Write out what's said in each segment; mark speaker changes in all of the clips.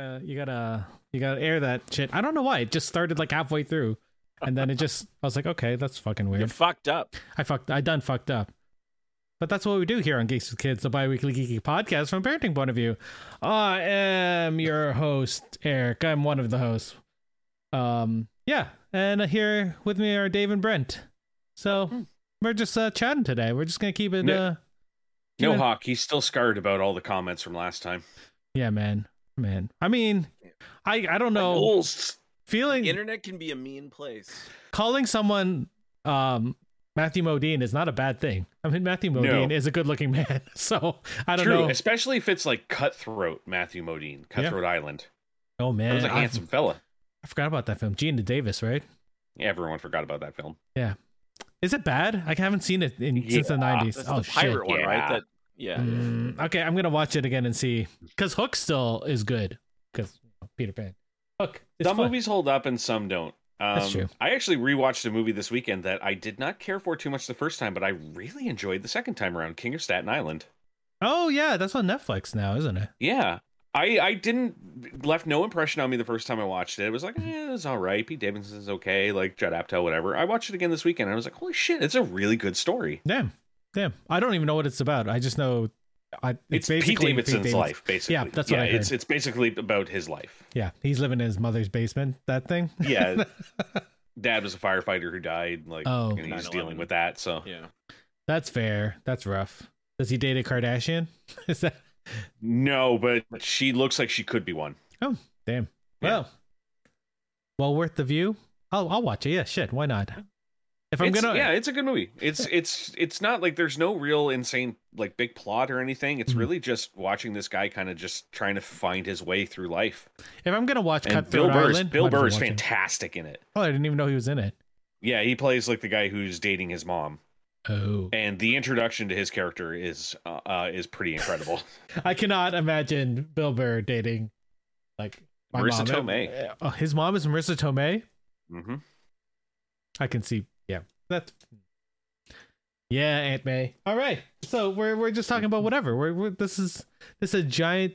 Speaker 1: uh, you gotta air that shit. I don't know why. It just started like halfway through, and then it just. I was like, okay, that's fucking
Speaker 2: You're
Speaker 1: weird.
Speaker 2: fucked up.
Speaker 1: I fucked. I done fucked up. But that's what we do here on Geeks with Kids, the bi-weekly geeky podcast from a parenting point of view. I am your host, Eric. I'm one of the hosts. Um, yeah, and here with me are Dave and Brent. So we're just uh, chatting today. We're just gonna keep it.
Speaker 2: No-
Speaker 1: Uh,
Speaker 2: No
Speaker 1: Yeah.
Speaker 2: hawk. He's still scarred about all the comments from last time.
Speaker 1: yeah, man, man. I mean, I Oh, I don't
Speaker 2: Like, oh,
Speaker 1: know.
Speaker 2: "Wolves."
Speaker 1: Feeling
Speaker 3: The internet can be a mean place.
Speaker 1: calling someone um Matthew Modine is not a bad thing. I mean, Matthew
Speaker 2: No.
Speaker 1: Modine is a good-looking man, so I don't
Speaker 2: True,
Speaker 1: know.
Speaker 2: especially if it's like Cutthroat Matthew Modine, Cutthroat Island.
Speaker 1: Oh man,
Speaker 2: That was a
Speaker 1: I-
Speaker 2: handsome fella.
Speaker 1: I forgot about that film. Gina Davis, right?
Speaker 2: Everyone forgot about that film.
Speaker 1: Is it bad? I haven't seen it in, since the
Speaker 2: Yeah.
Speaker 1: nineties.
Speaker 3: That's
Speaker 1: Oh
Speaker 3: the pirate
Speaker 1: shit.
Speaker 3: one, right?
Speaker 2: Yeah.
Speaker 3: That yeah.
Speaker 1: Mm, okay, I'm gonna watch it again and see. Cause Hook still is good. Cause you know, Peter Pan. Hook. It's
Speaker 2: some
Speaker 1: fun.
Speaker 2: movies hold up and some don't. Um,
Speaker 1: That's true.
Speaker 2: I actually rewatched a movie this weekend that I did not care for too much the first time, but I really enjoyed the second time around. King of Staten Island.
Speaker 1: Oh yeah, that's on Netflix now, isn't it?
Speaker 2: Yeah. I, I didn't left no impression on me the first time I watched it. It was like, eh, it's all right. Pete Davidson's okay. Like Judd Apatow, whatever. I watched it again this weekend. And I was like, holy shit, it's a really good story.
Speaker 1: Damn. Damn. I don't even know what it's about. I just know I it's,
Speaker 2: It's,
Speaker 1: basically
Speaker 2: Pete Davidson's
Speaker 1: Davidson.
Speaker 2: life, basically.
Speaker 1: Yeah, that's what I
Speaker 2: It's it's basically about his life.
Speaker 1: Yeah. He's living in his mother's basement, that thing.
Speaker 2: Yeah, Dad was a firefighter who died. Like,
Speaker 1: Oh.
Speaker 2: and he's
Speaker 3: 9/11.
Speaker 2: dealing with that. So
Speaker 3: Yeah.
Speaker 1: That's fair. That's rough. Does he date a Kardashian? Is that
Speaker 2: no, but she looks like she could be one.
Speaker 1: Damn.
Speaker 2: Yeah.
Speaker 1: Well, well worth the view. I'll I'll watch it. Yeah, shit. Why not? If I'm
Speaker 2: It's-
Speaker 1: gonna,
Speaker 2: yeah, it's a good movie. It's it's it's not like there's no real insane like big plot or anything. It's
Speaker 1: Mhm.
Speaker 2: really just watching this guy kind of just trying to find his way through life.
Speaker 1: if I'm gonna watch
Speaker 2: And
Speaker 1: Cutthroat
Speaker 2: Bill Burr,
Speaker 1: Island,
Speaker 2: Bill
Speaker 1: might as well
Speaker 2: Burr is
Speaker 1: watch it.
Speaker 2: fantastic in it.
Speaker 1: Oh, I didn't even know he was in it.
Speaker 2: Yeah, he plays like the guy who's dating his mom,
Speaker 1: Oh,
Speaker 2: and the introduction to his character is uh, uh is pretty incredible.
Speaker 1: I cannot imagine Bill Burr dating like my
Speaker 2: Marissa
Speaker 1: mom.
Speaker 2: Tomei.
Speaker 1: Oh, his mom is Marissa Tomei.
Speaker 2: hmm
Speaker 1: I can see. Yeah, that's. Yeah, Aunt May. All right, so we're we're just talking about whatever. We're, we're this is this is a giant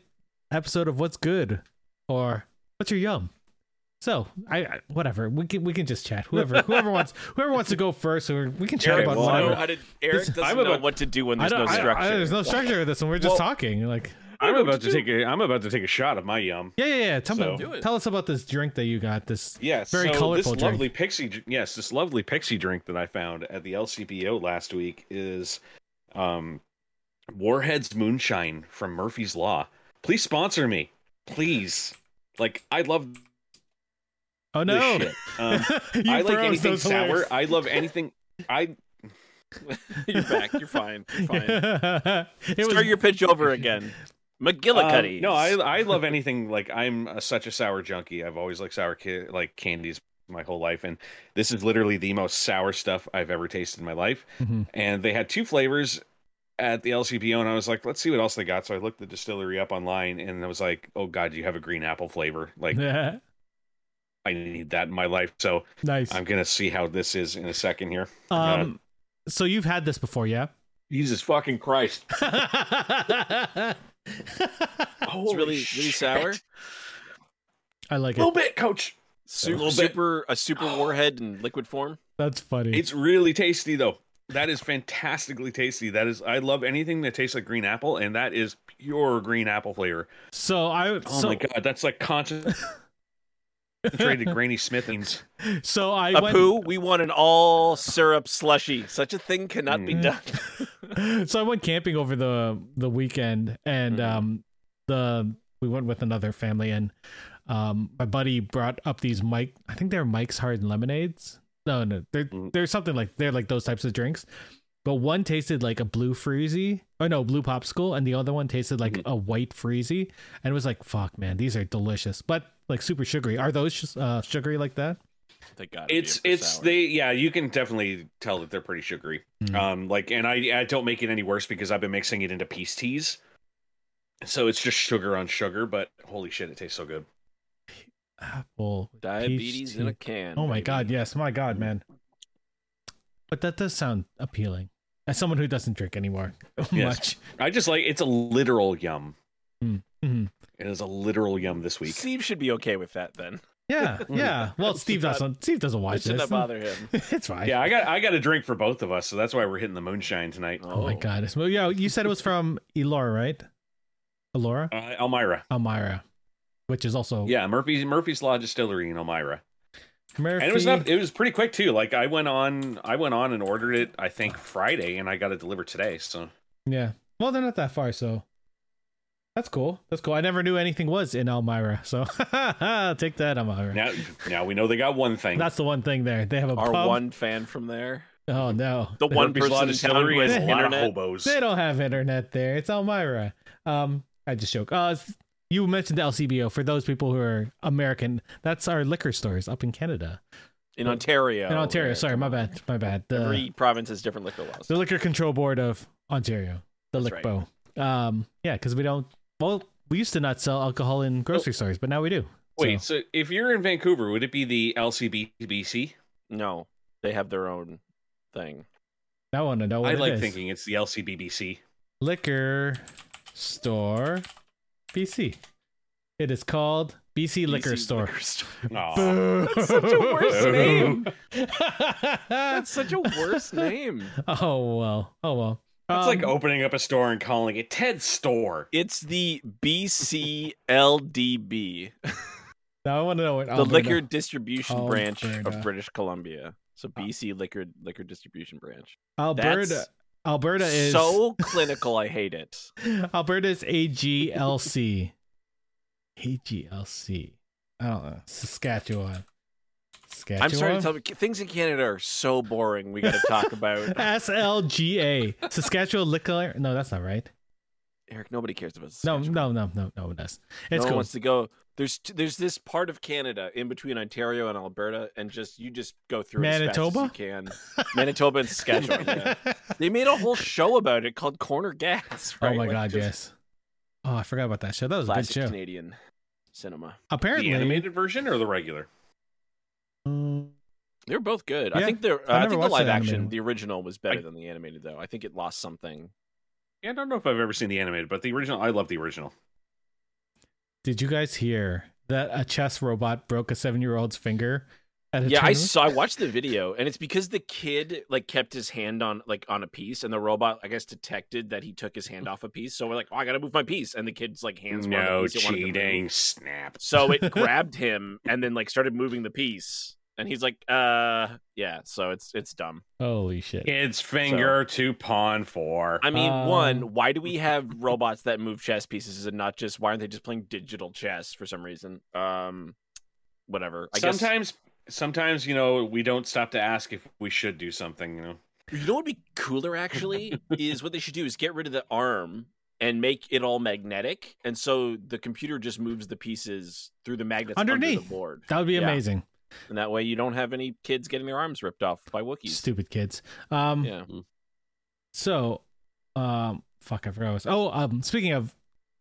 Speaker 1: episode of what's good or what's your yum. So I, I whatever we can we can just chat. Whoever whoever wants whoever wants to go first, or we can chat
Speaker 3: Eric
Speaker 1: about
Speaker 2: well,
Speaker 3: doesn't know
Speaker 1: whatever. I
Speaker 2: don't-
Speaker 3: how to, Eric doesn't
Speaker 2: I'm
Speaker 3: know
Speaker 2: about-
Speaker 3: what to do when there's
Speaker 1: don't-
Speaker 3: no
Speaker 1: I- I-
Speaker 3: structure.
Speaker 1: there's no structure to this one. We're just
Speaker 3: Well-
Speaker 1: talking. Like
Speaker 2: I'm
Speaker 3: know what
Speaker 2: about
Speaker 3: to
Speaker 2: to take a, I'm about to take a shot of my yum.
Speaker 1: yeah yeah yeah. Tell
Speaker 2: So-
Speaker 1: me
Speaker 3: Do it.
Speaker 1: tell us about this drink that you got. This
Speaker 2: Yes,
Speaker 1: Very
Speaker 2: so
Speaker 1: colorful
Speaker 2: This
Speaker 1: drink.
Speaker 2: lovely pixie, dr- yes, this lovely pixie drink that I found at the LCBO last week is, um, Warhead's Moonshine from Murphy's Law. Please sponsor me, please. Like I love
Speaker 1: oh
Speaker 2: this
Speaker 1: no.
Speaker 2: shit. Um,
Speaker 1: You
Speaker 2: I like
Speaker 1: froze.
Speaker 2: anything
Speaker 1: Those
Speaker 2: sour.
Speaker 1: hilarious.
Speaker 2: I love anything. I
Speaker 3: You're back. You're fine. You're fine.
Speaker 1: it was
Speaker 3: Start your pitch over again. McGillicuddy.
Speaker 2: um, no, I I love anything. Like I'm a, such a sour junkie. I've always liked sour ca- like candies my whole life, and this is literally the most sour stuff I've ever tasted in my life.
Speaker 1: Mhm.
Speaker 2: and they had two flavors at the LCBO, and I was like, let's see what else they got. So I looked the distillery up online, and I was like, oh god, you have a green apple flavor. Like
Speaker 1: Yeah.
Speaker 2: I need that in my life. So
Speaker 1: Nice.
Speaker 2: I'm gonna see how this is in a second here.
Speaker 1: Um, so you've had this before, yeah?
Speaker 2: Jesus fucking Christ!
Speaker 1: I
Speaker 2: Oh,
Speaker 3: it's really really sour.
Speaker 1: like
Speaker 2: little
Speaker 1: it.
Speaker 2: bit, Coach.
Speaker 3: Su-
Speaker 2: little bit.
Speaker 3: super a super warhead in liquid form.
Speaker 1: That's funny.
Speaker 2: It's really tasty though. That is fantastically tasty. That is, I love anything that tastes like green apple, and that is pure green apple flavor.
Speaker 1: so I
Speaker 2: Oh
Speaker 1: so,
Speaker 2: my god, that's like concentrated Granny Smithings.
Speaker 1: so I
Speaker 3: A
Speaker 1: went
Speaker 3: poo. We want an all syrup slushy. Such a thing cannot be
Speaker 1: Hmm.
Speaker 2: Mm.
Speaker 3: done.
Speaker 1: so I went camping over the the weekend, and
Speaker 2: Mhm.
Speaker 1: um, the we went with another family, and um, my buddy brought up these Mike. I think they're Mike's Hard Lemonades. No, no, they're
Speaker 2: Mm.
Speaker 1: they're something like they're like those types of drinks. But one tasted like a blue freezy, or no, blue popsicle, and the other one tasted like
Speaker 2: Mhm.
Speaker 1: a white freezy, and it was like, fuck, man, these are delicious, but like super sugary. Are those uh, sugary like that?
Speaker 3: They gotta be
Speaker 2: it's
Speaker 3: for
Speaker 2: it's
Speaker 3: sour.
Speaker 2: they yeah you can definitely tell that they're pretty sugary
Speaker 3: Mm-hmm.
Speaker 1: Mm.
Speaker 2: um like and i i don't make it any worse because i've been mixing it into peace teas so it's just sugar on sugar but holy shit it tastes so good
Speaker 1: Apple peach
Speaker 3: diabetes in
Speaker 1: tea.
Speaker 3: a can.
Speaker 1: Oh my
Speaker 3: baby.
Speaker 1: god, yes, my god, man. But that does sound appealing. As someone who doesn't drink anymore
Speaker 2: Yes.
Speaker 1: much.
Speaker 3: Mm-hmm.
Speaker 2: i just like it's a literal yum
Speaker 1: Mhm.
Speaker 2: It is a literal yum this week.
Speaker 3: Steve should be okay with that then.
Speaker 1: Yeah,
Speaker 2: Mm.
Speaker 1: yeah. Well, Steve
Speaker 3: not-
Speaker 1: doesn't. Steve doesn't watch
Speaker 3: It should
Speaker 1: this.
Speaker 3: not bother him.
Speaker 1: it's fine.
Speaker 2: Yeah, I got I got a drink for both of us, so that's why we're hitting the moonshine tonight.
Speaker 1: Oh, my god. This movie. Yeah, you said it was from Elora, right? Elora,
Speaker 2: Uh, Elmira.
Speaker 1: Elmira, which is also
Speaker 2: Yeah, Murphy's Murphy's Law Distillery in Elmira.
Speaker 1: Murphy.
Speaker 2: And it was not it was pretty quick too. Like I went on I went on and ordered it I think Friday and I got it delivered today. So
Speaker 1: Yeah. Well, they're not that far, so that's cool. That's cool. I never knew anything was in Elmira, so take that, Elmira.
Speaker 2: now now we know they got one thing.
Speaker 1: That's the one thing there. They have a
Speaker 3: Our
Speaker 1: pub.
Speaker 3: one fan from there.
Speaker 1: Oh no,
Speaker 3: The one
Speaker 2: Murphy's
Speaker 3: person in town who has
Speaker 2: and a lot of
Speaker 3: internet.
Speaker 2: hobos.
Speaker 1: they don't have internet there. It's Elmira. Um, I just joke. Uh, s- you mentioned the LCBO for those people who are American. That's our liquor stores up in Canada,
Speaker 3: In Ontario.
Speaker 1: in Ontario.
Speaker 3: where-
Speaker 1: Sorry, my bad, my bad. The,
Speaker 3: Oh, Every province has different liquor laws.
Speaker 1: the liquor control board of Ontario, the
Speaker 3: That's right.
Speaker 1: LICBO. Um, yeah, because we don't. Well, we used to not sell alcohol in
Speaker 3: Oh.
Speaker 1: grocery stores, but now we do.
Speaker 2: Wait,
Speaker 1: So-
Speaker 2: so if you're in Vancouver, would it be the LCBBC?
Speaker 3: No, they have their own thing.
Speaker 1: I want to know what
Speaker 2: I
Speaker 1: Oh, it
Speaker 2: like
Speaker 1: is.
Speaker 2: thinking it's the LCBBC.
Speaker 1: Liquor store BC. It is called BC Liquor
Speaker 3: BC
Speaker 1: Store.
Speaker 2: Aw.
Speaker 1: Boo.
Speaker 3: That's such
Speaker 1: That's
Speaker 3: a worse name. That's such a worse name.
Speaker 1: oh well. Oh well.
Speaker 2: It's like
Speaker 1: Um,
Speaker 2: opening up a store and calling it Ted's store.
Speaker 3: It's the BCLDB,
Speaker 1: now I want to know what
Speaker 3: the liquor distribution
Speaker 1: Alberta.
Speaker 3: branch of British Columbia. So
Speaker 1: Oh.
Speaker 3: BC liquor liquor distribution branch.
Speaker 1: Alberta.
Speaker 3: That's
Speaker 1: Alberta is
Speaker 3: so clinical. I hate it.
Speaker 1: Alberta is AGLC. AGLC. I don't know. Saskatchewan. Saskatchewan.
Speaker 3: I'm sorry to tell you, things in Canada are so boring. We got to talk about
Speaker 1: SLGA. Saskatchewan Liquor. No, that's not right.
Speaker 3: Eric. Nobody cares about
Speaker 1: No,
Speaker 3: Saskatchewan.
Speaker 1: no, no, no, no, it does.
Speaker 3: No
Speaker 1: It's
Speaker 3: one
Speaker 1: cool.
Speaker 3: wants to go. There's t- there's this part of Canada in between Ontario and Alberta, and just you just go through it as
Speaker 1: Manitoba?
Speaker 3: fast as you can. Manitoba and Saskatchewan. yeah.
Speaker 1: Oh
Speaker 3: They made a whole show about it called Corner Gas. Right?
Speaker 1: Oh my
Speaker 3: Like,
Speaker 1: god,
Speaker 3: just
Speaker 1: yes. Oh, I forgot about that show. That was a good
Speaker 3: Classic
Speaker 1: show.
Speaker 3: Canadian cinema.
Speaker 2: The
Speaker 1: Apparently,
Speaker 2: animated version or the regular?
Speaker 1: Mm,
Speaker 3: They're both good. I
Speaker 1: Yeah.
Speaker 3: think they're.
Speaker 1: I
Speaker 3: I,
Speaker 1: never
Speaker 3: think the
Speaker 1: watched the
Speaker 3: live action,
Speaker 1: animated.
Speaker 3: the original, was better
Speaker 2: I-
Speaker 3: than the animated, though. I think it lost something.
Speaker 2: Yeah, I don't know if I've ever seen the animated, but the original, I love the original.
Speaker 1: did you guys hear that a chess robot broke a seven-year-old's finger? At a
Speaker 3: yeah, I
Speaker 1: tournament?
Speaker 3: saw. I watched the video, and it's because the kid like kept his hand on like on a piece, and the robot, I guess, detected that he took his hand off a piece. So we're like, oh, I gotta move my piece, and the kid's like hands were on the
Speaker 2: no
Speaker 3: piece it wanted to move.
Speaker 2: cheating, snap.
Speaker 3: So it grabbed him and then like started moving the piece, and he's like, uh, yeah. So it's it's dumb.
Speaker 1: Holy shit!
Speaker 2: Kids finger to pawn four.
Speaker 3: I mean,
Speaker 1: Um,
Speaker 3: one, why do we have robots that move chess pieces and not just why aren't they just playing digital chess for some reason? Um whatever. I
Speaker 2: sometimes, sometimes you know we don't stop to ask if we should do something. You know,
Speaker 3: guess you know what'd be cooler actually is what they should do is get rid of the arm and make it all magnetic and so the computer just moves the pieces through the magnets under
Speaker 1: Underneath.
Speaker 3: the board.
Speaker 1: That would be
Speaker 3: Yeah.
Speaker 1: amazing.
Speaker 3: And that way you don't have any kids getting their arms ripped off by Wookiees.
Speaker 1: Stupid kids. Um,
Speaker 3: Yeah.
Speaker 2: Mm-hmm.
Speaker 1: so, um, fuck, I forgot. What I was. Oh, um, speaking of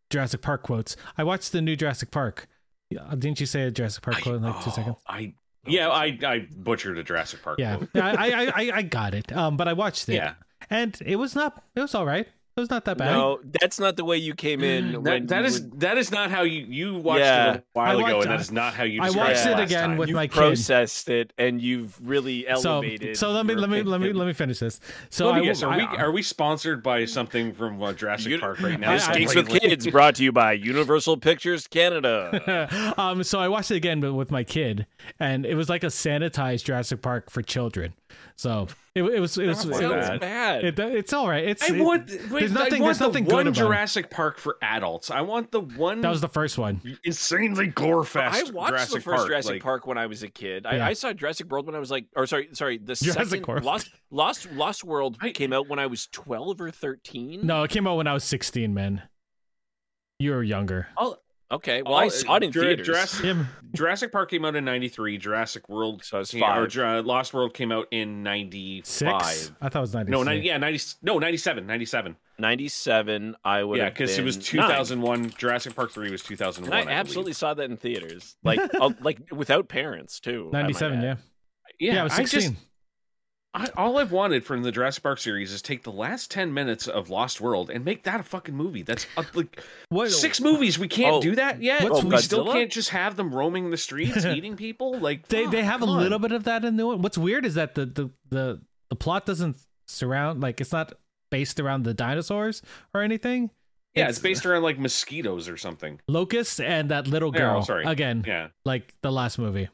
Speaker 1: Jurassic Park quotes, I watched the new Jurassic Park. Yeah, Didn't you say a Jurassic Park quote in like two
Speaker 2: Oh,
Speaker 1: seconds?
Speaker 2: I yeah, I I butchered a Jurassic Park.
Speaker 1: Yeah,
Speaker 2: quote.
Speaker 1: I, I, I, I got it. Um, but I watched it.
Speaker 2: yeah.
Speaker 1: and it was not. It was all right. It was not that bad.
Speaker 3: No, that's not the way you came in. when
Speaker 2: That, that
Speaker 3: you
Speaker 2: is
Speaker 3: were-
Speaker 2: that is not how you you watched
Speaker 3: Yeah.
Speaker 2: it a while
Speaker 1: I
Speaker 2: ago,
Speaker 1: watched-
Speaker 2: and that is not how you.
Speaker 1: I
Speaker 2: described
Speaker 1: watched
Speaker 2: it
Speaker 1: it
Speaker 2: last
Speaker 1: again
Speaker 2: time.
Speaker 1: with
Speaker 3: you've
Speaker 1: my kid.
Speaker 3: processed it and you've really
Speaker 1: so
Speaker 3: elevated.
Speaker 1: so let me
Speaker 3: your
Speaker 1: let me let me
Speaker 3: opinion.
Speaker 1: let me finish this. So
Speaker 2: So
Speaker 1: I,
Speaker 2: I, guess, are
Speaker 1: I-
Speaker 2: we are we sponsored by something from uh, Jurassic
Speaker 3: You-
Speaker 2: Park right now?
Speaker 1: I-
Speaker 3: This
Speaker 1: I-
Speaker 3: Geeks
Speaker 1: Geeks
Speaker 3: with Kids brought to you by Universal Pictures Canada.
Speaker 1: um, so I watched it again, but with my kid, and it was like a sanitized Jurassic Park for children. So it, it was it was
Speaker 2: Not
Speaker 1: it,
Speaker 2: like
Speaker 1: was-
Speaker 2: that.
Speaker 3: bad.
Speaker 1: it- it's all right. It's
Speaker 2: I
Speaker 1: it-
Speaker 2: want wait,
Speaker 1: there's
Speaker 2: I
Speaker 1: nothing-
Speaker 2: want
Speaker 1: there's
Speaker 2: the
Speaker 1: nothing good
Speaker 2: one
Speaker 1: about it.
Speaker 2: Jurassic Park for adults. I want the one
Speaker 1: that was the first
Speaker 2: Mm-hmm.
Speaker 1: one.
Speaker 2: insanely gore fest.
Speaker 3: I watched
Speaker 2: Jurassic
Speaker 3: the first
Speaker 2: Park,
Speaker 3: Jurassic
Speaker 2: like-
Speaker 3: Park when I was a kid. I,
Speaker 1: Yeah.
Speaker 3: I saw Jurassic World when I was like, or sorry, sorry, the
Speaker 1: Jurassic
Speaker 3: second
Speaker 1: World.
Speaker 3: Lost Lost Lost World
Speaker 2: I-
Speaker 3: came out when I was twelve or thirteen.
Speaker 1: No, it came out when I was 16, man. You were younger.
Speaker 3: okay, well
Speaker 2: all-
Speaker 3: I saw it in
Speaker 2: Oh, uh, Jura-
Speaker 3: theaters.
Speaker 2: Jurassic,
Speaker 1: Yeah,
Speaker 2: Jurassic Park came out in '93. Jurassic World,
Speaker 3: So I was
Speaker 2: came- or
Speaker 3: five.
Speaker 2: Jura- Lost World came out in '95.
Speaker 1: six. I thought it was 96.
Speaker 2: No, 90, yeah, 90, no, 97, 97.
Speaker 3: Ninety-seven. I would.
Speaker 2: Yeah,
Speaker 3: have
Speaker 2: because it was
Speaker 3: been
Speaker 2: 2001. Jurassic Park 3 was
Speaker 3: nine.
Speaker 2: 2001.
Speaker 3: And I,
Speaker 2: I
Speaker 3: absolutely saw that in theaters, like uh, like without parents too. I might
Speaker 1: 97.
Speaker 3: add.
Speaker 1: Yeah.
Speaker 2: believe.
Speaker 1: I was
Speaker 2: I
Speaker 1: 16.
Speaker 2: just I, all I've wanted from the Jurassic Park series is take the last ten minutes of Lost World and make that a fucking movie. That's uh, like
Speaker 1: What
Speaker 2: six movies. We can't
Speaker 3: Oh,
Speaker 2: do that yet.
Speaker 1: what's
Speaker 2: we
Speaker 1: Godzilla?
Speaker 2: still can't just have them roaming the streets eating people. Like
Speaker 1: they
Speaker 2: fuck,
Speaker 1: they have a
Speaker 2: come on.
Speaker 1: little bit of that in the one. What's weird is that the the the the plot doesn't surround like it's not based around the dinosaurs or anything.
Speaker 2: Yeah, it's based around like mosquitoes or something.
Speaker 1: locusts and that little
Speaker 2: Yeah, oh,
Speaker 1: girl.
Speaker 2: sorry.
Speaker 1: Again,
Speaker 2: Yeah.
Speaker 1: like the last movie.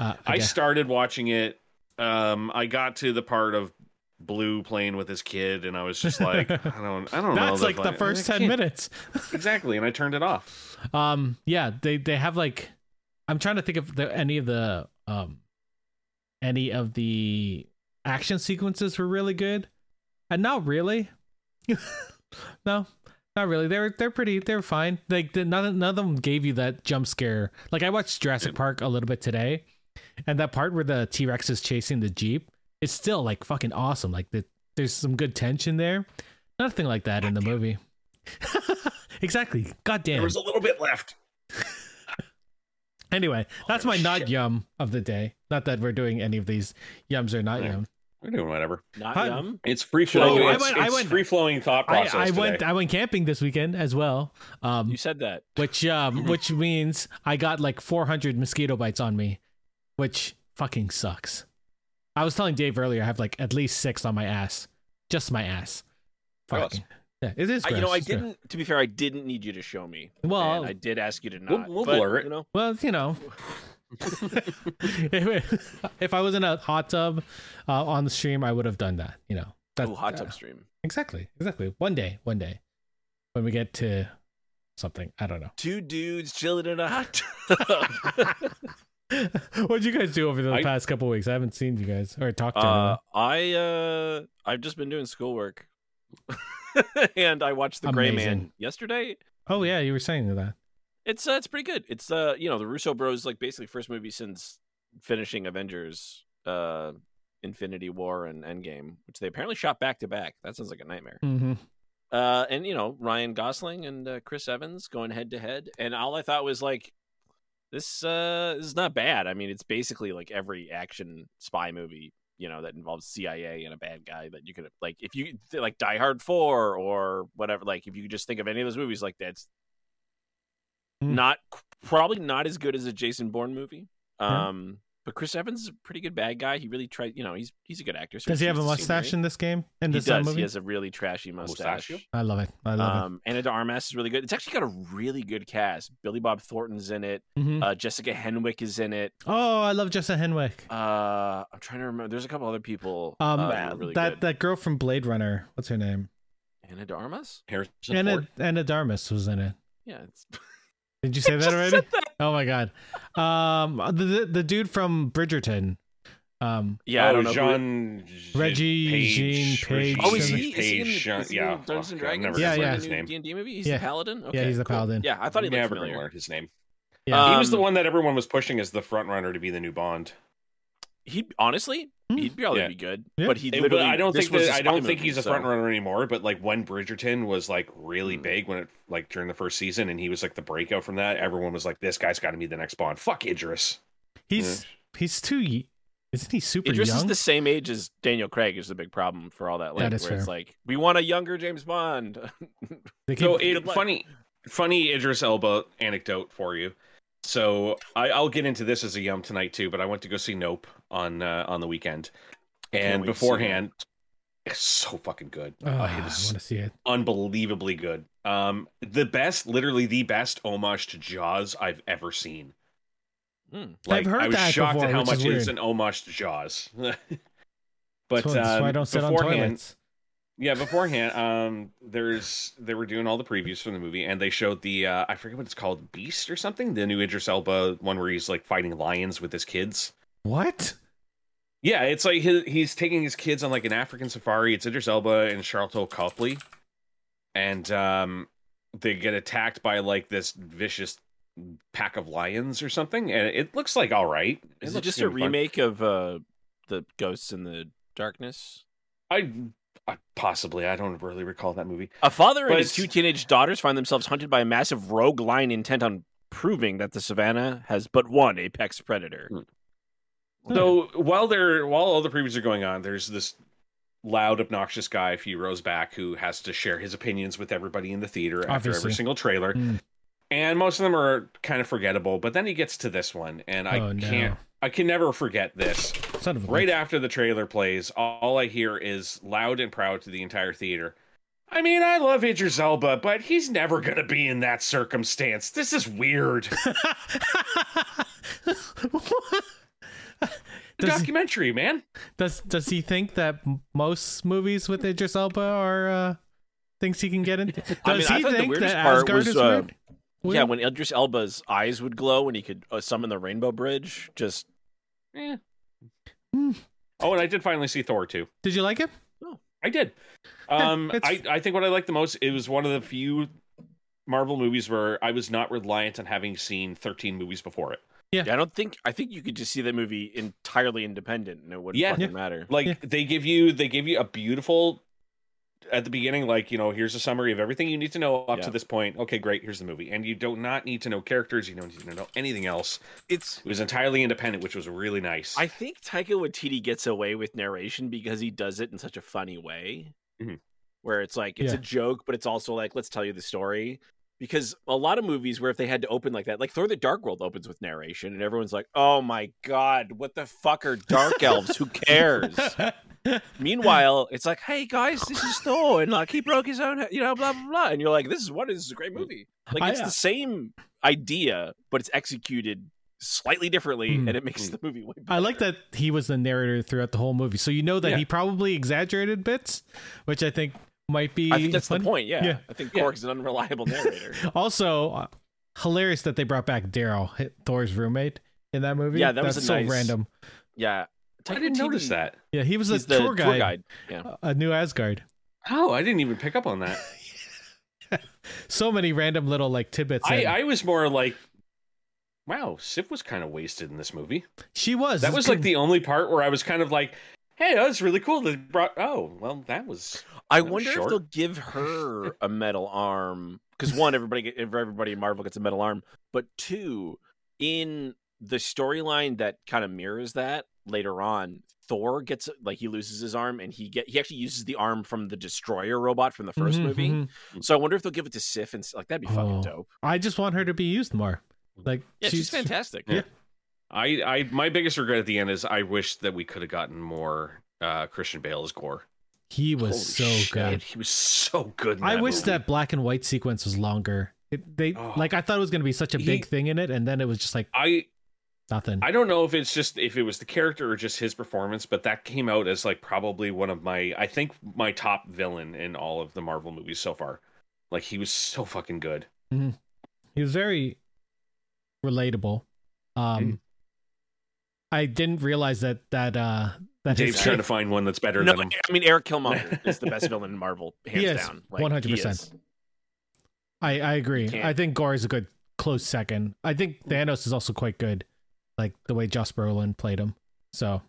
Speaker 1: Uh,
Speaker 2: I
Speaker 1: again.
Speaker 2: started watching it. Um, I got to the part of Blue playing with his kid, and I was just like, I don't, I don't know.
Speaker 1: That's
Speaker 2: that
Speaker 1: like the
Speaker 2: plan-
Speaker 1: first
Speaker 2: I
Speaker 1: ten
Speaker 2: can't-
Speaker 1: minutes.
Speaker 2: exactly, and I turned it off.
Speaker 1: Um, yeah, they they have like, I'm trying to think of the, any of the um, any of the action sequences were really good, and not really. no, not really. They're they're pretty. They're fine. Like the, none none of them gave you that jump scare. Like I watched Jurassic Park a little bit today, and that part where the T Rex is chasing the jeep is still like fucking awesome. Like the, there's some good tension there. Nothing like that in the movie. exactly. God damn.
Speaker 2: There was a little bit left.
Speaker 1: Anyway,
Speaker 3: Oh,
Speaker 1: that's my
Speaker 2: Holy
Speaker 1: not
Speaker 2: shit.
Speaker 1: yum of the day. Not that we're doing any of these yums or not
Speaker 2: Yeah.
Speaker 1: yum.
Speaker 2: We're doing whatever.
Speaker 3: Not
Speaker 1: Huh?
Speaker 3: yum.
Speaker 2: It's free
Speaker 3: Should I
Speaker 2: flowing.
Speaker 3: do- I
Speaker 2: it's
Speaker 1: went- I went-
Speaker 2: free flowing thought
Speaker 1: I,
Speaker 2: process.
Speaker 1: I went
Speaker 2: today.
Speaker 1: I went camping this weekend as well, um,
Speaker 2: Mm-hmm.
Speaker 3: You said that.
Speaker 1: which um, which means I got like 400 mosquito bites on me, which fucking sucks. I was telling Dave earlier I have like at least six on my ass, just my ass.
Speaker 2: Gross.
Speaker 1: Fucking yeah, it is.
Speaker 3: I,
Speaker 1: Gross.
Speaker 3: you know, I
Speaker 1: it's gross.
Speaker 3: didn't. To be fair, I didn't need you to show me.
Speaker 1: Well-
Speaker 3: and I did ask you to
Speaker 2: We'll-
Speaker 3: not.
Speaker 2: we'll
Speaker 3: but,
Speaker 2: blur it.
Speaker 3: You know,
Speaker 1: Well, you know, if, if I was in a hot tub uh, on the stream, I would have done that. You know, that,
Speaker 3: Ooh, hot
Speaker 2: uh,
Speaker 3: tub stream.
Speaker 1: Exactly. Exactly. One day. One day. When we get to something. I don't
Speaker 3: Two dudes chilling in a hot tub.
Speaker 1: know. What'd you guys do over the
Speaker 2: I-
Speaker 1: past couple weeks? I haven't seen you guys or talked to
Speaker 3: uh,
Speaker 1: anyone.
Speaker 3: I uh, I've just been doing schoolwork, and I watched The Gray Man
Speaker 1: Amazing.
Speaker 3: yesterday.
Speaker 1: Oh yeah, you were saying that.
Speaker 3: It's uh, it's pretty good. It's uh, you know, the Russo Bros like basically first movie since finishing Avengers, uh, Infinity War and Endgame, which they apparently shot back to back. That sounds like a nightmare.
Speaker 1: Mm-hmm.
Speaker 3: uh, and you know Ryan Gosling and uh, Chris Evans going head to head, and all I thought was like, this uh, this is not bad. I mean, it's basically like every action spy movie, you know, that involves CIA and a bad guy that you could like if you like Die Hard Four or whatever. Like if you could just think of any of those movies, like that's
Speaker 1: Hmm.
Speaker 3: not probably not as good as a Jason Bourne movie.
Speaker 1: Yeah.
Speaker 3: Um, but Chris Evans is a pretty good bad guy. He really tried, you know, he's he's a good actor. so
Speaker 1: Does he have a
Speaker 3: chooses to seem
Speaker 1: mustache
Speaker 3: great.
Speaker 1: in this game? In
Speaker 3: He
Speaker 1: this uh,
Speaker 3: does.
Speaker 1: movie?
Speaker 3: He has a really trashy mustache.
Speaker 2: Mustachio?
Speaker 1: I love it. I love
Speaker 3: Um, Anna de Armas is really good. It's actually got a really good cast. Billy Bob Thornton's in it.
Speaker 1: it. Mhm.
Speaker 3: Uh, Jessica Henwick is in it.
Speaker 1: oh, I love Jessa Henwick.
Speaker 3: Uh, I'm trying to remember. There's a couple other people.
Speaker 1: Um,
Speaker 3: uh, that are really
Speaker 1: that
Speaker 3: good.
Speaker 1: that girl from Blade Runner. What's her name?
Speaker 3: Anna de Armas.
Speaker 2: Harrison Ford.
Speaker 1: Anna Anna Darmus was in it.
Speaker 3: Yeah, it's,
Speaker 1: Did you say that
Speaker 3: Just
Speaker 1: already?
Speaker 3: said that.
Speaker 1: Oh my god. Um, the, the the dude from Bridgerton. Um,
Speaker 3: yeah. I
Speaker 2: oh,
Speaker 3: don't know. who-
Speaker 2: Jean
Speaker 1: Reggie Jean Page.
Speaker 3: Oh, is he?
Speaker 2: Page,
Speaker 3: Is he in,
Speaker 2: Jean-
Speaker 3: is he in
Speaker 2: yeah,
Speaker 3: Dungeons and
Speaker 2: fuck, I've never
Speaker 3: Dragons?
Speaker 1: Yeah,
Speaker 2: learned
Speaker 1: yeah.
Speaker 2: his name.
Speaker 3: D and D movie. He's
Speaker 1: Yeah.
Speaker 3: the paladin. Okay,
Speaker 1: he's the
Speaker 3: cool.
Speaker 1: paladin.
Speaker 3: Yeah, I thought he looked
Speaker 2: never
Speaker 3: familiar.
Speaker 2: learned his name.
Speaker 1: Yeah.
Speaker 2: he was the
Speaker 3: Um,
Speaker 2: one that everyone was pushing as the front runner to be the new Bond.
Speaker 3: He honestly,
Speaker 1: Hmm.
Speaker 3: he'd probably
Speaker 2: Yeah.
Speaker 3: be good.
Speaker 1: Yeah.
Speaker 3: But he
Speaker 2: It- but
Speaker 3: literally.
Speaker 2: I don't
Speaker 3: this
Speaker 2: think
Speaker 3: was
Speaker 2: that,
Speaker 3: a
Speaker 2: I don't
Speaker 3: spy
Speaker 2: think
Speaker 3: movie,
Speaker 2: he's a
Speaker 3: so-
Speaker 2: front runner anymore. But like when Bridgerton was like really
Speaker 3: Hmm.
Speaker 2: big when it like during the first season, and he was like the breakout from that, everyone was like, "This guy's got to be the next Bond." Fuck Idris.
Speaker 1: he's he's too. ye- Isn't he super
Speaker 3: Idris
Speaker 1: young?
Speaker 3: is the same age as Daniel Craig is the big problem for all that. Like,
Speaker 1: is
Speaker 3: where
Speaker 1: fair.
Speaker 3: it's like we want a younger James Bond.
Speaker 1: They
Speaker 2: So
Speaker 1: keep-
Speaker 2: it,
Speaker 3: good luck.
Speaker 2: funny, funny Idris Elba anecdote for you. So I, I'll get into this as a yum tonight too. But I went to go see Nope on uh, on the weekend,
Speaker 3: can't
Speaker 2: and
Speaker 3: wait to see
Speaker 2: beforehand, it's so fucking good.
Speaker 1: Ah,
Speaker 2: Uh,
Speaker 1: I
Speaker 2: it
Speaker 1: want
Speaker 2: is
Speaker 1: to see it.
Speaker 2: unbelievably good. Um, the best, literally the best homage to Jaws I've ever seen.
Speaker 3: Hmm.
Speaker 1: I've heard
Speaker 2: I was
Speaker 1: that
Speaker 2: shocked
Speaker 1: before,
Speaker 2: at how
Speaker 1: which
Speaker 2: much
Speaker 1: is
Speaker 2: it is
Speaker 1: weird.
Speaker 2: an homage to Jaws. but
Speaker 1: That's why- that's
Speaker 2: um,
Speaker 1: why I don't sit on
Speaker 2: beforehand,
Speaker 1: toilets.
Speaker 2: yeah, beforehand, um, there's they were doing all the previews from the movie, and they showed the uh, I forget what it's called, Beast or something, the new Idris Elba one where he's like fighting lions with his kids.
Speaker 1: What?
Speaker 2: Yeah, it's like his, he's taking his kids on like an African safari. It's Idris Elba and Charlton Copley, and um, they get attacked by like this vicious pack of lions or something. And it looks like all right.
Speaker 3: Is it
Speaker 2: looks
Speaker 3: just a
Speaker 2: gonna be fun.
Speaker 3: remake of uh, the Ghosts in the Darkness?
Speaker 2: I, I possibly I don't really recall that movie.
Speaker 3: A father
Speaker 2: But
Speaker 3: and his
Speaker 2: it's-
Speaker 3: two teenage daughters find themselves hunted by a massive rogue lion intent on proving that the savannah has but one apex predator.
Speaker 2: Hmm. So while they're while all the previews are going on, there's this loud, obnoxious guy a few rows back who has to share his opinions with everybody in the theater after
Speaker 1: Obviously.
Speaker 2: every single trailer.
Speaker 1: Mm.
Speaker 2: And most of them are kind of forgettable, but then he gets to this one, and I
Speaker 1: Oh, no.
Speaker 2: can't I can never forget this.
Speaker 1: Son of a
Speaker 2: Right
Speaker 1: bitch.
Speaker 2: after the trailer plays, all I hear is loud and proud to the entire theater. I mean, I love Idris Elba, but he's never gonna be in that circumstance. This is weird. The
Speaker 1: does,
Speaker 2: documentary, man.
Speaker 1: does does he think that m- most movies with Idris Elba are uh, things he can get into? Does
Speaker 3: I mean, I
Speaker 1: he
Speaker 3: thought the
Speaker 1: think
Speaker 3: weirdest
Speaker 1: that
Speaker 3: part
Speaker 1: Asgard
Speaker 3: was,
Speaker 1: is
Speaker 3: uh,
Speaker 1: weird?
Speaker 3: Yeah, when Idris Elba's eyes would glow and he could uh, summon the Rainbow Bridge, just
Speaker 2: Oh, and I did finally see Thor too.
Speaker 1: Did you like it?
Speaker 2: I did. Um, I,
Speaker 1: it's-
Speaker 2: I think what I liked the most, it was one of the few Marvel movies where I was not reliant on having seen 13 movies before it.
Speaker 3: I don't think I think you could just see the movie entirely independent and it wouldn't
Speaker 2: Yeah.
Speaker 3: fucking
Speaker 1: Yeah.
Speaker 3: matter.
Speaker 2: Like
Speaker 1: Yeah.
Speaker 2: they give you they give you a beautiful at the beginning, like, you know, here's a summary of everything you need to know up
Speaker 3: Yeah.
Speaker 2: to this point. Okay, great, here's the movie. And you do not need to know characters, you don't need to know anything else.
Speaker 3: It's
Speaker 2: It was entirely independent, which was really nice.
Speaker 3: I think Taika Waititi gets away with narration because he does it in such a funny way,
Speaker 2: Mhm.
Speaker 3: where it's like it's
Speaker 1: Yeah.
Speaker 3: a joke, but it's also like let's tell you the story. Because a lot of movies where if they had to open like that, like Thor: The Dark World opens with narration, and everyone's like, "Oh my god, what the fuck are dark elves? Who cares?" Meanwhile, it's like, "Hey guys, this is Thor, and like he broke his own, you know, blah blah blah," and you're like, "This is what this is a great movie." Like
Speaker 1: I- uh,
Speaker 3: it's the same idea, but it's executed slightly differently,
Speaker 1: Mm.
Speaker 3: and it makes
Speaker 2: Mm.
Speaker 3: the movie way. Better.
Speaker 1: I like that he was the narrator throughout the whole movie, so you know that
Speaker 2: Yeah.
Speaker 1: he probably exaggerated bits, which I think might be.
Speaker 3: I think that's the
Speaker 1: fun.
Speaker 3: point. Yeah.
Speaker 1: Yeah.
Speaker 3: I think
Speaker 2: Yeah.
Speaker 3: Korg's an unreliable narrator.
Speaker 1: Also, uh, hilarious that they brought back Daryl, Hi- Thor's roommate, in that movie.
Speaker 3: Yeah, that was
Speaker 1: That's
Speaker 3: a
Speaker 1: so
Speaker 3: nice-
Speaker 1: random.
Speaker 3: yeah.
Speaker 2: I
Speaker 3: Taika
Speaker 2: didn't notice
Speaker 3: Waititi,
Speaker 2: that.
Speaker 1: Yeah, he was
Speaker 3: He's
Speaker 1: a
Speaker 3: the
Speaker 1: tour guide,
Speaker 3: Yeah.
Speaker 1: uh, a new Asgard.
Speaker 2: Oh, I didn't even pick up on that.
Speaker 1: So many random little like tidbits.
Speaker 2: I,
Speaker 1: and-
Speaker 2: I was more like, wow, Sif was kind of wasted in this movie.
Speaker 1: she was.
Speaker 2: That
Speaker 1: It's
Speaker 2: was like
Speaker 1: con-
Speaker 2: the only part where I was kind of like, hey, that was really cool. They brought, oh, well, that was.
Speaker 3: I
Speaker 2: was
Speaker 3: wonder if
Speaker 2: short.
Speaker 3: they'll give her a metal arm because one, everybody, get- if everybody in Marvel gets a metal arm, but two, in the storyline that kind of mirrors that later on, Thor gets like he loses his arm and he get he actually uses the arm from the destroyer robot from the 1st
Speaker 1: Mhm,
Speaker 3: movie.
Speaker 1: mhm.
Speaker 3: So I wonder if they'll give it to Sif and s- like that'd be fucking
Speaker 1: Oh.
Speaker 3: dope.
Speaker 1: I just want her to be used more. Like
Speaker 3: Yeah, she's, fantastic.
Speaker 1: Yeah.
Speaker 2: I, I, my biggest regret at the end is I wish that we could have gotten more uh, Christian Bale's gore.
Speaker 1: He was so
Speaker 2: Holy shit,
Speaker 1: good.
Speaker 2: He was so good. in
Speaker 1: I wish
Speaker 2: movie.
Speaker 1: that black and white sequence was longer. It, they
Speaker 2: Oh.
Speaker 1: like I thought it was going to be such a
Speaker 2: He-
Speaker 1: big thing in it, and then it was just like
Speaker 2: I,
Speaker 1: nothing.
Speaker 2: I don't know if it's just if it was the character or just his performance, but that came out as like probably one of my I think my top villain in all of the Marvel movies so far. Like he was so fucking good.
Speaker 1: he was very relatable.
Speaker 2: Mm-hmm.
Speaker 1: Um, I didn't realize that that uh that his
Speaker 2: Dave's trying to find one that's better
Speaker 3: no,
Speaker 2: than him.
Speaker 3: I mean Eric Killmonger is the best villain in Marvel, hands
Speaker 1: He is,
Speaker 3: down. Like, he
Speaker 1: 100%.
Speaker 3: is.
Speaker 1: I I agree.
Speaker 3: can't-
Speaker 1: I think Gore is a good close second. I think
Speaker 2: Mm.
Speaker 1: Thanos is also quite good, like the way Joss Brolin played him. So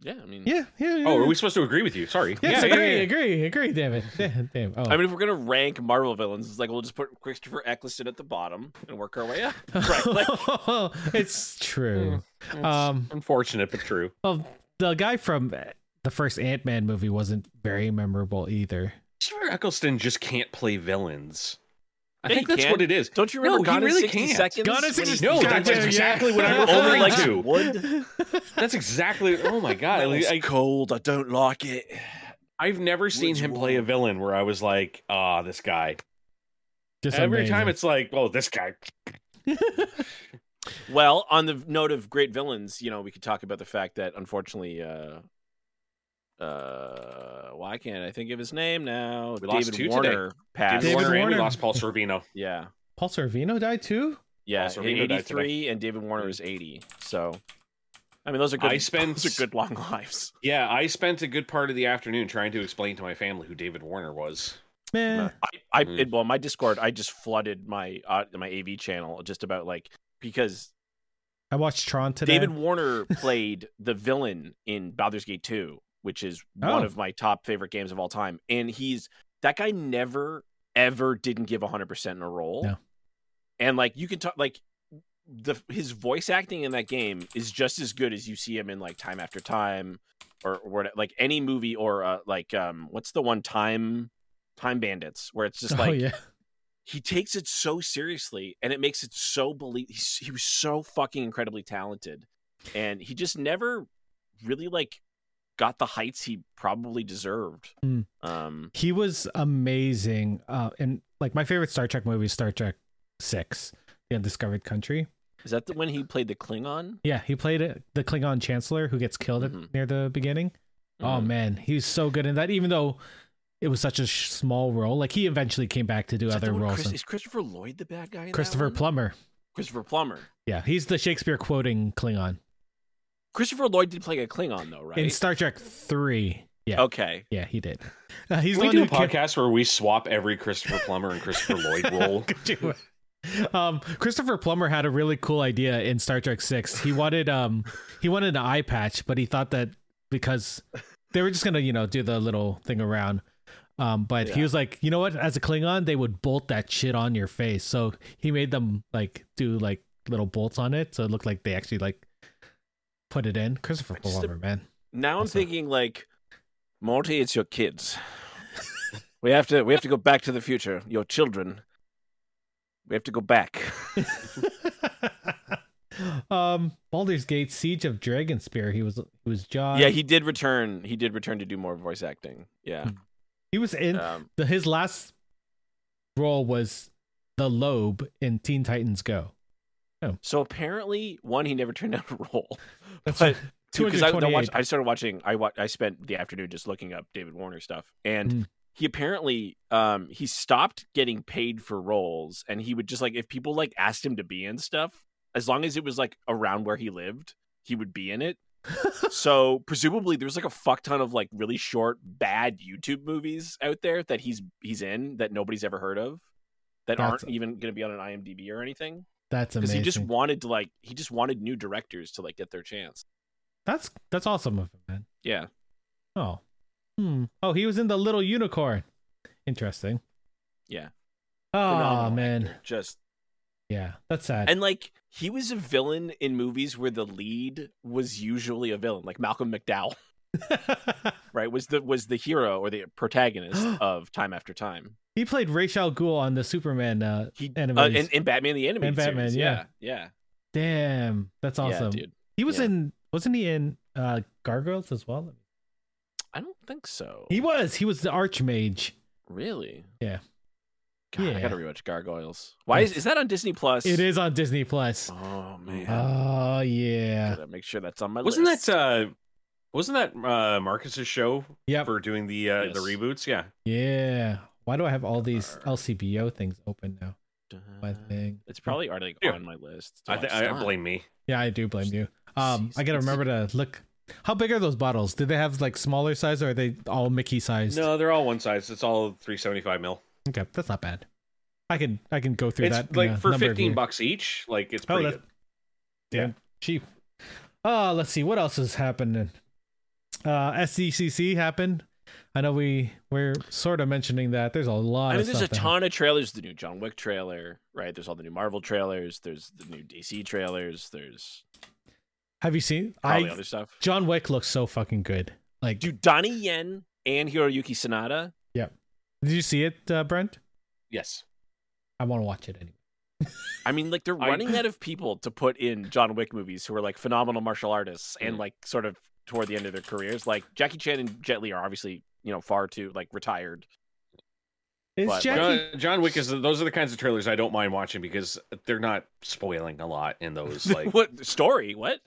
Speaker 3: Yeah, I mean,
Speaker 1: yeah, yeah. yeah.
Speaker 2: Oh, are we supposed to agree with you? Sorry.
Speaker 1: Yes,
Speaker 2: yeah,
Speaker 1: agree, agree, agree. Damn it, damn. damn. Oh.
Speaker 3: I mean, if we're gonna rank Marvel villains, it's like we'll just put Christopher Eccleston at the bottom and work our way up. Right,
Speaker 1: it's true.
Speaker 2: Um,
Speaker 1: Um,
Speaker 2: unfortunate but true.
Speaker 1: well, the guy from uh, the first Ant Man movie wasn't very memorable either.
Speaker 2: Christopher Eccleston just can't play villains. I
Speaker 3: Yeah,
Speaker 2: think
Speaker 3: he
Speaker 2: that's
Speaker 3: can.
Speaker 2: what it is.
Speaker 3: Don't you remember
Speaker 2: No, he
Speaker 3: Gone
Speaker 2: really
Speaker 3: in 60
Speaker 2: can't.
Speaker 3: Seconds?
Speaker 1: Gone in
Speaker 3: when
Speaker 1: 60
Speaker 3: he-
Speaker 2: No,
Speaker 1: God
Speaker 2: that's
Speaker 1: damn,
Speaker 2: exactly
Speaker 1: yeah.
Speaker 2: what I
Speaker 3: Only
Speaker 2: referred
Speaker 3: like
Speaker 2: to.
Speaker 3: wood.
Speaker 2: That's exactly. Oh my god!
Speaker 3: It's
Speaker 2: I,
Speaker 3: cold. I don't like it.
Speaker 2: I've never seen
Speaker 3: Woods
Speaker 2: him play a
Speaker 3: Wall.
Speaker 2: villain where I was like, "Ah, this guy."
Speaker 1: Just
Speaker 2: Every
Speaker 1: amazing.
Speaker 2: time it's like, "Oh, this guy."
Speaker 3: Well, on the note of great villains, you know, we could talk about the fact that unfortunately, uh, uh, why can't I think of his name now?
Speaker 2: We lost
Speaker 3: David
Speaker 2: two today.
Speaker 3: Warner passed.
Speaker 2: David Warner, and we
Speaker 1: Warner.
Speaker 2: lost Paul Sorvino.
Speaker 3: Yeah.
Speaker 1: Paul Sorvino died too.
Speaker 3: Yeah,
Speaker 2: Also, Reno died today. Hmm.
Speaker 3: 83 and David Warner is 80. So, I mean, those are good.
Speaker 2: I spent-
Speaker 3: those are good long lives.
Speaker 2: Yeah, I spent a good part of the afternoon trying to explain to my family who David Warner was.
Speaker 1: Man,
Speaker 3: I, I
Speaker 2: Mm.
Speaker 3: it, well, my Discord, I just flooded my uh, my AV channel just about like because
Speaker 1: I watched Tron today.
Speaker 3: David Warner played the villain in Baldur's Gate 2, which is one
Speaker 1: Oh.
Speaker 3: of my top favorite games of all time, and he's that guy never ever didn't give 100% in a role.
Speaker 1: No.
Speaker 3: And like you can talk like the his voice acting in that game is just as good as you see him in like time after time or, or what like any movie or uh, like um what's the one time time bandits where it's just like
Speaker 1: oh yeah.
Speaker 3: he takes it so seriously and it makes it so believe he's, he was so fucking incredibly talented and he just never really like got the heights he probably deserved
Speaker 1: Hmm.
Speaker 3: um
Speaker 1: He was amazing. Uh, and like my favorite Star Trek movie is Star Trek Six, The Undiscovered Country.
Speaker 3: is that the, when he played the klingon
Speaker 1: Yeah, he played it, the Klingon Chancellor who gets killed
Speaker 3: Mhm.
Speaker 1: at, near the beginning. Oh
Speaker 3: Mm.
Speaker 1: man, he was so good in that. Even though it was such a sh- small role, like he eventually came back to do
Speaker 3: Is that the
Speaker 1: other
Speaker 3: one
Speaker 1: roles.
Speaker 3: Chris-
Speaker 1: and-
Speaker 3: is christopher lloyd the bad guy in that
Speaker 1: Christopher
Speaker 3: one?
Speaker 1: Plummer.
Speaker 3: christopher plummer
Speaker 1: Yeah, he's the Shakespeare quoting Klingon
Speaker 3: christopher lloyd did play a klingon though right Oh.
Speaker 1: in Star Trek Three. Yeah,
Speaker 3: okay
Speaker 1: yeah, he did. Uh, he's the
Speaker 2: Can we
Speaker 1: one
Speaker 2: do a
Speaker 1: who ca-
Speaker 2: podcast where we swap every Christopher Plummer and Christopher Lloyd role?
Speaker 1: Could you- um, Christopher Plummer had a really cool idea in Star Trek Six. He wanted um he wanted an eye patch, but he thought that because they were just gonna you know do the little thing around. Um, but he
Speaker 3: Yeah.
Speaker 1: was like, you know what? As a Klingon, they would bolt that shit on your face. So he made them like do like little bolts on it, so it looked like they actually like put it in. Christopher
Speaker 3: Just a-
Speaker 1: Plummer, man.
Speaker 3: now i'm
Speaker 1: Also-
Speaker 3: thinking like morty it's your kids we have to we have to go back to the future your children we have to go back
Speaker 1: um, Baldur's Gate: Siege of Dragonspear. He was he was John.
Speaker 3: yeah he did return he did return to do more voice acting yeah
Speaker 1: he was in
Speaker 3: um,
Speaker 1: the, his last role was the Lobe in Teen Titans Go.
Speaker 3: so apparently one he never turned down a role
Speaker 1: That's
Speaker 3: But- because I, I
Speaker 1: 228.
Speaker 3: watched, I started watching I wa- I spent the afternoon just looking up David Warner stuff and
Speaker 1: Mm.
Speaker 3: he apparently um he stopped getting paid for roles and he would just like if people like asked him to be in stuff as long as it was like around where he lived he would be in it so presumably there's like a fuck ton of like really short bad YouTube movies out there that he's he's in that nobody's ever heard of that
Speaker 1: That's-
Speaker 3: aren't even going to be on an IMDb or anything
Speaker 1: that's
Speaker 3: because
Speaker 1: amazing.
Speaker 3: he just wanted to like he just wanted new directors to like get their chance
Speaker 1: that's that's awesome of him, man.
Speaker 3: yeah
Speaker 1: Oh, hmm. Oh, he was in the Little Unicorn. Interesting.
Speaker 3: Yeah.
Speaker 1: Oh
Speaker 3: Phenomenal
Speaker 1: man,
Speaker 3: actor. just
Speaker 1: yeah, that's sad.
Speaker 3: and like he was a villain in movies where the lead was usually a villain, like Malcolm McDowell, right? Was the was the hero or the protagonist of Time After Time.
Speaker 1: he played Ra's al Ghul on the Superman uh,
Speaker 3: He uh,
Speaker 1: animated.
Speaker 3: in, in Batman the Animated
Speaker 1: In Batman,
Speaker 3: series.
Speaker 1: yeah.
Speaker 3: yeah,
Speaker 1: Damn, that's
Speaker 3: yeah,
Speaker 1: awesome.
Speaker 3: dude.
Speaker 1: he was
Speaker 3: yeah. Oh.
Speaker 1: in, wasn't he in uh, Gargoyles as well?
Speaker 3: I don't think so.
Speaker 1: He was. He was the Archmage.
Speaker 3: really?
Speaker 1: Yeah.
Speaker 3: God,
Speaker 1: Yeah.
Speaker 3: I gotta rewatch Gargoyles. Why is
Speaker 1: Yes.
Speaker 3: is that on Disney Plus?
Speaker 1: It is on Disney Plus.
Speaker 3: Oh man.
Speaker 1: Oh yeah.
Speaker 3: Gotta make sure that's on my
Speaker 2: Wasn't
Speaker 3: list.
Speaker 2: that uh wasn't that uh Marcus's show
Speaker 1: Yep.
Speaker 2: for doing the uh the
Speaker 3: Yes.
Speaker 2: reboots? Yeah.
Speaker 1: Yeah. Why do I have all these
Speaker 3: Arr.
Speaker 1: LCBO things open now? My
Speaker 2: Uh-huh.
Speaker 1: thing.
Speaker 3: It's probably already like,
Speaker 2: Yeah.
Speaker 3: on my list. to
Speaker 2: I think
Speaker 3: watch.
Speaker 2: I
Speaker 3: It's
Speaker 2: blame me.
Speaker 1: Yeah, I do blame you. Um, I gotta
Speaker 3: Jeez.
Speaker 1: remember to look. How big are those bottles? Do they have like smaller size or are they all Mickey sized?
Speaker 2: No, they're all one size. It's all 375 mil.
Speaker 1: Okay, that's not bad. I can I can go through
Speaker 2: it's
Speaker 1: that. in
Speaker 2: like
Speaker 1: a
Speaker 2: for
Speaker 1: number of
Speaker 2: 15
Speaker 1: years.
Speaker 2: bucks each. Like it's
Speaker 1: Oh,
Speaker 2: pretty
Speaker 1: that's
Speaker 2: good.
Speaker 1: damn cheap. Uh, let's see what else is happening. Uh, SCCC happened. I know we we're sort of mentioning that. There's a lot.
Speaker 3: I mean,
Speaker 1: of
Speaker 3: there's a
Speaker 1: stuff that happened.
Speaker 3: ton of trailers. The new John Wick trailer, right? There's all the new Marvel trailers. There's the new DC trailers. There's
Speaker 1: Have you seen?
Speaker 3: all the
Speaker 1: I
Speaker 3: other stuff.
Speaker 1: John Wick looks so fucking good. Like,
Speaker 3: Dude, Donnie Yen and Hiroyuki Sanada.
Speaker 1: did you see it, uh, Brent?
Speaker 2: Yes.
Speaker 1: I want to watch it anyway.
Speaker 3: I mean, like they're
Speaker 2: I-
Speaker 3: running out of people to put in John Wick movies who are like phenomenal martial artists and
Speaker 2: Mm.
Speaker 3: like sort of toward the end of their careers. Like Jackie Chan and Jet Li are obviously you know far too like retired.
Speaker 1: Is
Speaker 3: But-
Speaker 1: Jackie?
Speaker 2: John, John Wick is those are the kinds of trailers I don't mind watching because they're not spoiling a lot in those like
Speaker 3: what story? What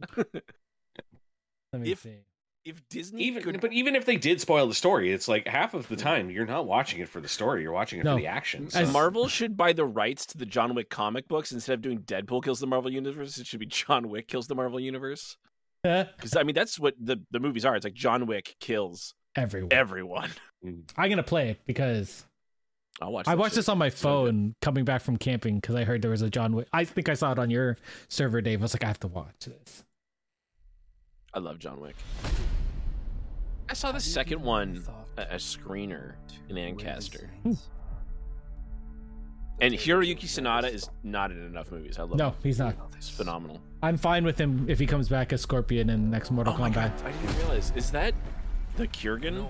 Speaker 1: Let me
Speaker 3: if-
Speaker 1: see.
Speaker 3: if Disney
Speaker 2: even
Speaker 3: could?
Speaker 2: but even if they did spoil the story, it's like half of the
Speaker 3: Mm.
Speaker 2: time you're not watching it for the story, you're watching it
Speaker 1: No.
Speaker 2: for the action.
Speaker 1: As-
Speaker 2: so-
Speaker 3: Marvel should buy the rights to the John Wick comic books instead of doing Deadpool kills the Marvel universe. It should be John Wick kills the Marvel universe.
Speaker 1: Uh,
Speaker 3: Because I mean, that's what the, the movies are. It's like John Wick kills
Speaker 1: everyone.
Speaker 3: everyone.
Speaker 1: I'm gonna play it because
Speaker 3: I'll watch.
Speaker 1: I
Speaker 3: that
Speaker 1: watched
Speaker 3: shit.
Speaker 1: this on my
Speaker 3: So good.
Speaker 1: phone coming back from camping because I heard there was a John Wick. I think I saw it on your server, Dave. I was like, I have to watch this.
Speaker 3: I love John Wick. I saw the second one a, a screener in Lancaster. Hmm. And Hiroyuki Sanada is not in enough movies. I love
Speaker 1: No,
Speaker 3: him.
Speaker 1: he's not.
Speaker 3: He's phenomenal.
Speaker 1: I'm fine with him if he comes back as Scorpion in the next Mortal
Speaker 3: Oh
Speaker 1: Kombat.
Speaker 3: I didn't realize. Is that the Kurgan?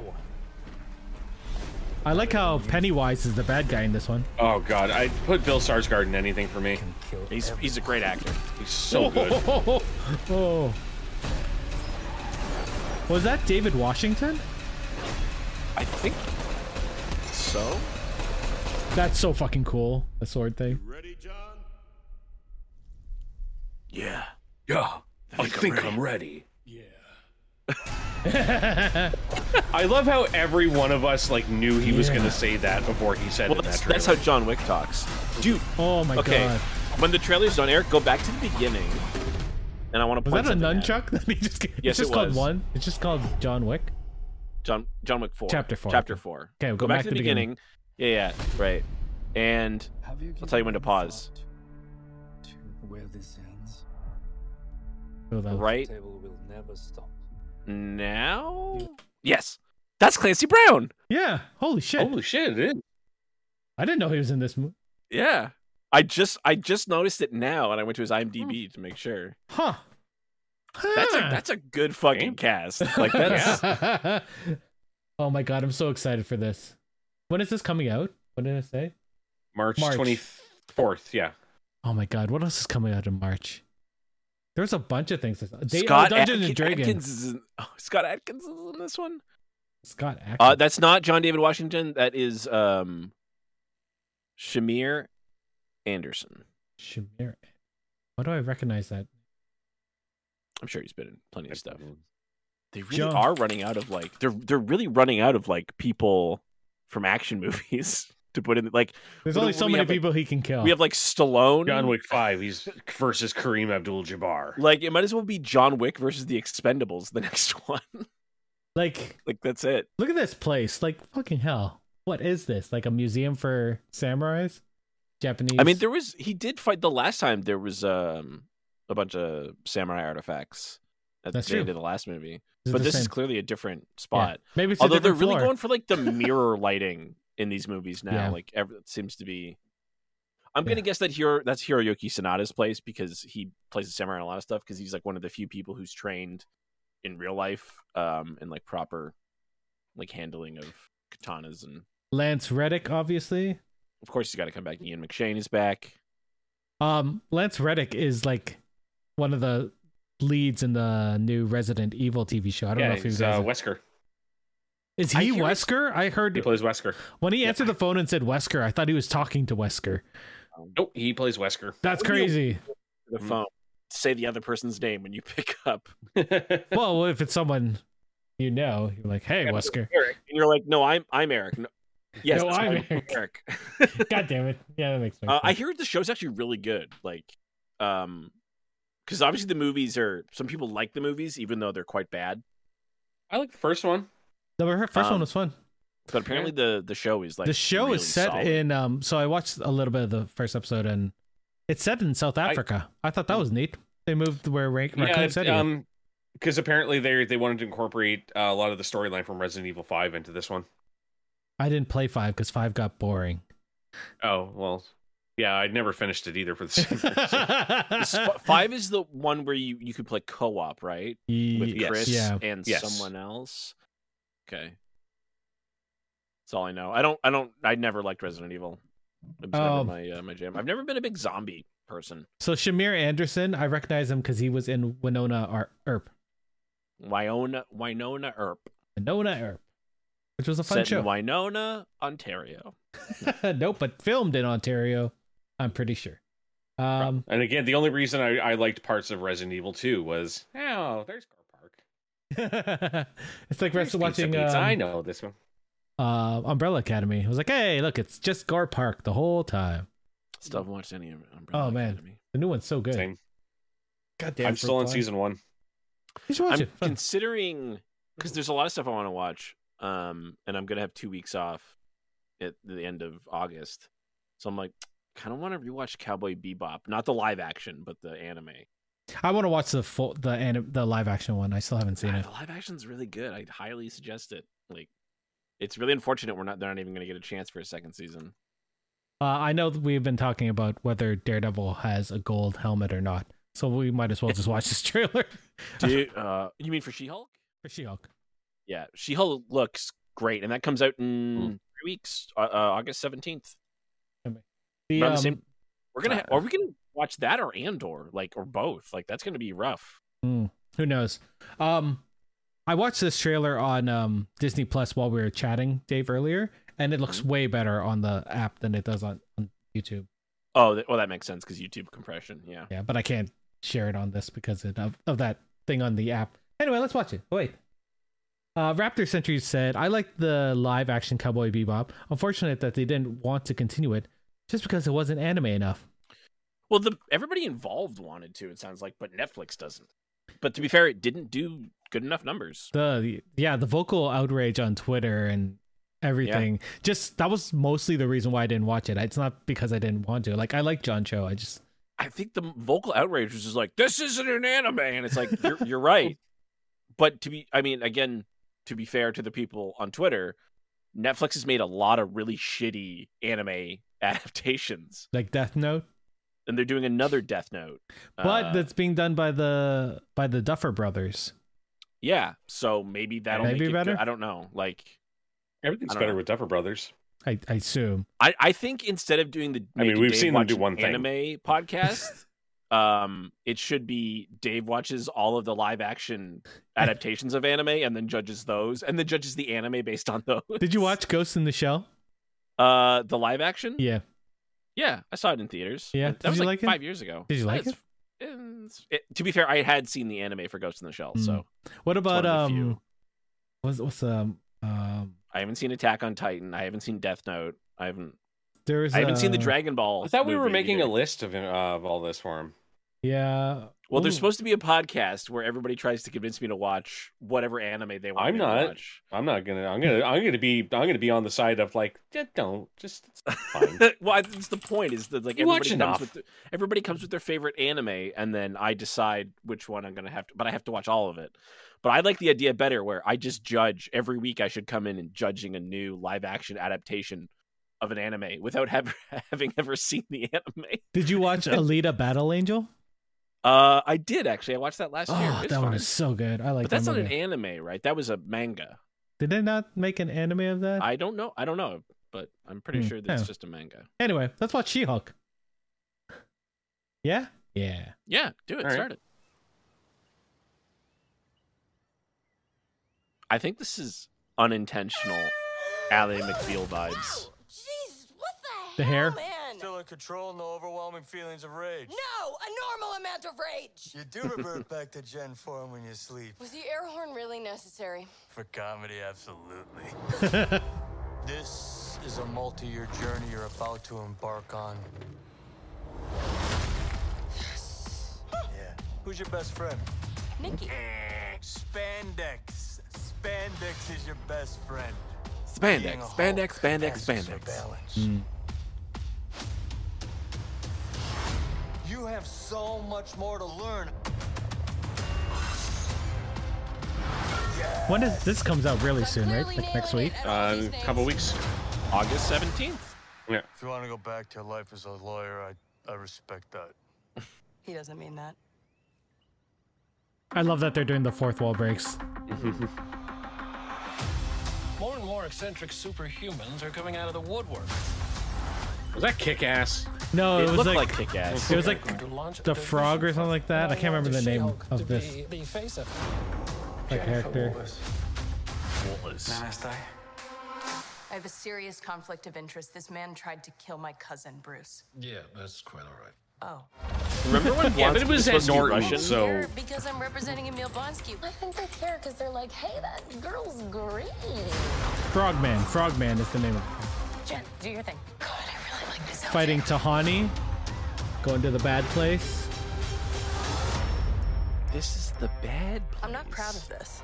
Speaker 1: I like how Pennywise is the bad guy in this one.
Speaker 2: Oh god, I put Bill Sarsgaard in anything for me.
Speaker 3: He's he's a great actor.
Speaker 2: He's so good.
Speaker 1: Oh, was that David Washington?
Speaker 3: I think so.
Speaker 1: That's so fucking cool. The sword thing.
Speaker 4: Ready, John?
Speaker 3: Yeah.
Speaker 2: Yeah, I think I'm ready.
Speaker 4: Yeah.
Speaker 2: I love how every one of us like knew he was
Speaker 1: Yeah.
Speaker 2: gonna say that before he said
Speaker 3: Well,
Speaker 2: it. in
Speaker 3: that's,
Speaker 2: that
Speaker 3: that's how
Speaker 2: trailer.
Speaker 3: John Wick talks. Dude,
Speaker 1: Oh my
Speaker 3: okay.
Speaker 1: god.
Speaker 3: When the trailer's done, Eric, go back to the beginning. And I want to
Speaker 1: Was
Speaker 3: point
Speaker 1: that a
Speaker 3: something out.
Speaker 1: nunchuck that he just?
Speaker 3: Yes,
Speaker 1: it's just
Speaker 3: it
Speaker 1: called
Speaker 3: was.
Speaker 1: one. It's just called John Wick.
Speaker 3: John John Wick four.
Speaker 1: Chapter four.
Speaker 3: Chapter four.
Speaker 1: Okay,
Speaker 3: Go, back, to the beginning. Yeah, yeah, right. And
Speaker 5: I'll
Speaker 3: tell you when to pause.
Speaker 5: To where this ends.
Speaker 1: Oh, that was-
Speaker 3: right
Speaker 5: Table will never stop.
Speaker 3: now, yes, that's Clancy Brown.
Speaker 1: Yeah. Holy shit.
Speaker 2: Holy shit! It is.
Speaker 1: I didn't know he was in this movie.
Speaker 3: Yeah, I just I just noticed it now, and I went to his
Speaker 1: Hmm.
Speaker 3: IMDb to make sure.
Speaker 1: Huh.
Speaker 3: That's a
Speaker 1: Huh.
Speaker 3: that's a good
Speaker 2: Damn.
Speaker 3: fucking cast. Like that's
Speaker 1: oh my god, I'm so excited for this. When is this coming out? What did I say?
Speaker 2: March
Speaker 1: March.
Speaker 2: twenty fourth. Yeah.
Speaker 1: Oh my god, what else is coming out in March? There's a bunch of things. They,
Speaker 3: Scott
Speaker 1: oh, Dungeons
Speaker 3: Atkin-
Speaker 1: and Dragons.
Speaker 3: Atkins is in, oh, Scott Atkins is in this one.
Speaker 1: Scott Atkins.
Speaker 3: Uh, that's not John David Washington. That is um, Shamir Anderson.
Speaker 1: Shamir. Why do I recognize that?
Speaker 3: I'm sure he's been in plenty of stuff. They really
Speaker 1: John.
Speaker 3: are running out of like they're they're really running out of like people from action movies to put in. Like
Speaker 1: There's
Speaker 3: What
Speaker 1: only
Speaker 3: do
Speaker 1: so
Speaker 3: we
Speaker 1: many
Speaker 3: have, like-
Speaker 1: people he can kill.
Speaker 3: we have like Stallone.
Speaker 2: John Wick five. He's versus Kareem Abdul-Jabbar.
Speaker 3: Like it might as well be John Wick versus the Expendables. The next one.
Speaker 1: like,
Speaker 3: like that's it.
Speaker 1: look at this place. Like, fucking hell. What is this? Like a museum for samurais? Japanese.
Speaker 3: I mean, there was he did fight the last time. There was um a bunch of samurai artifacts at
Speaker 1: That's
Speaker 3: the end
Speaker 1: true.
Speaker 3: of the last movie.
Speaker 1: it
Speaker 3: but
Speaker 1: the
Speaker 3: this is
Speaker 1: same?
Speaker 3: clearly a different
Speaker 1: Yeah.
Speaker 3: spot.
Speaker 1: Maybe it's a
Speaker 3: Although they're
Speaker 1: different
Speaker 3: really
Speaker 1: floor.
Speaker 3: going for like the mirror lighting in these movies now.
Speaker 1: Yeah.
Speaker 3: Like every, it seems to be. I'm
Speaker 1: Yeah.
Speaker 3: gonna guess that here that's Hiroyuki Sanada's place because he plays the samurai in a lot of stuff because he's like one of the few people who's trained in real life um in like proper like handling of katanas and
Speaker 1: Lance Reddick, obviously.
Speaker 3: of course he's got to come back. Ian McShane is back.
Speaker 1: Um, Lance Reddick is like one of the leads in the new Resident Evil TV show. I don't
Speaker 2: Yeah,
Speaker 1: know if he
Speaker 2: he's
Speaker 1: was.
Speaker 2: uh, Wesker.
Speaker 1: is
Speaker 3: I
Speaker 1: he
Speaker 3: hear it's-
Speaker 1: Wesker? I heard
Speaker 2: He plays Wesker.
Speaker 1: when he
Speaker 3: Yeah.
Speaker 1: answered the phone and said Wesker. I thought he was talking to Wesker.
Speaker 2: Nope, he plays Wesker.
Speaker 1: That's
Speaker 3: What do you-
Speaker 1: crazy.
Speaker 3: the
Speaker 1: Mm-hmm.
Speaker 2: Mm.
Speaker 3: phone. Say the other person's name when you pick up.
Speaker 1: well, if it's someone you know, you're like, "Hey, Wesker."
Speaker 3: Eric. And you're like, no, I'm I'm Eric. No, yes,
Speaker 1: No,
Speaker 3: that's
Speaker 1: I'm
Speaker 3: my name, Eric.
Speaker 1: God damn it! Yeah, that makes sense.
Speaker 3: uh, I hear the show's actually really good. Like, um, because obviously the movies are some people like the movies even though they're quite bad.
Speaker 2: I like the first one.
Speaker 1: the ver- first
Speaker 3: um,
Speaker 1: one was fun.
Speaker 3: But apparently the the show is like
Speaker 1: the show
Speaker 3: really
Speaker 1: is set
Speaker 3: solid.
Speaker 1: in. Um, so I watched a little bit of the first episode, and it's set in South
Speaker 2: I-
Speaker 1: Africa. I, thought that was neat. They moved where Rank
Speaker 2: Yeah,
Speaker 1: Raccoon
Speaker 2: it-
Speaker 1: City. is.
Speaker 2: um, because apparently they they wanted to incorporate uh, a lot of the storyline from Resident Evil Five into this one.
Speaker 1: I didn't play five because five got boring.
Speaker 2: Oh well, yeah, I never finished it either for the same. reason.
Speaker 3: Is f- Five is the one where you you could play co op right with
Speaker 1: Ye-
Speaker 2: yes.
Speaker 3: Chris
Speaker 1: Yeah.
Speaker 3: and
Speaker 2: Yes.
Speaker 3: someone else. Okay. That's all I know. I don't. I don't. I never liked Resident Evil. It was
Speaker 1: Um,
Speaker 3: never my uh, my jam. I've never been a big zombie person.
Speaker 1: So Shamir Anderson, I recognize him because he was in Winona er, or Earp.
Speaker 3: Winona Winona Earp,
Speaker 1: Winona Earp, which was a fun
Speaker 3: set in
Speaker 1: show.
Speaker 3: Winona, Ontario.
Speaker 1: nope, but filmed in Ontario. I'm pretty sure. Um,
Speaker 2: and again, the only reason I, I liked parts of Resident Evil Two was oh, there's Car Park.
Speaker 1: it's like
Speaker 2: There's
Speaker 1: rest
Speaker 2: pizza,
Speaker 1: watching
Speaker 2: pizza. I
Speaker 1: um,
Speaker 2: know this one.
Speaker 1: uh, Umbrella Academy. I was like, hey, look, it's just Gar Park the whole time.
Speaker 3: Still haven't watched any of Umbrella
Speaker 1: Mm. Oh, man.
Speaker 3: Academy.
Speaker 1: The new one's so good.
Speaker 2: Same.
Speaker 1: God damn,
Speaker 2: I'm
Speaker 1: for
Speaker 2: still on
Speaker 1: fun.
Speaker 2: season one.
Speaker 1: You should watch
Speaker 3: I'm
Speaker 1: it. Fun.
Speaker 3: considering because there's a lot of stuff I want to watch, um, and I'm gonna have two weeks off at the end of August, so I'm like, kind of want to rewatch Cowboy Bebop, not the live action, but the anime.
Speaker 1: I want to watch the full, the anim- the live action one. I still haven't seen
Speaker 3: Ah,
Speaker 1: it.
Speaker 3: the live action's really good. I highly suggest it. Like, it's really unfortunate we're not they're not even gonna get a chance for a second season.
Speaker 1: Uh, I know that we've been talking about whether Daredevil has a gold helmet or not, so we might as well just watch this trailer
Speaker 3: Do you, uh, you mean for She Hulk?
Speaker 1: for She-Hulk.
Speaker 3: Yeah, She Hulk looks great, and that comes out in three weeks, uh, uh, August seventeenth.
Speaker 1: The,
Speaker 3: Around the
Speaker 1: um,
Speaker 3: same- We're gonna.
Speaker 2: Uh,
Speaker 3: Ha- are we gonna watch that or Andor, like or both? Like that's gonna be rough.
Speaker 1: Mm, who knows? Um, I watched this trailer on um, Disney Plus while we were chatting, Dave, earlier, and it looks way better on the app than it does on, on YouTube.
Speaker 3: Oh, th- well, that makes sense because YouTube compression. Yeah.
Speaker 1: Yeah, but I can't share it on this because it, of, of that thing on the app. Anyway, let's watch it. Oh, Wait. Uh, Raptor Sentry said, I like the live action Cowboy Bebop. Unfortunate that they didn't want to continue it just because it wasn't anime enough.
Speaker 3: Well, the everybody involved wanted to. It sounds like, but Netflix doesn't. But to be fair, it didn't do good enough numbers.
Speaker 1: The yeah, the vocal outrage on Twitter and everything. Just that was mostly the reason why I didn't watch it. It's not because I didn't want to. Like I like John Cho. I just
Speaker 3: I think the vocal outrage was just like, "This isn't an anime," and it's like, "You're, you're right." But to be, I mean, again, to be fair to the people on Twitter, Netflix has made a lot of really shitty anime adaptations,
Speaker 1: like Death Note.
Speaker 3: and they're doing another Death Note.
Speaker 1: But
Speaker 3: Uh,
Speaker 1: that's being done by the by the Duffer brothers.
Speaker 3: yeah, so maybe that'll
Speaker 1: Maybe
Speaker 3: make it
Speaker 1: better?
Speaker 3: Good. I don't know. Like,
Speaker 2: Everything's
Speaker 3: I don't
Speaker 2: better
Speaker 3: know.
Speaker 2: with Duffer Brothers.
Speaker 1: I, I assume.
Speaker 3: I, I think instead of doing the
Speaker 2: I mean,
Speaker 3: Naked
Speaker 2: we've
Speaker 3: Dave
Speaker 2: seen them do
Speaker 3: Watch
Speaker 2: one thing.
Speaker 3: anime podcast, um, it should be Dave watches all of the live action adaptations of anime and then judges those, and then judges the anime based on those.
Speaker 1: Did you watch Ghost in the Shell?
Speaker 3: uh the live action?
Speaker 1: Yeah.
Speaker 3: Yeah, I saw it in theaters.
Speaker 1: Yeah,
Speaker 3: that
Speaker 1: did
Speaker 3: was
Speaker 1: you
Speaker 3: like,
Speaker 1: like it?
Speaker 3: five years ago.
Speaker 1: Did you like
Speaker 3: It's- it's- it- to be fair, I had seen the anime for Ghost in the Shell,
Speaker 1: Hmm.
Speaker 3: so
Speaker 1: What
Speaker 3: one
Speaker 1: about
Speaker 3: of the few.
Speaker 1: um? What's what's um um?
Speaker 3: I haven't seen Attack on Titan. I haven't seen Death Note. I haven't.
Speaker 1: There is.
Speaker 3: I haven't seen the
Speaker 1: uh,
Speaker 3: Dragon Ball.
Speaker 2: I thought we were
Speaker 3: movie
Speaker 2: making
Speaker 3: either.
Speaker 2: a list of uh, of all this for him.
Speaker 1: Yeah.
Speaker 3: Well,
Speaker 1: Ooh.
Speaker 3: there's supposed to be a podcast where everybody tries to convince me to watch whatever anime they want
Speaker 2: I'm
Speaker 3: me to
Speaker 2: not.
Speaker 3: watch.
Speaker 2: I'm not gonna. I'm gonna. I'm gonna be. I'm gonna be on the side of like, yeah, don't just it's fine.
Speaker 3: well, I- that's the point. Is that like
Speaker 2: You watch
Speaker 3: everybody comes
Speaker 2: enough.
Speaker 3: with everybody comes with their favorite anime, and then I decide which one I'm gonna have to. But I have to watch all of it. But I like the idea better, where I just judge every week. I should come in and judging a new live action adaptation of an anime without have, having ever seen the anime.
Speaker 1: Did you watch Alita Battle Angel?
Speaker 3: Uh, I did actually. I watched that last year.
Speaker 1: Oh,
Speaker 3: It's
Speaker 1: that one
Speaker 3: fun.
Speaker 1: is so good. I like.
Speaker 3: but that's
Speaker 1: that
Speaker 3: not an
Speaker 1: movie.
Speaker 3: anime, right? That was a manga.
Speaker 1: Did they not make an anime of that?
Speaker 3: I don't know. I don't know, but I'm pretty
Speaker 1: Hmm,
Speaker 3: sure that's
Speaker 1: yeah.
Speaker 3: just a manga.
Speaker 1: Anyway, let's watch She-Hulk. Yeah. Yeah.
Speaker 3: Yeah, do
Speaker 2: All
Speaker 3: it.
Speaker 2: right.
Speaker 3: Start it. I think this is unintentional Ally McBeal vibes.
Speaker 4: Ow! Jesus, what the,
Speaker 1: The
Speaker 4: hell,
Speaker 1: hair?
Speaker 4: man?
Speaker 5: Still in control, no overwhelming feelings of rage.
Speaker 4: No, a normal amount of rage.
Speaker 5: You do revert back to Gen form when you sleep.
Speaker 4: Was the air horn really necessary?
Speaker 5: For comedy, absolutely. this is a multi-year journey you're about to embark on. Yeah. Who's your best friend?
Speaker 4: Nikki.
Speaker 2: Eh.
Speaker 5: Spandex. Spandex is your best friend. Being
Speaker 3: Spandex,
Speaker 5: a
Speaker 3: spandex,
Speaker 5: Hulk
Speaker 3: spandex, Hmm.
Speaker 5: asks for
Speaker 3: spandex.
Speaker 5: balance. You have so much more to learn.
Speaker 1: When does this comes out really soon, right?
Speaker 4: Clearly
Speaker 1: Like next
Speaker 4: nailing
Speaker 1: week.
Speaker 4: it at all
Speaker 2: Uh,
Speaker 4: these
Speaker 2: a
Speaker 4: things.
Speaker 2: couple weeks.
Speaker 3: August 17th.
Speaker 5: If you want to go back to your life as a lawyer, I, I respect that.
Speaker 4: He doesn't mean that.
Speaker 1: I love that they're doing the fourth wall breaks.
Speaker 6: More and more eccentric superhumans are coming out of the woodwork.
Speaker 2: Was that kick ass?
Speaker 1: No, it,
Speaker 3: It
Speaker 1: was
Speaker 3: looked
Speaker 1: like,
Speaker 3: like kick ass.
Speaker 1: it was like
Speaker 6: To launch
Speaker 1: the
Speaker 6: their
Speaker 1: frog or
Speaker 6: vision
Speaker 1: something like that. I
Speaker 6: and
Speaker 1: can't remember
Speaker 6: want
Speaker 1: the name
Speaker 6: She-Hulk to
Speaker 1: of this
Speaker 6: be the face of
Speaker 1: like, character.
Speaker 4: I have a serious conflict of interest. This man tried to kill my cousin, Bruce.
Speaker 6: Yeah, that's quite all right.
Speaker 4: Oh.
Speaker 3: Remember when
Speaker 2: Yeah, but it
Speaker 3: Blonsky
Speaker 2: was at
Speaker 3: supposed to be
Speaker 2: Norton,
Speaker 3: Russian?
Speaker 2: so
Speaker 4: Here, because I'm representing Emil Blonsky.
Speaker 7: I think they care because they're like, hey, that girl's green.
Speaker 1: Frogman. Frogman is the name of it.
Speaker 4: Jen, do your thing. God, I really like this outfit.
Speaker 1: Fighting Tahani. Going to the bad place.
Speaker 3: This is the bad. Place.
Speaker 4: I'm not proud of this.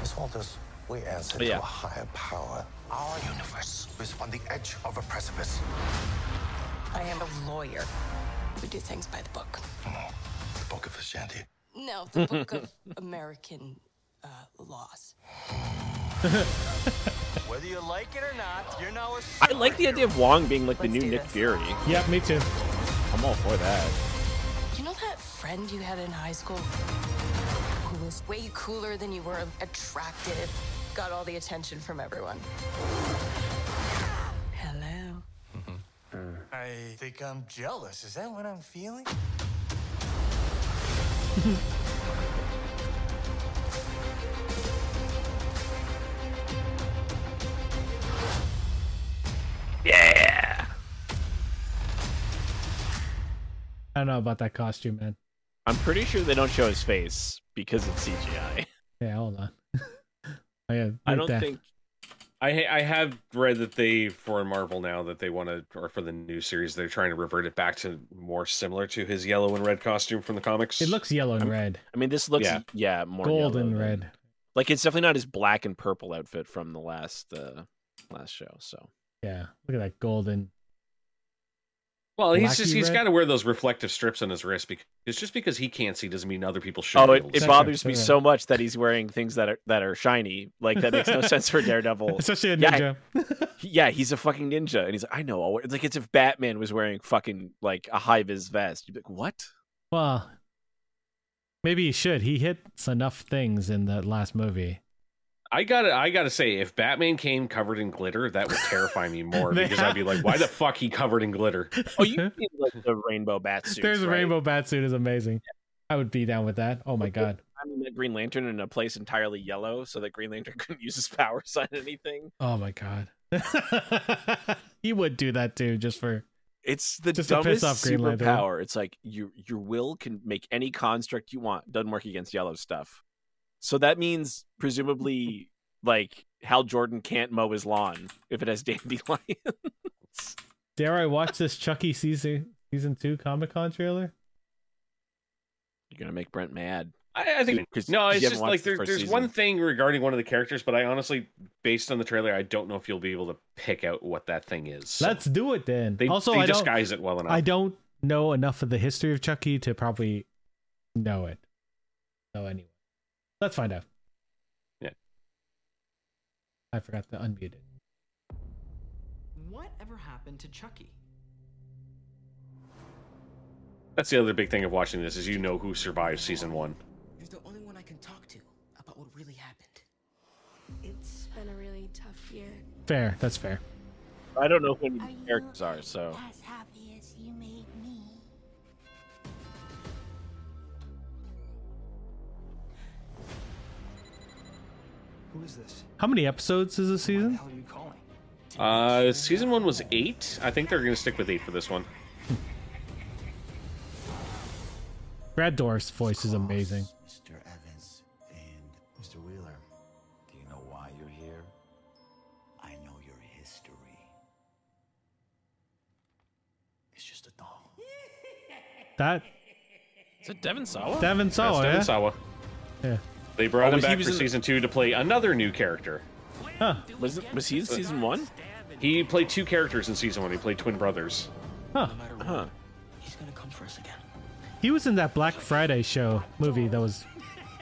Speaker 8: Miss Walters, we answer
Speaker 3: But yeah.
Speaker 8: to a higher power. Our universe is on the edge of a precipice.
Speaker 4: I am a lawyer. We do things by the book.
Speaker 8: The Book of Ashanti.
Speaker 4: No, the book of American uh, laws.
Speaker 5: Whether you like it or not, you're now a
Speaker 3: I like the idea of Wong being like the
Speaker 4: Let's
Speaker 3: new
Speaker 4: do
Speaker 3: Nick
Speaker 4: this.
Speaker 3: Fury.
Speaker 1: Yeah, me too.
Speaker 3: I'm all for that.
Speaker 4: You know that friend you had in high school? Who was way cooler than you were, attractive, got all the attention from everyone. Hello.
Speaker 5: I think I'm jealous. Is that what I'm feeling?
Speaker 1: I don't know about that costume, man.
Speaker 3: I'm pretty sure they don't show his face because it's CGI.
Speaker 1: Yeah, hold on. oh, yeah,
Speaker 3: I
Speaker 1: right
Speaker 3: don't
Speaker 1: there.
Speaker 3: think
Speaker 2: I ha- I have read that they for Marvel now that they want to or for the new series they're trying to revert it back to more similar to his yellow and red costume from the comics.
Speaker 1: it looks yellow and
Speaker 3: I'm-
Speaker 1: red,
Speaker 3: I mean, this looks yeah,
Speaker 2: Yeah.
Speaker 3: more
Speaker 1: gold
Speaker 3: yellow
Speaker 1: and
Speaker 3: than-
Speaker 1: red.
Speaker 3: Like it's definitely not his black and purple outfit from the last uh last show. So
Speaker 1: Yeah, look at that golden.
Speaker 2: well, he's
Speaker 1: blacky
Speaker 2: just he's
Speaker 1: red.
Speaker 2: got to wear those reflective strips on his wrist because it's just because he can't see doesn't mean other people should.
Speaker 3: oh,
Speaker 2: be
Speaker 3: it,
Speaker 2: able to
Speaker 3: it
Speaker 2: see.
Speaker 1: bothers
Speaker 3: bothers me
Speaker 1: me
Speaker 3: so much that he's wearing things that are that are shiny. Like that makes no sense for Daredevil.
Speaker 1: Especially a
Speaker 3: Yeah,
Speaker 1: ninja.
Speaker 3: Yeah, he's a fucking ninja, and he's like, I know. I'll wear-" It's like it's if Batman was wearing fucking like a high vis vest. You'd be like, what?
Speaker 1: well, maybe he should. He hits enough things in that last movie.
Speaker 2: I gotta I gotta say, if Batman came covered in glitter, that would terrify me more
Speaker 1: They
Speaker 2: because
Speaker 1: have-
Speaker 2: I'd be like, why the fuck he covered in glitter?
Speaker 3: Oh, you mean, like the rainbow bat suit.
Speaker 1: There's a rainbow bat suit is amazing. I would be down with that. Oh my
Speaker 3: Okay.
Speaker 1: god.
Speaker 3: I mean, that Green Lantern in a place entirely yellow, so that Green Lantern couldn't use his powers on anything.
Speaker 1: Oh my god. he would do that too, just for
Speaker 3: It's the
Speaker 1: Just to piss
Speaker 3: dumbest
Speaker 1: off Green Lantern.
Speaker 3: superpower. It's like your your will can make any construct you want. Doesn't work against yellow stuff. So that means presumably, like Hal Jordan can't mow his lawn if it has dandelions.
Speaker 1: dare I watch this Chucky season season two Comic Con trailer?
Speaker 3: You're gonna make Brent mad.
Speaker 2: I, I think
Speaker 3: 'Cause
Speaker 2: no,
Speaker 3: you
Speaker 2: it's
Speaker 3: haven't
Speaker 2: just
Speaker 3: watched
Speaker 2: like
Speaker 3: the
Speaker 2: there,
Speaker 3: first
Speaker 2: there's
Speaker 3: season.
Speaker 2: one thing regarding one of the characters, but I honestly, based on the trailer, I don't know if you'll be able to pick out what that thing is. So
Speaker 1: Let's do it then.
Speaker 2: they,
Speaker 1: also
Speaker 2: they
Speaker 1: I don't
Speaker 2: disguise it well enough.
Speaker 1: I don't know enough of the history of Chucky to probably know it. So anyway. Let's find out.
Speaker 2: Yeah.
Speaker 1: I forgot to unmute it.
Speaker 9: Whatever happened to Chucky?
Speaker 2: That's the other big thing of watching this is you know who survived season one.
Speaker 9: You're the only one I can talk to about what really happened.
Speaker 7: It's been a really tough year.
Speaker 1: Fair, that's fair.
Speaker 3: I don't know who any of the characters are, so
Speaker 7: As happy as you made me.
Speaker 6: Who is this?
Speaker 1: How many episodes is this
Speaker 6: Why the
Speaker 1: season?
Speaker 6: hell are you calling?
Speaker 2: Uh, season one was eight. I think they're gonna stick with eight for this one.
Speaker 1: Brad Dorff's voice is amazing.
Speaker 8: Mr. Evans and Mr. Wheeler,
Speaker 10: Do you know why you're here?
Speaker 8: I know your history. It's just a doll.
Speaker 1: That
Speaker 3: is it Devin Sawa?
Speaker 1: Devin Sawa,
Speaker 2: That's
Speaker 1: Oh, yeah?
Speaker 2: Sawa.
Speaker 1: Yeah.
Speaker 2: They brought
Speaker 3: Oh,
Speaker 2: him
Speaker 3: he
Speaker 2: back for
Speaker 3: was in the-
Speaker 2: season two to play another new character.
Speaker 1: Huh.
Speaker 3: Was it, was he in season one?
Speaker 2: He played two characters in season one. He played twin brothers.
Speaker 1: Huh.
Speaker 3: Huh.
Speaker 9: He's gonna come for us again.
Speaker 1: He was in that Black Friday show movie that was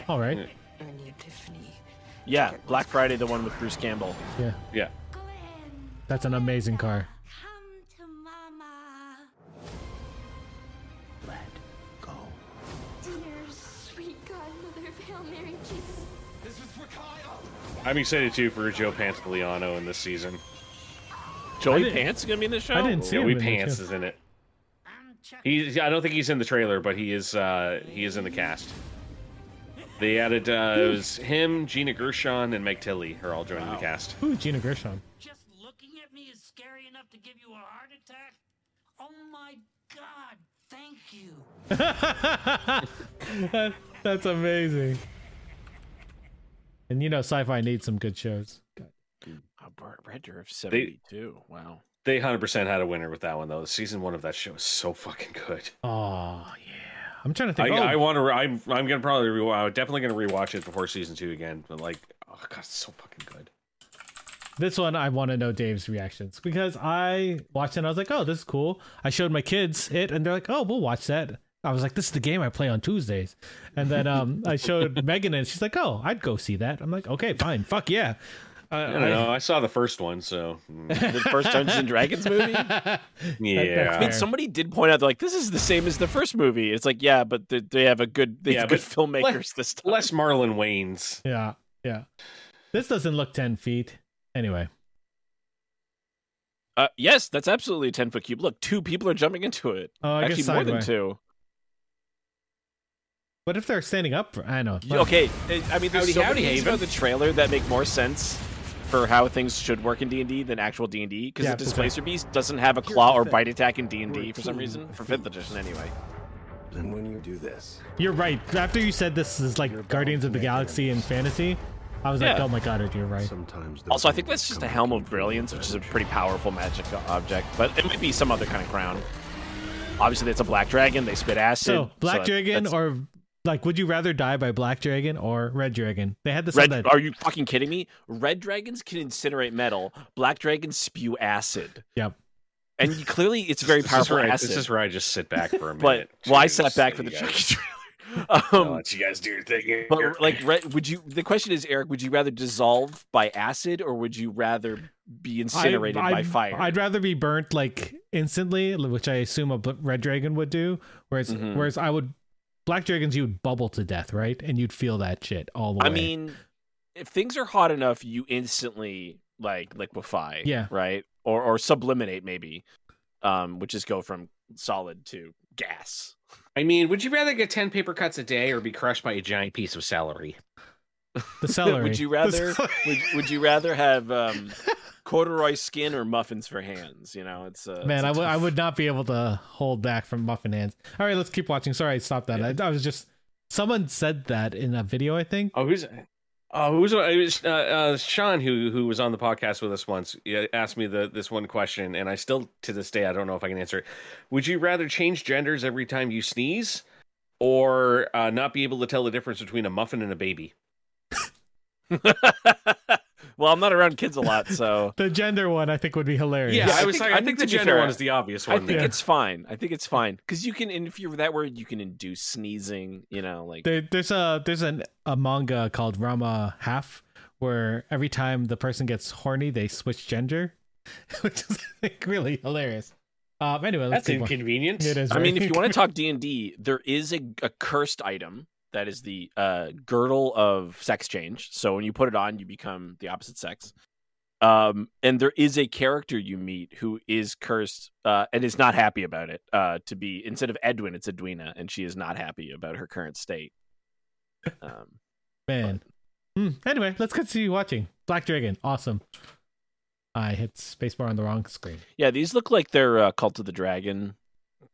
Speaker 1: all right.
Speaker 4: Earn you, Tiffany.
Speaker 3: Yeah, Black Friday, the one with Bruce Campbell.
Speaker 1: Yeah.
Speaker 2: Yeah.
Speaker 7: Glenn,
Speaker 1: That's an amazing car.
Speaker 7: come to mama.
Speaker 9: Let go.
Speaker 7: Dinner, sweet godmother of Hail Mary kisses.
Speaker 2: I'm excited too for Joe Pantoliano in this season.
Speaker 3: Joey
Speaker 1: didn't-
Speaker 3: Pants is gonna be in the show.
Speaker 1: I didn't see
Speaker 2: Joey
Speaker 1: him in there,
Speaker 2: Pants
Speaker 1: too.
Speaker 2: is in it. He's I don't think he's in the trailer, but he is uh he is in the cast. They added uh it was him, Gina Gershon, and Meg Tilly are all joining the cast.
Speaker 1: Ooh, Gina Gershon.
Speaker 9: Just looking at me is scary enough to give you a heart attack? Oh my god, thank you.
Speaker 1: That- That's amazing. And you know, sci-fi needs some good shows.
Speaker 3: Oh, Burt Redder of seventy-two. Wow.
Speaker 2: They hundred percent had a winner with that one though. Season one of that show is so fucking good.
Speaker 1: Oh yeah, I'm trying to
Speaker 2: I,
Speaker 1: think. oh,
Speaker 2: I want to. I'm I'm gonna probably re- I'm definitely gonna rewatch it before season two again. But like, oh god, it's so fucking good.
Speaker 1: this one I want to know Dave's reactions because I watched it and I was like, oh, this is cool. I showed my kids it and they're like, oh, we'll watch that. I was like, this is the game I play on Tuesdays. And then um, I showed Megan and she's like, oh, I'd go see that. I'm like, okay, fine, fuck yeah. I,
Speaker 2: I don't know. I saw the first one, so mm,
Speaker 3: the first Dungeons and Dragons movie. I
Speaker 2: yeah.
Speaker 3: mean, somebody did point out, they're like, this is the same as the first movie. It's like, yeah, but they, they have a good, they
Speaker 2: Yeah,
Speaker 3: have good
Speaker 2: but
Speaker 3: filmmakers
Speaker 2: less-
Speaker 3: this time.
Speaker 2: Less Marlon Wayne's.
Speaker 1: Yeah, yeah. This doesn't look ten feet. Anyway,
Speaker 3: Uh, yes, that's absolutely a 10 foot cube. Look, two people are jumping into it.
Speaker 1: oh, I
Speaker 3: Actually,
Speaker 1: guess
Speaker 3: more
Speaker 1: sideway.
Speaker 3: than two.
Speaker 1: What if they're standing up? I know.
Speaker 3: Okay, I- I mean, there's
Speaker 2: Howdy,
Speaker 3: so
Speaker 2: howdy,
Speaker 3: many things
Speaker 2: Haven.
Speaker 3: about the trailer that make more sense for how things should work in D and D than actual D and D because
Speaker 1: Yeah, for
Speaker 3: the
Speaker 1: sure.
Speaker 3: Displacer Beast doesn't have a claw or bite attack in D and D for some reason for Fifth Edition anyway.
Speaker 10: And when you do this,
Speaker 1: You're right. After you said this is like Guardians of the Galaxy and fantasy, I was like,
Speaker 3: Yeah.
Speaker 1: oh my god, you're right.
Speaker 10: sometimes the
Speaker 3: Also, I think
Speaker 10: wind
Speaker 3: that's just a
Speaker 10: comes
Speaker 3: Helm
Speaker 10: back
Speaker 3: of
Speaker 10: in
Speaker 3: Brilliance,
Speaker 10: full
Speaker 3: which is a
Speaker 10: damage.
Speaker 3: pretty powerful magic object, but it might be some other kind of crown. Obviously, it's a black dragon. They spit acid.
Speaker 1: So black
Speaker 3: that-
Speaker 1: dragon
Speaker 3: that's-
Speaker 1: or like, would you rather die by black dragon or red dragon? They had this.
Speaker 3: red?
Speaker 1: on that.
Speaker 3: Are you fucking kidding me? Red dragons can incinerate metal. Black dragons spew acid,
Speaker 1: Yep.
Speaker 3: and you- clearly, it's very
Speaker 2: This is,
Speaker 3: powerful
Speaker 2: where I,
Speaker 3: acid.
Speaker 2: this is where I just sit back for a
Speaker 3: but
Speaker 2: minute.
Speaker 3: well, I
Speaker 2: Jeez,
Speaker 3: sat back for
Speaker 2: you
Speaker 3: the
Speaker 2: guys-
Speaker 3: Chucky trailer.
Speaker 2: I'll
Speaker 3: Um,
Speaker 2: let you guys do your thing. here.
Speaker 3: but like, re- would you? The question is, Eric, would you rather dissolve by acid or would you rather be incinerated
Speaker 1: I-
Speaker 3: by
Speaker 1: I'd-
Speaker 3: fire?
Speaker 1: I'd rather be burnt like instantly, which I assume a bl- red dragon would do. Whereas,
Speaker 3: Mhm.
Speaker 1: whereas I would, black dragons, you would bubble to death, right? And you'd feel that shit all the
Speaker 3: I
Speaker 1: way.
Speaker 3: mean, if things are hot enough, you instantly like liquefy.
Speaker 1: Yeah.
Speaker 3: Right. Or or subliminate maybe, um, which is go from solid to gas.
Speaker 2: I mean, would you rather get ten paper cuts a day or be crushed by a giant piece of celery?
Speaker 1: the celery.
Speaker 3: would you
Speaker 1: The
Speaker 3: rather?
Speaker 1: celery.
Speaker 3: would, would you rather have um, corduroy skin or muffins for hands? You know, it's uh,
Speaker 1: Man,
Speaker 3: it's a
Speaker 1: I would
Speaker 3: tough-
Speaker 1: I would not be able to hold back from muffin hands. All right, let's keep watching. Sorry, stop that. I, I was just someone said that in a video. I think.
Speaker 2: Oh, who's? Oh, who's? It was uh, uh, Sean who who was on the podcast with us once. yeah, Asked me the this one question, and I still to this day I don't know if I can answer it. Would you rather change genders every time you sneeze, or uh, not be able to tell the difference between a muffin and a baby?
Speaker 3: well, I'm not around kids a lot, so
Speaker 1: The gender one I think would be hilarious.
Speaker 2: Yeah,
Speaker 3: Yeah,
Speaker 2: I,
Speaker 3: I
Speaker 2: was like,
Speaker 3: think- I
Speaker 2: I, think
Speaker 3: think to
Speaker 2: the
Speaker 3: be
Speaker 2: gender
Speaker 3: fair,
Speaker 2: one is the obvious
Speaker 3: I
Speaker 2: one.
Speaker 3: think
Speaker 2: there.
Speaker 3: it's fine. I think it's fine because you can, and if you're that word, you can induce sneezing. You know, like
Speaker 1: There, there's a there's an, a manga called Rama Half where every time the person gets horny they switch gender, which is like really hilarious. Um, anyway, let's
Speaker 2: that's
Speaker 1: keep watching.
Speaker 2: inconvenient.
Speaker 1: It is
Speaker 3: I mean, if
Speaker 1: very-
Speaker 3: you want to talk D and D, there is a, a cursed item that is the uh, girdle of sex change. So when you put it on, you become the opposite sex. Um, and there is a character you meet who is cursed uh, and is not happy about it. Uh, to be instead of Edwin, it's Edwina, and she is not happy about her current state. Um,
Speaker 1: man. Hmm, Anyway, let's continue watching Black Dragon. Awesome. I hit spacebar on the wrong screen.
Speaker 3: Yeah, these look like they're uh, Cult of the Dragon,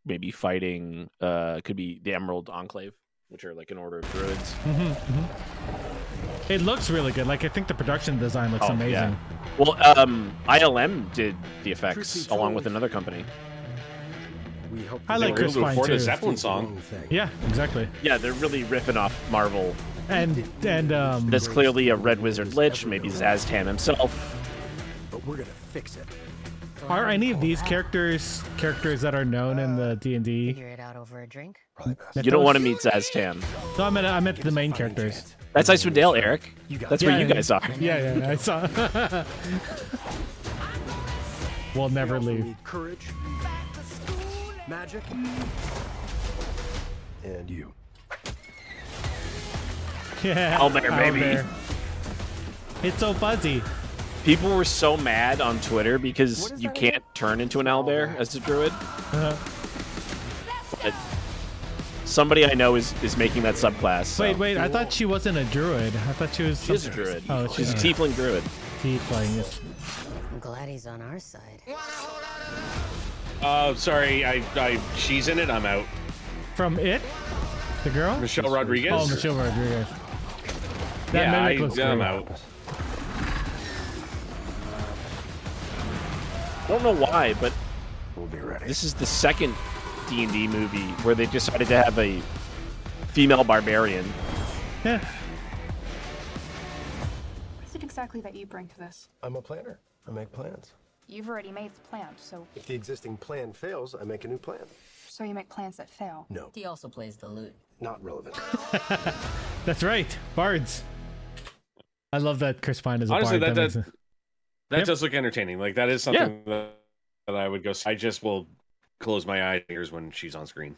Speaker 3: maybe fighting. Uh, could be the Emerald Enclave, which are like an order of druids.
Speaker 1: Mhm, mhm. It looks really good. Like I think the production design looks
Speaker 3: Oh,
Speaker 1: amazing.
Speaker 3: yeah. Well, um, ILM did the effects along with another company.
Speaker 10: We hope
Speaker 1: I
Speaker 10: that
Speaker 2: They
Speaker 1: like
Speaker 2: were
Speaker 10: we're
Speaker 1: Chris
Speaker 2: able to
Speaker 1: Pine
Speaker 2: afford a
Speaker 1: too.
Speaker 2: Zeppelin
Speaker 10: doing
Speaker 2: song.
Speaker 10: the thing.
Speaker 1: Yeah, exactly.
Speaker 3: Yeah, they're really riffing off Marvel.
Speaker 1: And and um,
Speaker 3: There's clearly a Red Wizard Lich, maybe Zaztan himself.
Speaker 10: But we're gonna fix it.
Speaker 1: are any of these characters characters that are known in the D and D?
Speaker 4: Figure it out over a drink.
Speaker 3: You don't want to meet Zaztan.
Speaker 1: No, I meant I meant the main characters.
Speaker 3: That's Icewind Dale, Eric. That's where
Speaker 1: Yeah,
Speaker 3: you guys are.
Speaker 1: Yeah, yeah, yeah, I saw. we'll never
Speaker 10: also
Speaker 1: leave.
Speaker 10: need courage, magic, and you.
Speaker 1: Yeah,
Speaker 3: I'll make her
Speaker 1: I'll
Speaker 3: baby.
Speaker 1: bear. It's so fuzzy.
Speaker 3: People were so mad on Twitter because you can't turn into an owlbear as a druid.
Speaker 1: Uh-huh.
Speaker 3: But somebody I know is, is making that subclass. so-
Speaker 1: Wait, wait. I thought she wasn't a druid. I thought she was.
Speaker 3: She is a druid.
Speaker 1: Oh,
Speaker 3: she's
Speaker 1: she's
Speaker 3: a tiefling druid.
Speaker 1: playing this.
Speaker 4: I'm glad he's on our side.
Speaker 2: Uh, sorry, I, I she's in it. I'm out.
Speaker 1: From it, the girl.
Speaker 2: Michelle Rodriguez.
Speaker 1: Oh, Michelle Rodriguez. That
Speaker 2: yeah, I,
Speaker 1: mimic looks
Speaker 2: I'm
Speaker 1: great.
Speaker 2: out.
Speaker 3: I don't know why, but
Speaker 10: We'll be ready.
Speaker 3: this is the second D&D movie where they decided to have a female barbarian.
Speaker 1: Yeah.
Speaker 11: What is it exactly that you bring to this?
Speaker 10: I'm a planner. I make plans.
Speaker 11: You've already made the plan, so
Speaker 10: If the existing plan fails, I make a new plan.
Speaker 11: so you make plans that fail.
Speaker 10: No,
Speaker 4: He also plays the lute.
Speaker 10: not relevant.
Speaker 1: That's right. Bards. I love that Chris Pine is a
Speaker 2: Honestly,
Speaker 1: bard.
Speaker 2: that-
Speaker 1: makes
Speaker 2: that-
Speaker 1: sense.
Speaker 2: That
Speaker 1: Yep.
Speaker 2: does look entertaining. Like that is something that, that I would go. s- I just will close my eyes and ears when she's on screen.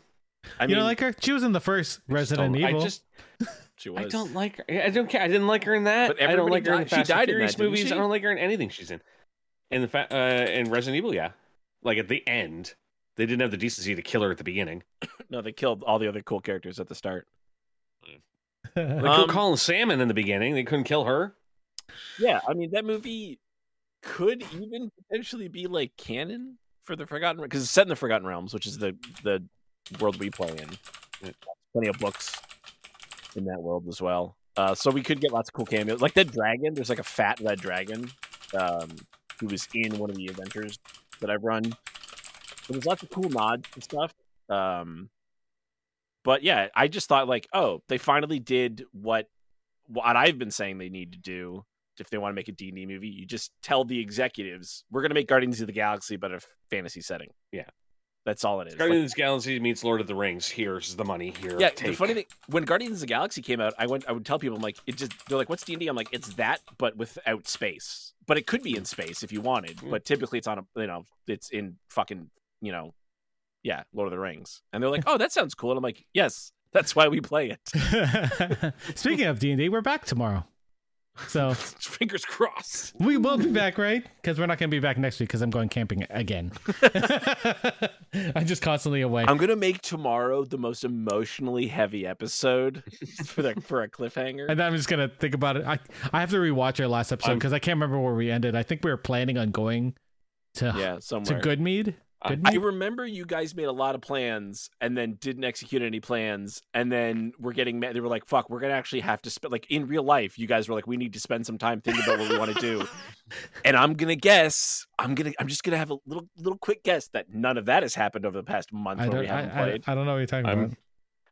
Speaker 2: I
Speaker 1: you
Speaker 2: mean,
Speaker 1: don't like her? She was in the first Resident
Speaker 2: don't- I
Speaker 1: Evil.
Speaker 2: just-
Speaker 3: She
Speaker 2: I
Speaker 3: was.
Speaker 2: don't like her. I don't care. I didn't like her in that.
Speaker 3: But
Speaker 2: I don't
Speaker 3: everybody
Speaker 2: like her in
Speaker 3: died-
Speaker 2: the
Speaker 3: she
Speaker 2: Fast and
Speaker 3: died in
Speaker 2: Furious
Speaker 3: that, didn't
Speaker 2: movies.
Speaker 3: she?
Speaker 2: I don't like her in anything she's in. In the fa- uh, in Resident Evil, yeah, like at the end, they didn't have the decency to kill her at the beginning.
Speaker 3: No, they killed all the other cool characters at the start.
Speaker 2: They
Speaker 1: I
Speaker 2: killed
Speaker 3: Um,
Speaker 2: Colin Salmon in the beginning. They couldn't kill her.
Speaker 3: Yeah, I mean that movie could even potentially be like canon for the Forgotten because it's set in the Forgotten Realms, which is the the world we play in. There's Plenty of books in that world as well. Uh, so we could get lots of cool cameos, like that dragon. There's like a fat red dragon um, who was in one of the adventures that I've run. So There's lots of cool nods and stuff. Um, but yeah, I just thought like, oh, they finally did what what I've been saying they need to do if they want to make a D&D movie, you just tell the executives, we're going to make Guardians of the Galaxy, but a fantasy setting.
Speaker 2: Yeah.
Speaker 3: That's all it is.
Speaker 2: Guardians of the Galaxy meets Lord of the Rings. Here's the money. Here,
Speaker 3: Like, yeah, the
Speaker 2: take.
Speaker 3: funny thing, when Guardians of the Galaxy came out, I went, I would tell people, I'm like, it just, they're like, what's D&D? I'm like, it's that, but without space. But it could be in space if you wanted,
Speaker 2: Mm.
Speaker 3: but typically it's on a, you know, it's in fucking, you know, yeah, Lord of the Rings. And they're like, oh, that sounds cool. And I'm like, yes, that's why we play it.
Speaker 1: Speaking of D and D, we're back tomorrow, so
Speaker 3: Fingers crossed.
Speaker 1: we will be back, right? Because we're not going to be back next week because I'm going camping again. I'm just constantly away.
Speaker 3: I'm gonna make tomorrow the most emotionally heavy episode for the, for a cliffhanger.
Speaker 1: and then I'm just gonna think about it. I I have to rewatch our last episode
Speaker 2: I'm-
Speaker 1: because I can't remember where we ended. I think we were planning on going to
Speaker 3: yeah,
Speaker 1: to
Speaker 3: somewhere.
Speaker 1: Goodmead.
Speaker 2: I-
Speaker 3: I
Speaker 1: Goodmead?
Speaker 3: remember you guys made a lot of plans and then didn't execute any plans, and then we're getting mad. They were like, "Fuck, we're gonna actually have to spend like in real life." You guys were like, "We need to spend some time thinking about what we want to do," and I'm gonna guess. I'm gonna. I'm just gonna have a little little quick guess that none of that has happened over the past month
Speaker 1: I
Speaker 3: where we
Speaker 1: don't.
Speaker 3: haven't
Speaker 1: I, I,
Speaker 3: played.
Speaker 1: I don't know what you're talking
Speaker 2: I'm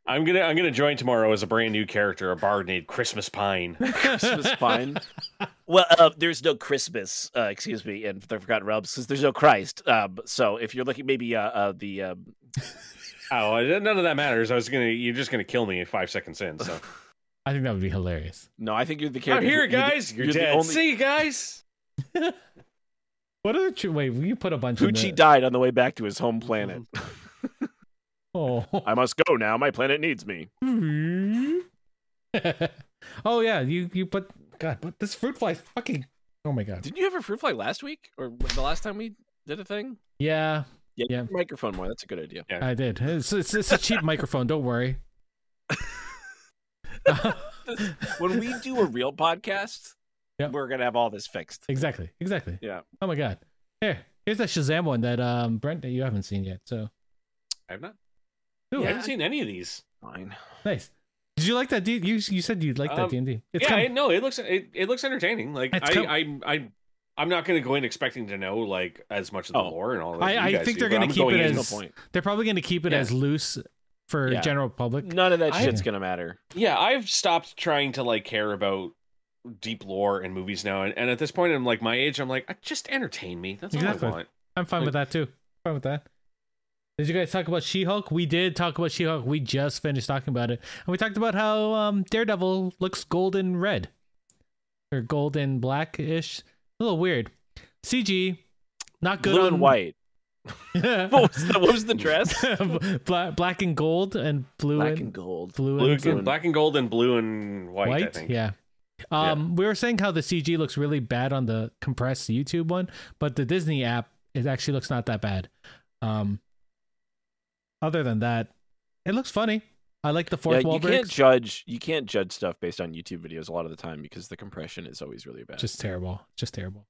Speaker 2: I'm gonna I'm gonna join tomorrow as a brand new character, a bard named Christmas Pine.
Speaker 1: about.
Speaker 3: Christmas fine. Well, uh, there's no Christmas, uh, excuse me, in the Forgotten Realms since there's no Christ. Um, so if you're looking, maybe uh, uh, the um,
Speaker 2: Oh, I- none of that matters. I was gonna you're just gonna kill me five seconds in. So
Speaker 1: I think that would be hilarious.
Speaker 3: no, I think you're the
Speaker 2: I'm
Speaker 3: character.
Speaker 2: here,
Speaker 3: you're the-
Speaker 2: guys. You're,
Speaker 3: the
Speaker 2: dead.
Speaker 3: only-
Speaker 2: See you guys.
Speaker 1: What other? Tr- wait, you put a bunch of.
Speaker 3: Poochie died on the way back to his home planet.
Speaker 1: Oh.
Speaker 3: I must go now. My planet needs me.
Speaker 1: oh yeah, you you put God, but this fruit fly fucking. Oh my God.
Speaker 3: Didn't you have a fruit fly last week or the last time we did a thing?
Speaker 1: Yeah,
Speaker 3: Yeah,
Speaker 1: Yeah.
Speaker 3: yeah. microphone more. That's a good idea.
Speaker 1: I did. It's, it's, it's a cheap microphone. Don't worry.
Speaker 3: When we do a real podcast,
Speaker 1: Yep.
Speaker 3: we're gonna have all this fixed.
Speaker 1: exactly, exactly.
Speaker 3: Yeah.
Speaker 1: Oh my God. Here, here's that Shazam one that um Brent that you haven't seen yet. So
Speaker 2: I've not.
Speaker 1: Ooh,
Speaker 2: I haven't seen any of these.
Speaker 3: Fine.
Speaker 1: nice. Did you like that? D- you you said you liked that
Speaker 2: Um,
Speaker 1: D and D.
Speaker 2: yeah, I, no, it looks it, it looks entertaining. Like
Speaker 1: It's
Speaker 2: I,
Speaker 1: come-
Speaker 2: I'm I, I'm not gonna go in expecting to know like as much of the
Speaker 3: Oh.
Speaker 2: lore and all. that
Speaker 1: I,
Speaker 2: you
Speaker 1: I
Speaker 2: guys
Speaker 1: think
Speaker 2: do,
Speaker 1: they're
Speaker 2: but
Speaker 1: gonna
Speaker 2: I'm
Speaker 1: keep it
Speaker 2: in-
Speaker 1: as
Speaker 3: no point.
Speaker 1: they're probably gonna keep it
Speaker 2: Yeah.
Speaker 1: as loose for
Speaker 3: Yeah.
Speaker 1: general public.
Speaker 3: None of that
Speaker 2: I-
Speaker 3: shit's gonna matter.
Speaker 2: yeah. I've stopped trying to like care about deep lore in movies now, and, and at this point, I'm like my age. I'm like, "Uh, just entertain me. That's
Speaker 1: Exactly.
Speaker 2: all I want.
Speaker 1: I'm fine with that too. Fine with that. Did you guys talk about She-Hulk? We did talk about She-Hulk. We just finished talking about it, and we talked about how um, Daredevil looks gold and red, or gold and black-ish. A little weird. CG, not good.
Speaker 3: Blue
Speaker 1: on...
Speaker 3: and white. What was the What was the dress?
Speaker 1: black, black and gold, and blue
Speaker 3: Black
Speaker 1: and,
Speaker 3: and gold.
Speaker 1: blue,
Speaker 2: Blue,
Speaker 1: and
Speaker 2: and- black and gold and blue and white. I think.
Speaker 1: yeah. Um, we were saying how the CG looks really bad on the compressed YouTube one, but the Disney app it actually looks not that bad. Um, other than that, it looks funny. I like the fourth
Speaker 3: yeah,
Speaker 1: wall
Speaker 3: you can't
Speaker 1: breaks.
Speaker 3: judge. You can't judge stuff based on YouTube videos a lot of the time because the compression is always really bad.
Speaker 1: just terrible, just terrible.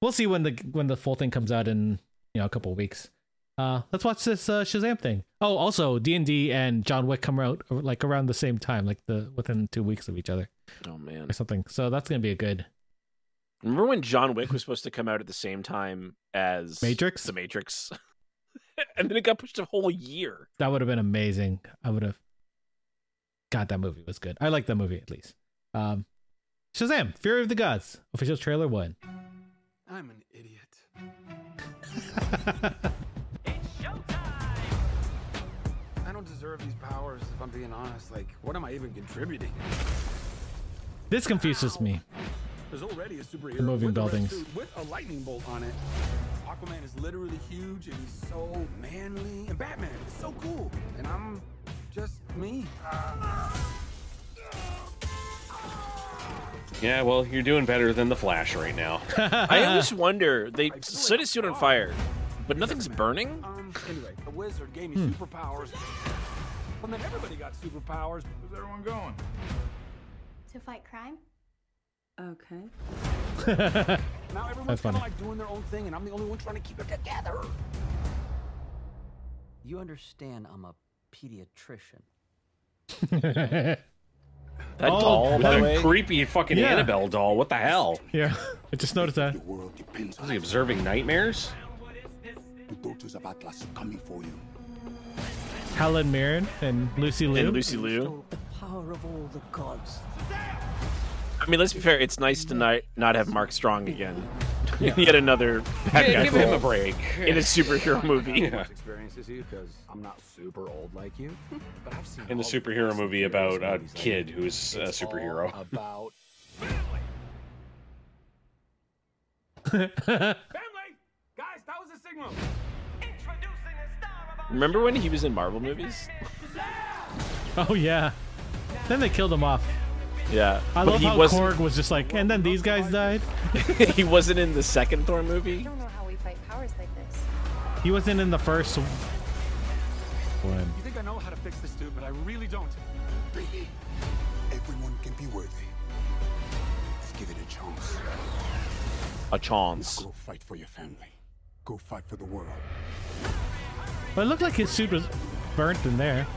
Speaker 1: We'll see when the when the full thing comes out in you know a couple weeks. Uh, let's watch this uh, Shazam thing. Oh, also D and D and John Wick come out uh, like around the same time, like the within two weeks of each other
Speaker 3: oh man.
Speaker 1: or something. So that's gonna be a good
Speaker 3: Remember when John Wick was supposed to come out at the same time as
Speaker 1: Matrix?
Speaker 3: The Matrix. and then it got pushed a whole year.
Speaker 1: That would have been amazing. I would have. God, that movie was good. I like that movie at least. Um, Shazam! Fury of the Gods official trailer one.
Speaker 12: I'm an idiot. I don't deserve these powers if I'm being honest. Like, what am I even contributing?
Speaker 1: This confuses me.
Speaker 12: There's already a superhero
Speaker 1: The moving
Speaker 12: with a red
Speaker 1: buildings.
Speaker 12: suit with a lightning bolt on it. Aquaman is literally huge and he's so manly, and Batman is so cool, and I'm just me.
Speaker 2: Yeah, well, you're doing better than the Flash right now.
Speaker 3: I always wonder. They set a suit on fire, but nothing's burning.
Speaker 12: Um, anyway, the wizard gave me
Speaker 3: Hmm.
Speaker 12: superpowers. And then everybody got superpowers. Where's everyone going?
Speaker 13: To fight crime?
Speaker 14: Okay.
Speaker 12: Now everyone's
Speaker 1: That's
Speaker 12: kinda
Speaker 1: funny.
Speaker 12: like doing their own thing, and I'm the only one trying to keep it together.
Speaker 15: You understand I'm a pediatrician.
Speaker 1: that
Speaker 2: Oh, with that creepy fucking
Speaker 1: Yeah.
Speaker 2: Annabelle doll. What the hell?
Speaker 1: Yeah, I just noticed that.
Speaker 2: Was he observing nightmares?
Speaker 16: The daughters of Atlas are coming for you.
Speaker 1: Helen Mirren and Lucy Liu.
Speaker 3: And Lucy Liu.
Speaker 15: The power of all the gods.
Speaker 3: I mean, let's be fair. It's nice to not, not have Mark Strong again. Yet another bad
Speaker 17: Yeah,
Speaker 3: guy
Speaker 17: give him
Speaker 3: role
Speaker 17: a break.
Speaker 3: in a superhero movie.
Speaker 17: Experiences you because I'm not super old like you, but I've seen
Speaker 2: In the
Speaker 17: all
Speaker 2: superhero movie about a
Speaker 17: movies
Speaker 2: kid who's a superhero.
Speaker 17: about
Speaker 12: Family, guys, that was a signal.
Speaker 3: Remember when he was in Marvel movies?
Speaker 1: Oh yeah. Then they killed him off.
Speaker 3: Yeah,
Speaker 1: I
Speaker 3: but
Speaker 1: love
Speaker 3: he
Speaker 1: how
Speaker 3: wasn't.
Speaker 1: Korg was just like, and then these guys died.
Speaker 3: he wasn't in the second Thor movie.
Speaker 13: don't know how we fight powers like this.
Speaker 1: He wasn't in the first one.
Speaker 12: You think I know how to fix this dude, but I really don't.
Speaker 16: Baby, everyone can be worthy. Let's give it a chance.
Speaker 3: A chance.
Speaker 16: Go fight for your family. Go fight for the world.
Speaker 1: But it looked like his suit was burnt in there.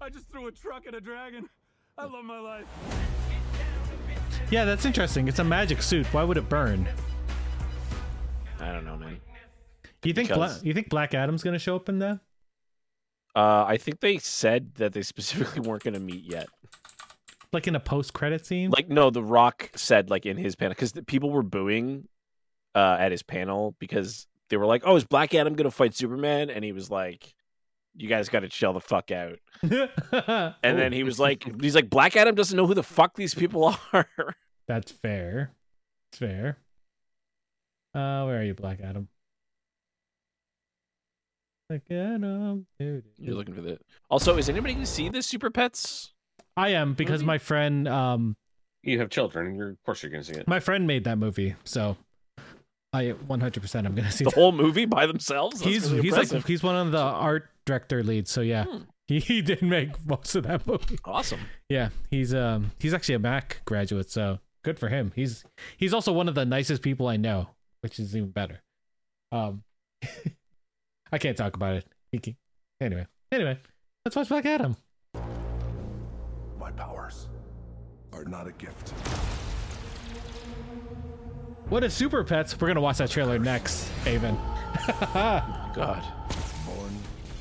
Speaker 12: I just threw a truck at a dragon. I love my life.
Speaker 1: Yeah, that's interesting. It's a magic suit. Why would it burn?
Speaker 3: I don't know, man.
Speaker 1: You think Bla-
Speaker 3: Because-
Speaker 1: you think Black Adam's gonna show up in that?
Speaker 3: Uh, I think they said that they specifically weren't going to meet yet.
Speaker 1: Like in a post credit scene?
Speaker 3: Like, no, The Rock said like in his panel because people were booing uh, at his panel because they were like, "Oh, is Black Adam going to fight Superman?" And he was like, "You guys got to chill the fuck out." And then he was like, "He's like Black Adam doesn't know who the fuck these people are."
Speaker 1: That's fair. It's fair. Uh where are you, Black Adam? Black Adam. There it is.
Speaker 3: You're looking for that. Also, is anybody going to see the Super Pets?
Speaker 1: I am because my friend um
Speaker 2: You have children, and you're of course you're gonna see it.
Speaker 1: my friend made that movie, so I 100 percent I'm gonna see
Speaker 3: The
Speaker 1: that.
Speaker 3: whole movie by themselves. That's
Speaker 1: he's
Speaker 3: really
Speaker 1: he's like
Speaker 3: impressive. Hmm.
Speaker 1: he's one of the art director leads, so yeah. He, he did make most of that movie.
Speaker 3: awesome.
Speaker 1: Yeah, he's um he's actually a Mac graduate, so good for him. He's he's also one of the nicest people I know, which is even better. Um, I can't talk about it. He can- Anyway, anyway, let's watch Black Adam.
Speaker 8: My powers are not a gift.
Speaker 1: What is Super Pets? We're gonna watch that trailer next, Avon.
Speaker 3: God.
Speaker 8: Born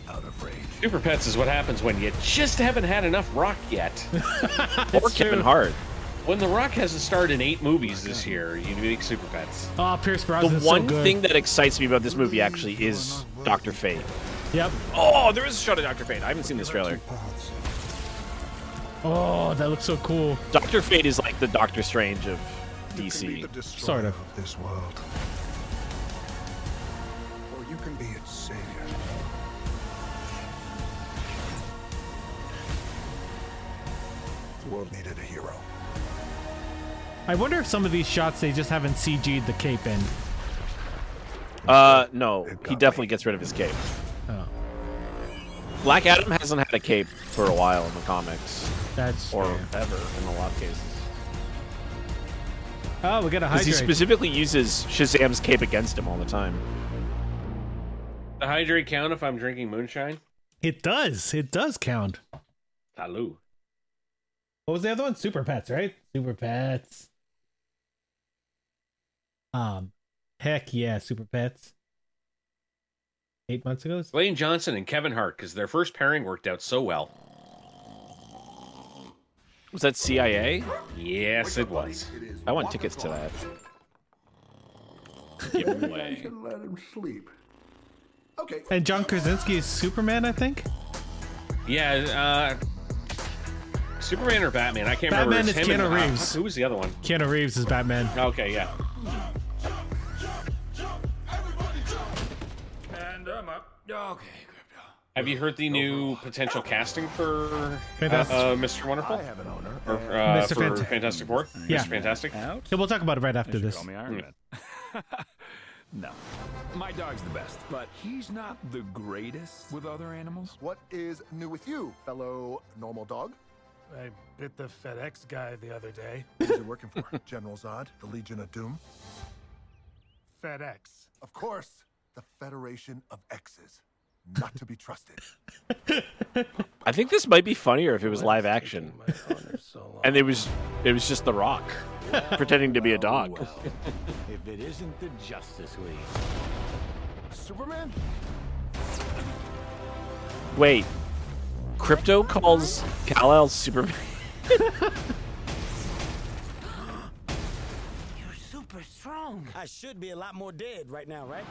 Speaker 8: out of rage.
Speaker 2: Super Pets is what happens when you just haven't had enough Rock yet.
Speaker 3: or Kevin Hart.
Speaker 2: When The Rock hasn't starred in
Speaker 3: Oh
Speaker 2: eight movies this year, you make Super Pets.
Speaker 1: Oh, Pierce
Speaker 3: The
Speaker 1: Brosnan.
Speaker 3: one
Speaker 1: so good.
Speaker 3: thing that excites me about this movie actually is Doctor Fate.
Speaker 1: Yep.
Speaker 3: Oh, there is a shot of Doctor Fate. I haven't seen this trailer.
Speaker 1: Oh, that looks so cool.
Speaker 3: Doctor Fate is like the Doctor Strange of DC.
Speaker 1: Sort of.
Speaker 8: This world. Or you can be its savior. The world needed a hero.
Speaker 1: I wonder if some of these shots they just haven't CG'd the cape in.
Speaker 3: Uh, no, he definitely gets rid of his cape.
Speaker 1: Oh.
Speaker 3: Black Adam hasn't had a cape for a while in the comics.
Speaker 1: That's
Speaker 3: or ever in a lot of cases.
Speaker 1: Oh, we got a
Speaker 3: Because he
Speaker 1: hydrate.
Speaker 3: specifically uses Shazam's cape against him all the time.
Speaker 2: The hydrate count if I'm drinking moonshine.
Speaker 1: it does. It does count.
Speaker 2: Hello.
Speaker 1: What was the other one? Super Pets, right? Super Pets. Um, heck yeah, Super Pets. Eight months ago.
Speaker 2: Lane Johnson and Kevin Hart, because their first pairing worked out so well.
Speaker 3: Was that CIA?
Speaker 2: Yes, it was.
Speaker 3: I want tickets to that. Giveaway.
Speaker 8: Let him sleep.
Speaker 1: And John Krasinski is Superman, I think.
Speaker 2: Yeah, uh, Superman or Batman? I can't
Speaker 1: Batman
Speaker 2: remember.
Speaker 1: is
Speaker 2: It's him
Speaker 1: Keanu
Speaker 2: and- uh,
Speaker 1: Reeves.
Speaker 2: who was the other one?
Speaker 1: Keanu Reeves is Batman.
Speaker 2: Okay, yeah.
Speaker 18: And I'm up. Okay.
Speaker 2: Have you heard the new potential casting for uh,
Speaker 1: Fantastic-
Speaker 2: uh, Mr. Wonderful? I have an owner. Or, uh,
Speaker 1: Mr.
Speaker 2: For
Speaker 1: Fant-
Speaker 2: Fantastic Four?
Speaker 1: Yeah.
Speaker 2: Mr. Fantastic? Hmm.
Speaker 1: Yeah, we'll talk about it right after this.
Speaker 18: No. My dog's the best, but he's not the greatest with other animals.
Speaker 16: What is new with you, fellow normal dog?
Speaker 19: I bit the FedEx guy the other day.
Speaker 16: Who's you working for? General Zod, the Legion of Doom?
Speaker 19: FedEx.
Speaker 16: Of course, the Federation of X's. Not to be trusted.
Speaker 3: I think this might be funnier if it was live action. and it was it was just The Rock pretending to be a dog.
Speaker 20: If it isn't the Justice League.
Speaker 16: Superman?
Speaker 3: Wait, Crypto calls Kal El Superman.
Speaker 20: Super strong. I should be a lot more dead right now, right?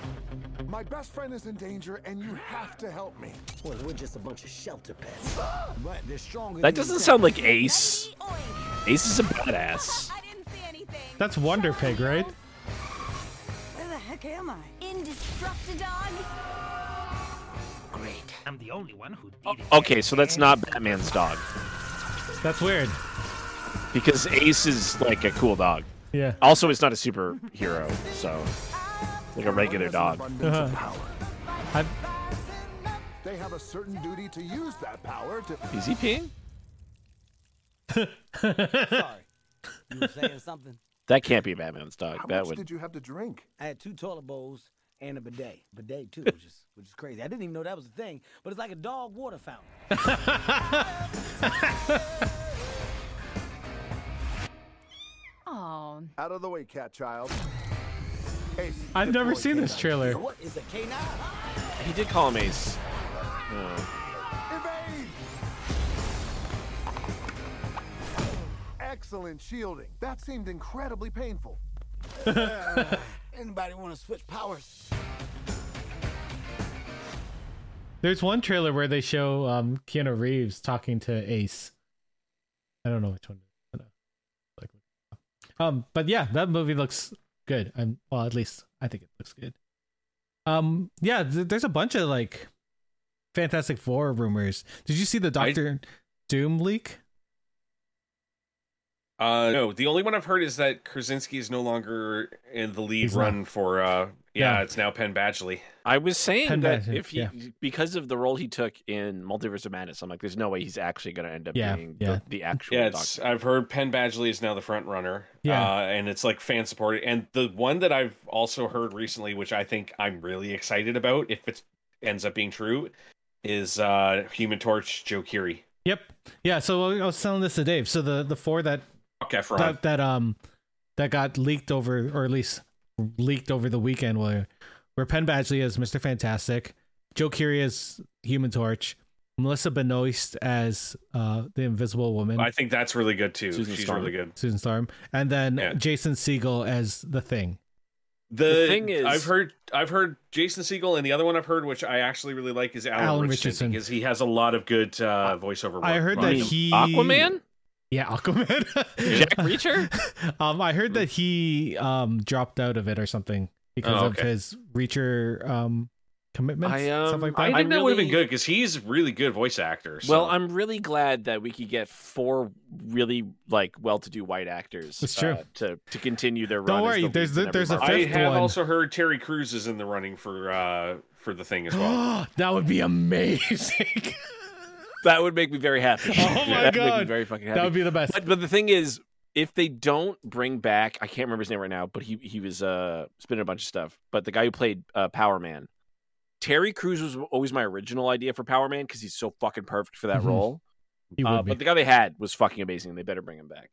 Speaker 16: My best friend is in danger, and you have to help me.
Speaker 20: Well, we're just a bunch of shelter pets. but they're stronger.
Speaker 3: That
Speaker 20: than you
Speaker 3: doesn't
Speaker 20: think.
Speaker 3: sound like Ace. Ace is a badass.
Speaker 1: That's Wonder Pig, right?
Speaker 21: Where the heck am I? Indestructible dog.
Speaker 9: Great. I'm the only one who
Speaker 3: Okay, so that's not Batman's dog
Speaker 1: That's weird.
Speaker 3: because Ace is like a cool dog.
Speaker 1: Yeah.
Speaker 3: Also, it's not a superhero, so like a regular dog.
Speaker 16: They have a certain duty to use that power to.
Speaker 3: Is he peeing?
Speaker 20: Sorry. You were saying something?
Speaker 3: That can't be Batman's dog.
Speaker 20: How
Speaker 3: that
Speaker 20: much
Speaker 3: would.
Speaker 20: did
Speaker 16: You have to drink.
Speaker 20: I had two toilet bowls and a bidet. Bidet too, which is which is crazy. I didn't even know that was a thing, but it's like a dog water fountain.
Speaker 16: Oh. Out of the way, cat child. Ace,
Speaker 1: I've
Speaker 16: good
Speaker 1: never
Speaker 16: boy,
Speaker 1: seen this
Speaker 16: K-9.
Speaker 1: trailer.
Speaker 20: What is a canine?
Speaker 3: He did call him Ace.
Speaker 16: Evade! Excellent shielding. That seemed incredibly painful.
Speaker 20: Uh, anybody want to switch powers?
Speaker 1: There's one trailer where they show um, Keanu Reeves talking to Ace. I don't know which one. I don't know. Like- Um, but yeah, that movie looks good. I'm well, at least I think it looks good. Um, yeah, th- there's a bunch of like Fantastic Four rumors. Did you see the Doctor Doom leak?
Speaker 2: Uh, no, the only one I've heard is that Krasinski is no longer in the lead
Speaker 1: He's
Speaker 2: run for. Uh, yeah,
Speaker 1: Yeah.
Speaker 2: it's now Penn Badgley.
Speaker 3: I was saying
Speaker 1: Penn
Speaker 3: that
Speaker 1: Badgley,
Speaker 3: if he,
Speaker 1: yeah.
Speaker 3: because of the role he took in Multiverse of Madness, I'm like, there's no way he's actually going to end up
Speaker 1: Yeah,
Speaker 3: being
Speaker 1: yeah.
Speaker 3: The, the actual
Speaker 2: Yeah,
Speaker 3: Doctor.
Speaker 2: it's, I've heard Penn Badgley is now the front runner.
Speaker 1: Yeah.
Speaker 2: uh, and it's like fan supported. And the one that I've also heard recently, which I think I'm really excited about, if it ends up being true, is uh, Human Torch Joe Keery.
Speaker 1: Yep. Yeah. So I was telling this to Dave. So the the four that
Speaker 2: Zac Efron.
Speaker 1: that, that um that got leaked over or at least leaked over the weekend where where Penn Badgley is Mr. Fantastic, Joe Curie as Human Torch, Melissa Benoist as uh the Invisible Woman.
Speaker 2: I think that's really good too.
Speaker 1: Susan
Speaker 2: She's
Speaker 1: Storm.
Speaker 2: really good.
Speaker 1: Susan Storm. And then
Speaker 2: Yeah.
Speaker 1: Jason Siegel as the thing.
Speaker 2: The,
Speaker 1: The thing is-
Speaker 2: I've heard, I've heard Jason Siegel, and the other one I've heard, which I actually really like, is Alan,
Speaker 1: Alan
Speaker 2: Richardson,
Speaker 1: Richardson.
Speaker 2: because he has a lot of good uh, voiceover.
Speaker 1: I
Speaker 2: work
Speaker 1: heard that
Speaker 2: behind him.
Speaker 1: he Yeah, Aquaman.
Speaker 3: Jack Reacher?
Speaker 1: um I heard that he um dropped out of it or something because
Speaker 2: Oh,
Speaker 1: of
Speaker 2: okay.
Speaker 1: his Reacher um commitments.
Speaker 3: I, um,
Speaker 1: stuff like that.
Speaker 2: I
Speaker 3: I
Speaker 2: think that would have been
Speaker 3: really-
Speaker 2: good because he's really good voice actor. so-
Speaker 3: Well, I'm really glad that we could get four really like well-to-do white actors. uh,
Speaker 1: That's true.
Speaker 3: to to continue their
Speaker 1: Don't
Speaker 3: run. as
Speaker 1: worry,
Speaker 3: the
Speaker 1: there's
Speaker 3: leads
Speaker 1: the-
Speaker 3: in every
Speaker 1: there's a
Speaker 3: Marvel
Speaker 2: I
Speaker 1: fifth
Speaker 2: have
Speaker 1: one.
Speaker 2: also heard Terry Crews is in the running for uh, for the thing as well.
Speaker 1: that would be amazing.
Speaker 3: That would make me very happy.
Speaker 1: Oh my
Speaker 3: That would make me
Speaker 1: God.
Speaker 3: very fucking
Speaker 1: That
Speaker 3: happy.
Speaker 1: would be the best.
Speaker 3: But, but the thing is, if they don't bring back, I can't remember his name right now, but he he was uh spinning a bunch of stuff. But the guy who played uh, Power Man, Terry Crews was always my original idea for Power Man because he's so fucking perfect for that
Speaker 1: Mhm.
Speaker 3: role.
Speaker 1: He
Speaker 3: Uh,
Speaker 1: would be.
Speaker 3: but the guy they had was fucking amazing. They better bring him back.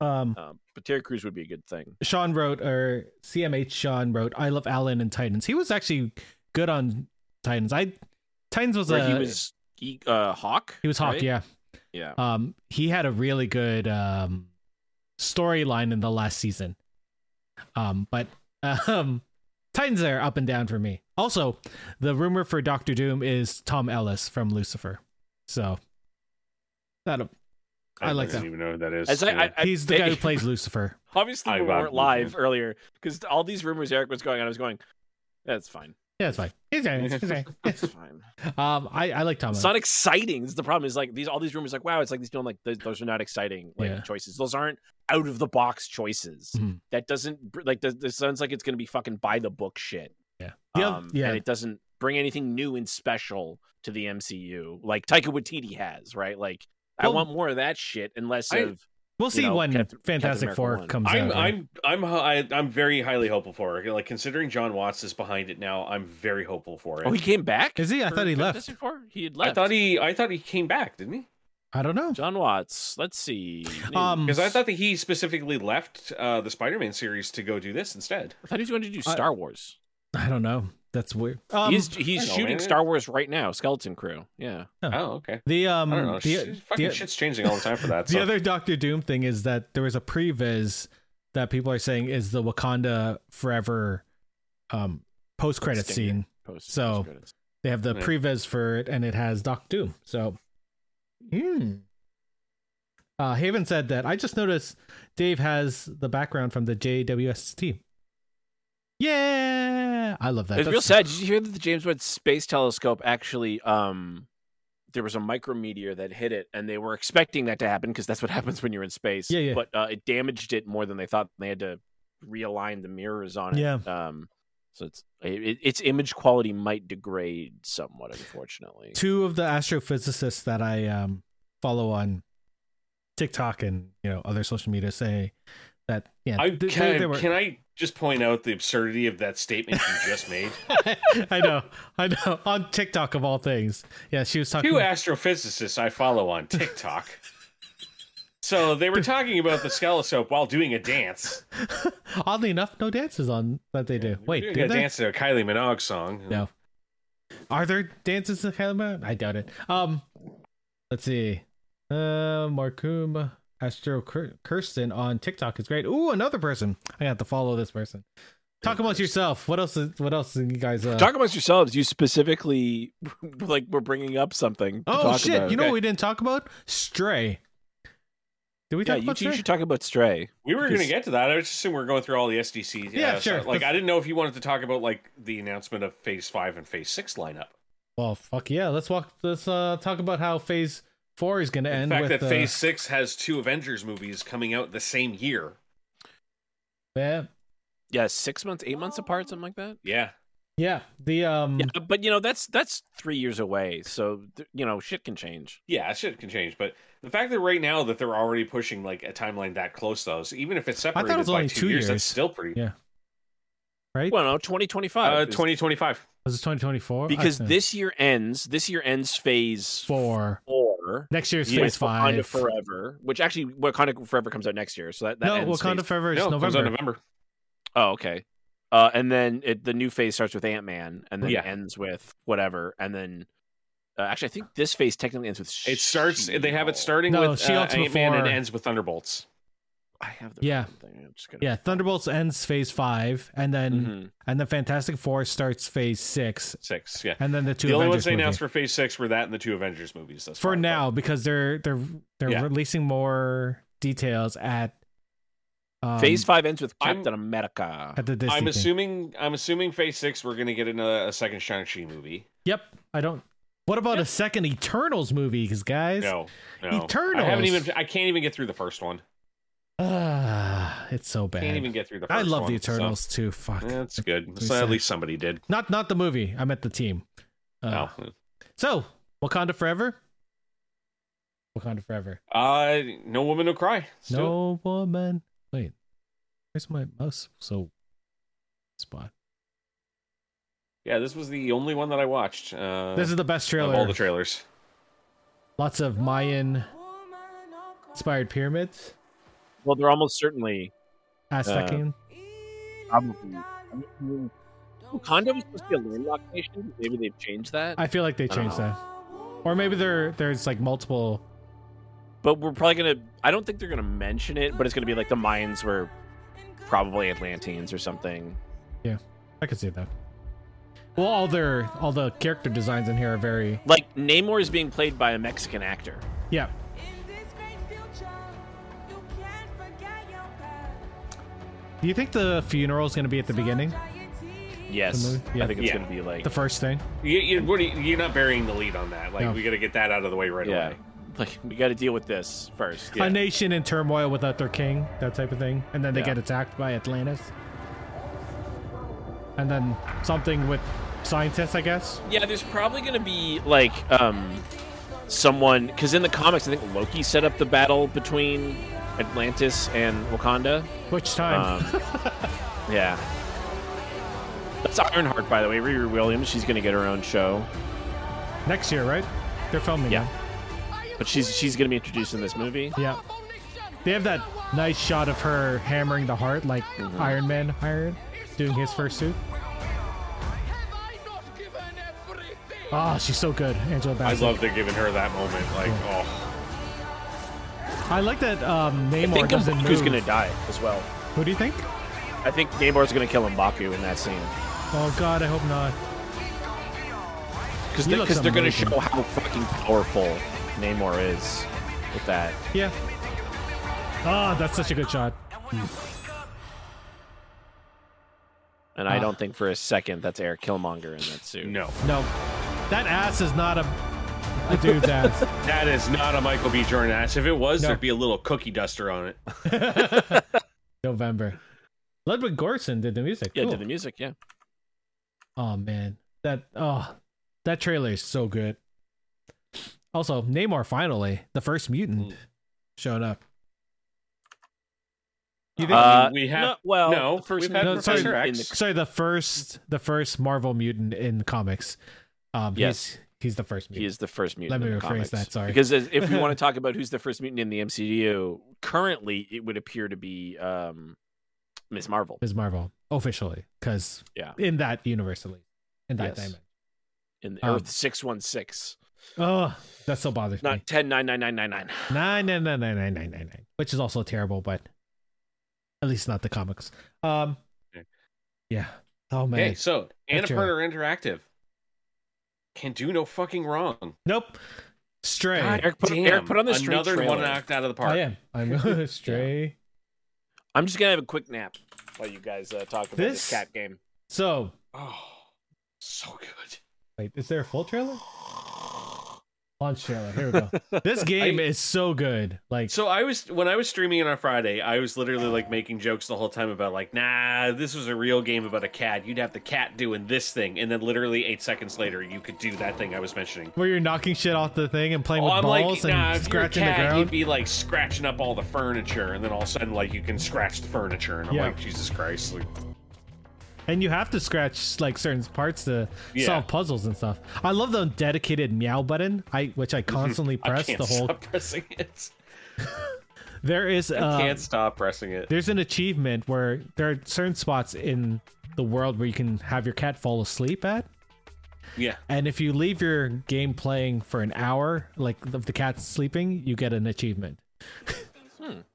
Speaker 1: Um,
Speaker 3: Um, but Terry Crews would be a good thing.
Speaker 1: Sean wrote, or CMH Sean wrote, I love Alan and Titans. He was actually good on Titans. I Titans was
Speaker 3: Where
Speaker 1: a
Speaker 3: he was he, uh, Hawk.
Speaker 1: he was Hawk,
Speaker 3: right?
Speaker 1: yeah.
Speaker 3: Yeah.
Speaker 1: Um, he had a really good um storyline in the last season. Um, but um, Titans are up and down for me. Also, the rumor for Doctor Doom is Tom Ellis from Lucifer. So that I, like
Speaker 2: don't
Speaker 1: that.
Speaker 2: even know who that is.
Speaker 3: As I- I- I-
Speaker 1: He's the guy who plays Lucifer.
Speaker 3: Obviously,
Speaker 1: I
Speaker 3: we
Speaker 1: got
Speaker 3: weren't live earlier because all these rumors Eric was going on. I was going, that's fine.
Speaker 1: Yeah, it's fine. It's fine. It's fine.
Speaker 3: That's fine.
Speaker 1: Um, I, I like Tom.
Speaker 3: It's not exciting. This is the problem. Is like these all these rumors. Like wow, it's like these people. Like those, those are not exciting like
Speaker 1: Yeah.
Speaker 3: choices. Those aren't out of the box choices.
Speaker 1: Mhm.
Speaker 3: That doesn't br- like. This this sounds like it's going to be fucking by the book shit.
Speaker 1: Yeah. The oth-
Speaker 3: Um,
Speaker 1: yeah.
Speaker 3: And it doesn't bring anything new and special to the MCU like Taika Waititi has. Right. Like I
Speaker 1: Well-
Speaker 3: want more of that shit. Unless
Speaker 1: I-
Speaker 3: of
Speaker 1: We'll
Speaker 3: you
Speaker 1: see
Speaker 3: know,
Speaker 1: when
Speaker 3: Captain- Captain
Speaker 1: Fantastic
Speaker 3: America
Speaker 1: Four
Speaker 3: 1.
Speaker 1: comes
Speaker 2: I'm
Speaker 1: out.
Speaker 2: I'm I'm hi- I'm very highly hopeful for it. Like considering John Watts is behind it now, I'm very hopeful for it.
Speaker 3: Oh, he came back.
Speaker 1: Is he? I
Speaker 3: for
Speaker 1: thought he left.
Speaker 3: Fantastic Four? He had
Speaker 2: I
Speaker 3: left.
Speaker 2: thought he I thought he came back, didn't he?
Speaker 1: I don't know.
Speaker 3: John Watts. Let's see.
Speaker 1: Um,
Speaker 2: Because I thought that he specifically left uh, the Spider-Man series to go do this instead.
Speaker 3: I thought he was going to do
Speaker 1: I-
Speaker 3: Star Wars.
Speaker 1: I don't know. That's weird. Um,
Speaker 3: he's he's
Speaker 2: I don't know,
Speaker 3: shooting
Speaker 2: man.
Speaker 3: Star Wars right now. Skeleton Crew. Yeah.
Speaker 1: Oh.
Speaker 2: Oh, okay.
Speaker 1: the um
Speaker 2: I don't know.
Speaker 1: the,
Speaker 2: Shit- fucking
Speaker 1: the-
Speaker 2: shit's changing all the time for that.
Speaker 1: the
Speaker 2: so.
Speaker 1: other Doctor Doom thing is that there was a previs that people are saying is the Wakanda Forever um post credit
Speaker 3: Stinger.
Speaker 1: scene.
Speaker 3: Post-
Speaker 1: so
Speaker 3: post-credits.
Speaker 1: they have the
Speaker 2: Yeah.
Speaker 1: previs for it, and it has Doc Doom. So, hmm. Uh, Haven said that I just noticed Dave has the background from the JWST. Yeah, I love that.
Speaker 3: It's real
Speaker 1: That's-
Speaker 3: sad. Did you hear that the James Webb Space Telescope actually um there was a micrometeor that hit it and they were expecting that to happen because that's what happens when you're in space.
Speaker 1: Yeah, yeah.
Speaker 3: But uh, it damaged it more than they thought. They had to realign the mirrors on it.
Speaker 1: Yeah.
Speaker 3: Um so it's it, its image quality might degrade somewhat unfortunately.
Speaker 1: two of the astrophysicists that I um, follow on TikTok and you know other social media say that yeah.
Speaker 2: I,
Speaker 1: th- they-
Speaker 2: can, I-
Speaker 1: they were-
Speaker 2: can I just point out the absurdity of that statement you just made?
Speaker 1: I know, I know. On TikTok of all things, yeah, she was talking.
Speaker 2: Two astrophysicists I follow on TikTok. So they were talking about the skelescope while doing a dance.
Speaker 1: Oddly enough, no dances on that they do. Wait,
Speaker 2: Doing
Speaker 1: do
Speaker 2: a
Speaker 1: they?
Speaker 2: dance to a Kylie Minogue song.
Speaker 1: No. Are there dances in Kalima? I doubt it. Um, let's see. Uh, Markum Astro Kir- Kirsten on TikTok is great. Ooh, another person. I got to follow this person. Talk amongst yourself. What else? Is, what else? Is you guys. Uh...
Speaker 3: Talk amongst yourselves. You specifically, like, we're bringing up something. to
Speaker 1: oh
Speaker 3: talk
Speaker 1: shit!
Speaker 3: about.
Speaker 1: You know what we didn't talk about? Stray. Did we talk
Speaker 3: yeah, you
Speaker 1: about
Speaker 3: two
Speaker 1: Stray?
Speaker 3: should talk about Stray.
Speaker 2: We were going
Speaker 3: Because-
Speaker 2: to get to that. I was just assuming we are going through all the SDCs.
Speaker 1: Yeah,
Speaker 2: so,
Speaker 1: sure.
Speaker 2: like
Speaker 1: The-
Speaker 2: I didn't know if you wanted to talk about like the announcement of Phase Five and Phase Six lineup.
Speaker 1: Well, fuck yeah. Let's walk. Let's uh talk about how Phase Four is going to
Speaker 2: The
Speaker 1: end
Speaker 2: fact
Speaker 1: with
Speaker 2: that
Speaker 1: uh,
Speaker 2: Phase Six has two Avengers movies coming out the same year.
Speaker 1: Yeah,
Speaker 3: Yeah, six months, eight months apart, something like that.
Speaker 2: Yeah,
Speaker 1: yeah. The um.
Speaker 3: Yeah, but you know that's that's three years away, so th- you know shit can change.
Speaker 2: yeah, shit can change. But the fact that right now that they're already pushing like a timeline that close, though, so even if it's
Speaker 1: I
Speaker 2: separated
Speaker 1: thought it was
Speaker 2: by
Speaker 1: only
Speaker 2: two,
Speaker 1: two
Speaker 2: years,
Speaker 1: years.
Speaker 2: that's still pretty.
Speaker 1: Yeah. Right.
Speaker 3: Well, no, twenty twenty
Speaker 2: Uh,
Speaker 3: five.
Speaker 2: twenty twenty five.
Speaker 1: Was it 2024?
Speaker 3: because this year ends. This year ends phase
Speaker 1: four.
Speaker 3: four.
Speaker 1: Next year's
Speaker 3: with
Speaker 1: Phase
Speaker 3: Wakanda
Speaker 1: Five.
Speaker 3: Forever, which actually Wakanda Forever comes out next year, so that, that
Speaker 1: no,
Speaker 3: ends
Speaker 1: Wakanda
Speaker 3: phase-
Speaker 1: Forever is
Speaker 2: No, it comes out
Speaker 1: November.
Speaker 2: in November.
Speaker 3: Oh, okay. Uh, and then it, the new phase starts with Ant Man, and then
Speaker 2: Yeah.
Speaker 3: ends with whatever, and then uh, actually, I think this phase technically ends with.
Speaker 2: It starts. They have it starting
Speaker 1: No,
Speaker 2: with uh,
Speaker 1: She-Hulk's
Speaker 2: Ant Man and
Speaker 1: before-
Speaker 2: ends with Thunderbolts.
Speaker 3: I have the
Speaker 1: Yeah.
Speaker 3: fucking Thing. I'm just gonna...
Speaker 1: Yeah, Thunderbolts ends Phase Five, and then
Speaker 2: Mm-hmm.
Speaker 3: Mhm.
Speaker 1: and the Fantastic Four starts Phase Six,
Speaker 2: Six. Yeah.
Speaker 1: and then the two
Speaker 2: the only ones
Speaker 1: Avengers
Speaker 2: they
Speaker 1: movie.
Speaker 2: announced for Phase Six were that and the two Avengers movies. thus
Speaker 1: for
Speaker 2: far, but-
Speaker 1: now because they're they're they're
Speaker 2: Yeah.
Speaker 1: releasing more details at um,
Speaker 3: Phase five ends with
Speaker 2: I'm-
Speaker 3: Captain America.
Speaker 1: at the Disney.
Speaker 2: I'm
Speaker 1: thing.
Speaker 2: assuming. I'm assuming Phase Six. We're gonna get another, a second Shang Chi movie.
Speaker 1: Yep, I don't. What about a second Eternals movie? Because guys,
Speaker 2: No, no. I haven't
Speaker 1: Eternals.
Speaker 2: even. I can't even get through the first one.
Speaker 1: ah, it's so bad.
Speaker 2: Can't even get through the. First
Speaker 1: I love
Speaker 2: one,
Speaker 1: the Eternals
Speaker 2: So.
Speaker 1: too. Fuck,
Speaker 2: That's good.
Speaker 1: Makes
Speaker 2: So at
Speaker 1: sense.
Speaker 2: least somebody did.
Speaker 1: not not the movie. I meant the team. Uh,
Speaker 2: Oh.
Speaker 1: So Wakanda Forever. Wakanda Forever.
Speaker 2: Uh, no woman, no cry. Let's do it.
Speaker 1: No woman. Wait, where's my mouse? So spot.
Speaker 2: Yeah, this was the only one that I watched. Uh,
Speaker 1: this is the best
Speaker 2: of
Speaker 1: trailer.
Speaker 2: all the trailers.
Speaker 1: Lots of Mayan inspired pyramids.
Speaker 3: Well, they're almost certainly
Speaker 1: Aztecian.
Speaker 2: Uh,
Speaker 3: probably. Wakanda was supposed to be a landlocked nation. Maybe they've changed that.
Speaker 1: I feel like they
Speaker 3: I don't
Speaker 1: changed
Speaker 3: know.
Speaker 1: that, or maybe there there's like multiple.
Speaker 3: But we're probably gonna. I don't think they're gonna mention it, but it's gonna be like the Mayans were probably Atlanteans or something.
Speaker 1: Yeah, I could see that. Well, all their all the character designs in here are very
Speaker 3: Like Namor is being played by a Mexican actor.
Speaker 1: yeah. Do you think the funeral is going to be at the beginning? The
Speaker 3: Yes,
Speaker 1: movie? Yeah.
Speaker 3: I think it's
Speaker 1: Yeah.
Speaker 3: going to be like
Speaker 1: The first thing.
Speaker 2: You, you, what are you, you're not burying the lead on that. Like
Speaker 1: No.
Speaker 2: we got to get that out of the way right
Speaker 3: Yeah.
Speaker 2: away.
Speaker 3: Like we got to deal with this first.
Speaker 1: A nation in turmoil without their king, that type of thing, and then they
Speaker 3: Yeah.
Speaker 1: get attacked by Atlantis, and then something with scientists, I guess.
Speaker 3: Yeah, there's probably going to be like um someone because in the comics, I think Loki set up the battle between Atlantis and Wakanda.
Speaker 1: Which time?
Speaker 3: Um, yeah, that's Ironheart, by the way. Riri Williams, she's going to get her own show,
Speaker 1: Next year, right? They're filming.
Speaker 3: Yeah. but she's she's going to be introduced in this movie.
Speaker 1: now. Yeah. They have that nice shot of her hammering the heart, like
Speaker 3: Mm-hmm.
Speaker 1: Iron Man hired, doing his first suit. Ah, she's so good, Angela
Speaker 2: I
Speaker 1: Bassett.
Speaker 2: love they're giving her that moment. Like, oh,
Speaker 1: I like that um,
Speaker 3: I
Speaker 1: Namor
Speaker 3: think
Speaker 1: doesn't move.
Speaker 3: Mbaku's going to die as well.
Speaker 1: Who do you think?
Speaker 3: I think Namor's going to kill Mbaku in that scene.
Speaker 1: Oh God, I hope not.
Speaker 3: Because
Speaker 1: He
Speaker 3: they,
Speaker 1: looks
Speaker 3: are going to
Speaker 1: amazing.
Speaker 3: show how fucking powerful Namor is with that.
Speaker 1: Yeah. Ah, that's such a good shot.
Speaker 3: And I
Speaker 1: Ah.
Speaker 3: don't think for a second that's Eric Killmonger in that suit.
Speaker 2: oh, No.
Speaker 1: No, that ass is not a, a dude's ass.
Speaker 2: that is not a Michael B. Jordan ass. If it was,
Speaker 1: No.
Speaker 2: there'd be a little cookie duster on it.
Speaker 1: November. Ludwig Gorson did the music.
Speaker 3: Yeah,
Speaker 1: cool.
Speaker 3: did the music, yeah.
Speaker 1: Oh man, that oh, that trailer is so good. Also, Namor finally, the first
Speaker 3: Mm.
Speaker 1: mutant, showed up. You think-
Speaker 3: Uh,
Speaker 2: we have-
Speaker 3: no, well,
Speaker 2: no,
Speaker 3: the first
Speaker 2: we've had
Speaker 1: No,
Speaker 2: Professor
Speaker 1: sorry,
Speaker 2: X.
Speaker 3: in the-
Speaker 1: sorry, the first, the first Marvel mutant in comics. Um,
Speaker 3: Yes.
Speaker 1: he's, he's the first
Speaker 3: he
Speaker 1: mutant.
Speaker 3: is the first mutant.
Speaker 1: Let me
Speaker 3: in the
Speaker 1: rephrase
Speaker 3: comics.
Speaker 1: that, sorry.
Speaker 3: because as- if we want to talk about who's the first mutant in the MCU, currently it would appear to be um, Miss Marvel
Speaker 1: Ms. Marvel officially, because
Speaker 3: Yeah.
Speaker 1: in that universe at least, in that
Speaker 3: Yes.
Speaker 1: diamond.
Speaker 3: in
Speaker 1: Um,
Speaker 3: Earth six one six,
Speaker 1: Oh, that still bothers me.
Speaker 3: not ten nine nine nine nine nine.
Speaker 1: Nine, nine, nine, nine, nine, nine, nine, nine, which is also terrible, but at least not the comics. Um, yeah. Oh man.
Speaker 2: Okay, so
Speaker 1: That's true.
Speaker 2: Annapurna Interactive can do no fucking wrong.
Speaker 1: Nope. Stray.
Speaker 2: God
Speaker 3: Eric, put-
Speaker 2: damn,
Speaker 3: Eric, put on the Stray
Speaker 2: another
Speaker 3: trailer.
Speaker 2: one knocked out of the park.
Speaker 1: I am. I'm stray.
Speaker 3: I'm just gonna have a quick nap while you guys uh, talk about this,
Speaker 1: This-
Speaker 3: cat game.
Speaker 1: So,
Speaker 2: Oh, so good.
Speaker 1: wait, is there a full trailer? Launch trailer. Here we go. this game
Speaker 2: I-
Speaker 1: is so good. Like,
Speaker 2: So I was when I was streaming it on Friday, I was literally like making jokes the whole time about like, nah, this was a real game about a cat. You'd have the cat doing this thing, and then literally eight seconds later, you could do that thing I was mentioning.
Speaker 1: where you're knocking shit off the thing and playing
Speaker 2: Oh,
Speaker 1: with
Speaker 2: I'm
Speaker 1: balls
Speaker 2: like, nah,
Speaker 1: and
Speaker 2: if you're a
Speaker 1: scratching the
Speaker 2: cat,
Speaker 1: ground.
Speaker 2: you'd be like scratching up all the furniture, and then all of a sudden, like, you can scratch the furniture, and I'm
Speaker 1: Yeah.
Speaker 2: like, Jesus Christ, like,
Speaker 1: And you have to scratch like certain parts to
Speaker 2: Yeah.
Speaker 1: solve puzzles and stuff. I love the dedicated meow button, I which I constantly
Speaker 2: Mm-hmm. I
Speaker 1: press
Speaker 2: can't
Speaker 1: the whole.
Speaker 2: stop pressing it.
Speaker 1: There is
Speaker 2: I
Speaker 1: uh,
Speaker 2: can't stop pressing it.
Speaker 1: there's an achievement where there are certain spots in the world where you can have your cat fall asleep at,
Speaker 2: Yeah,
Speaker 1: and if you leave your game playing for an hour, like if the cat's sleeping, you get an achievement.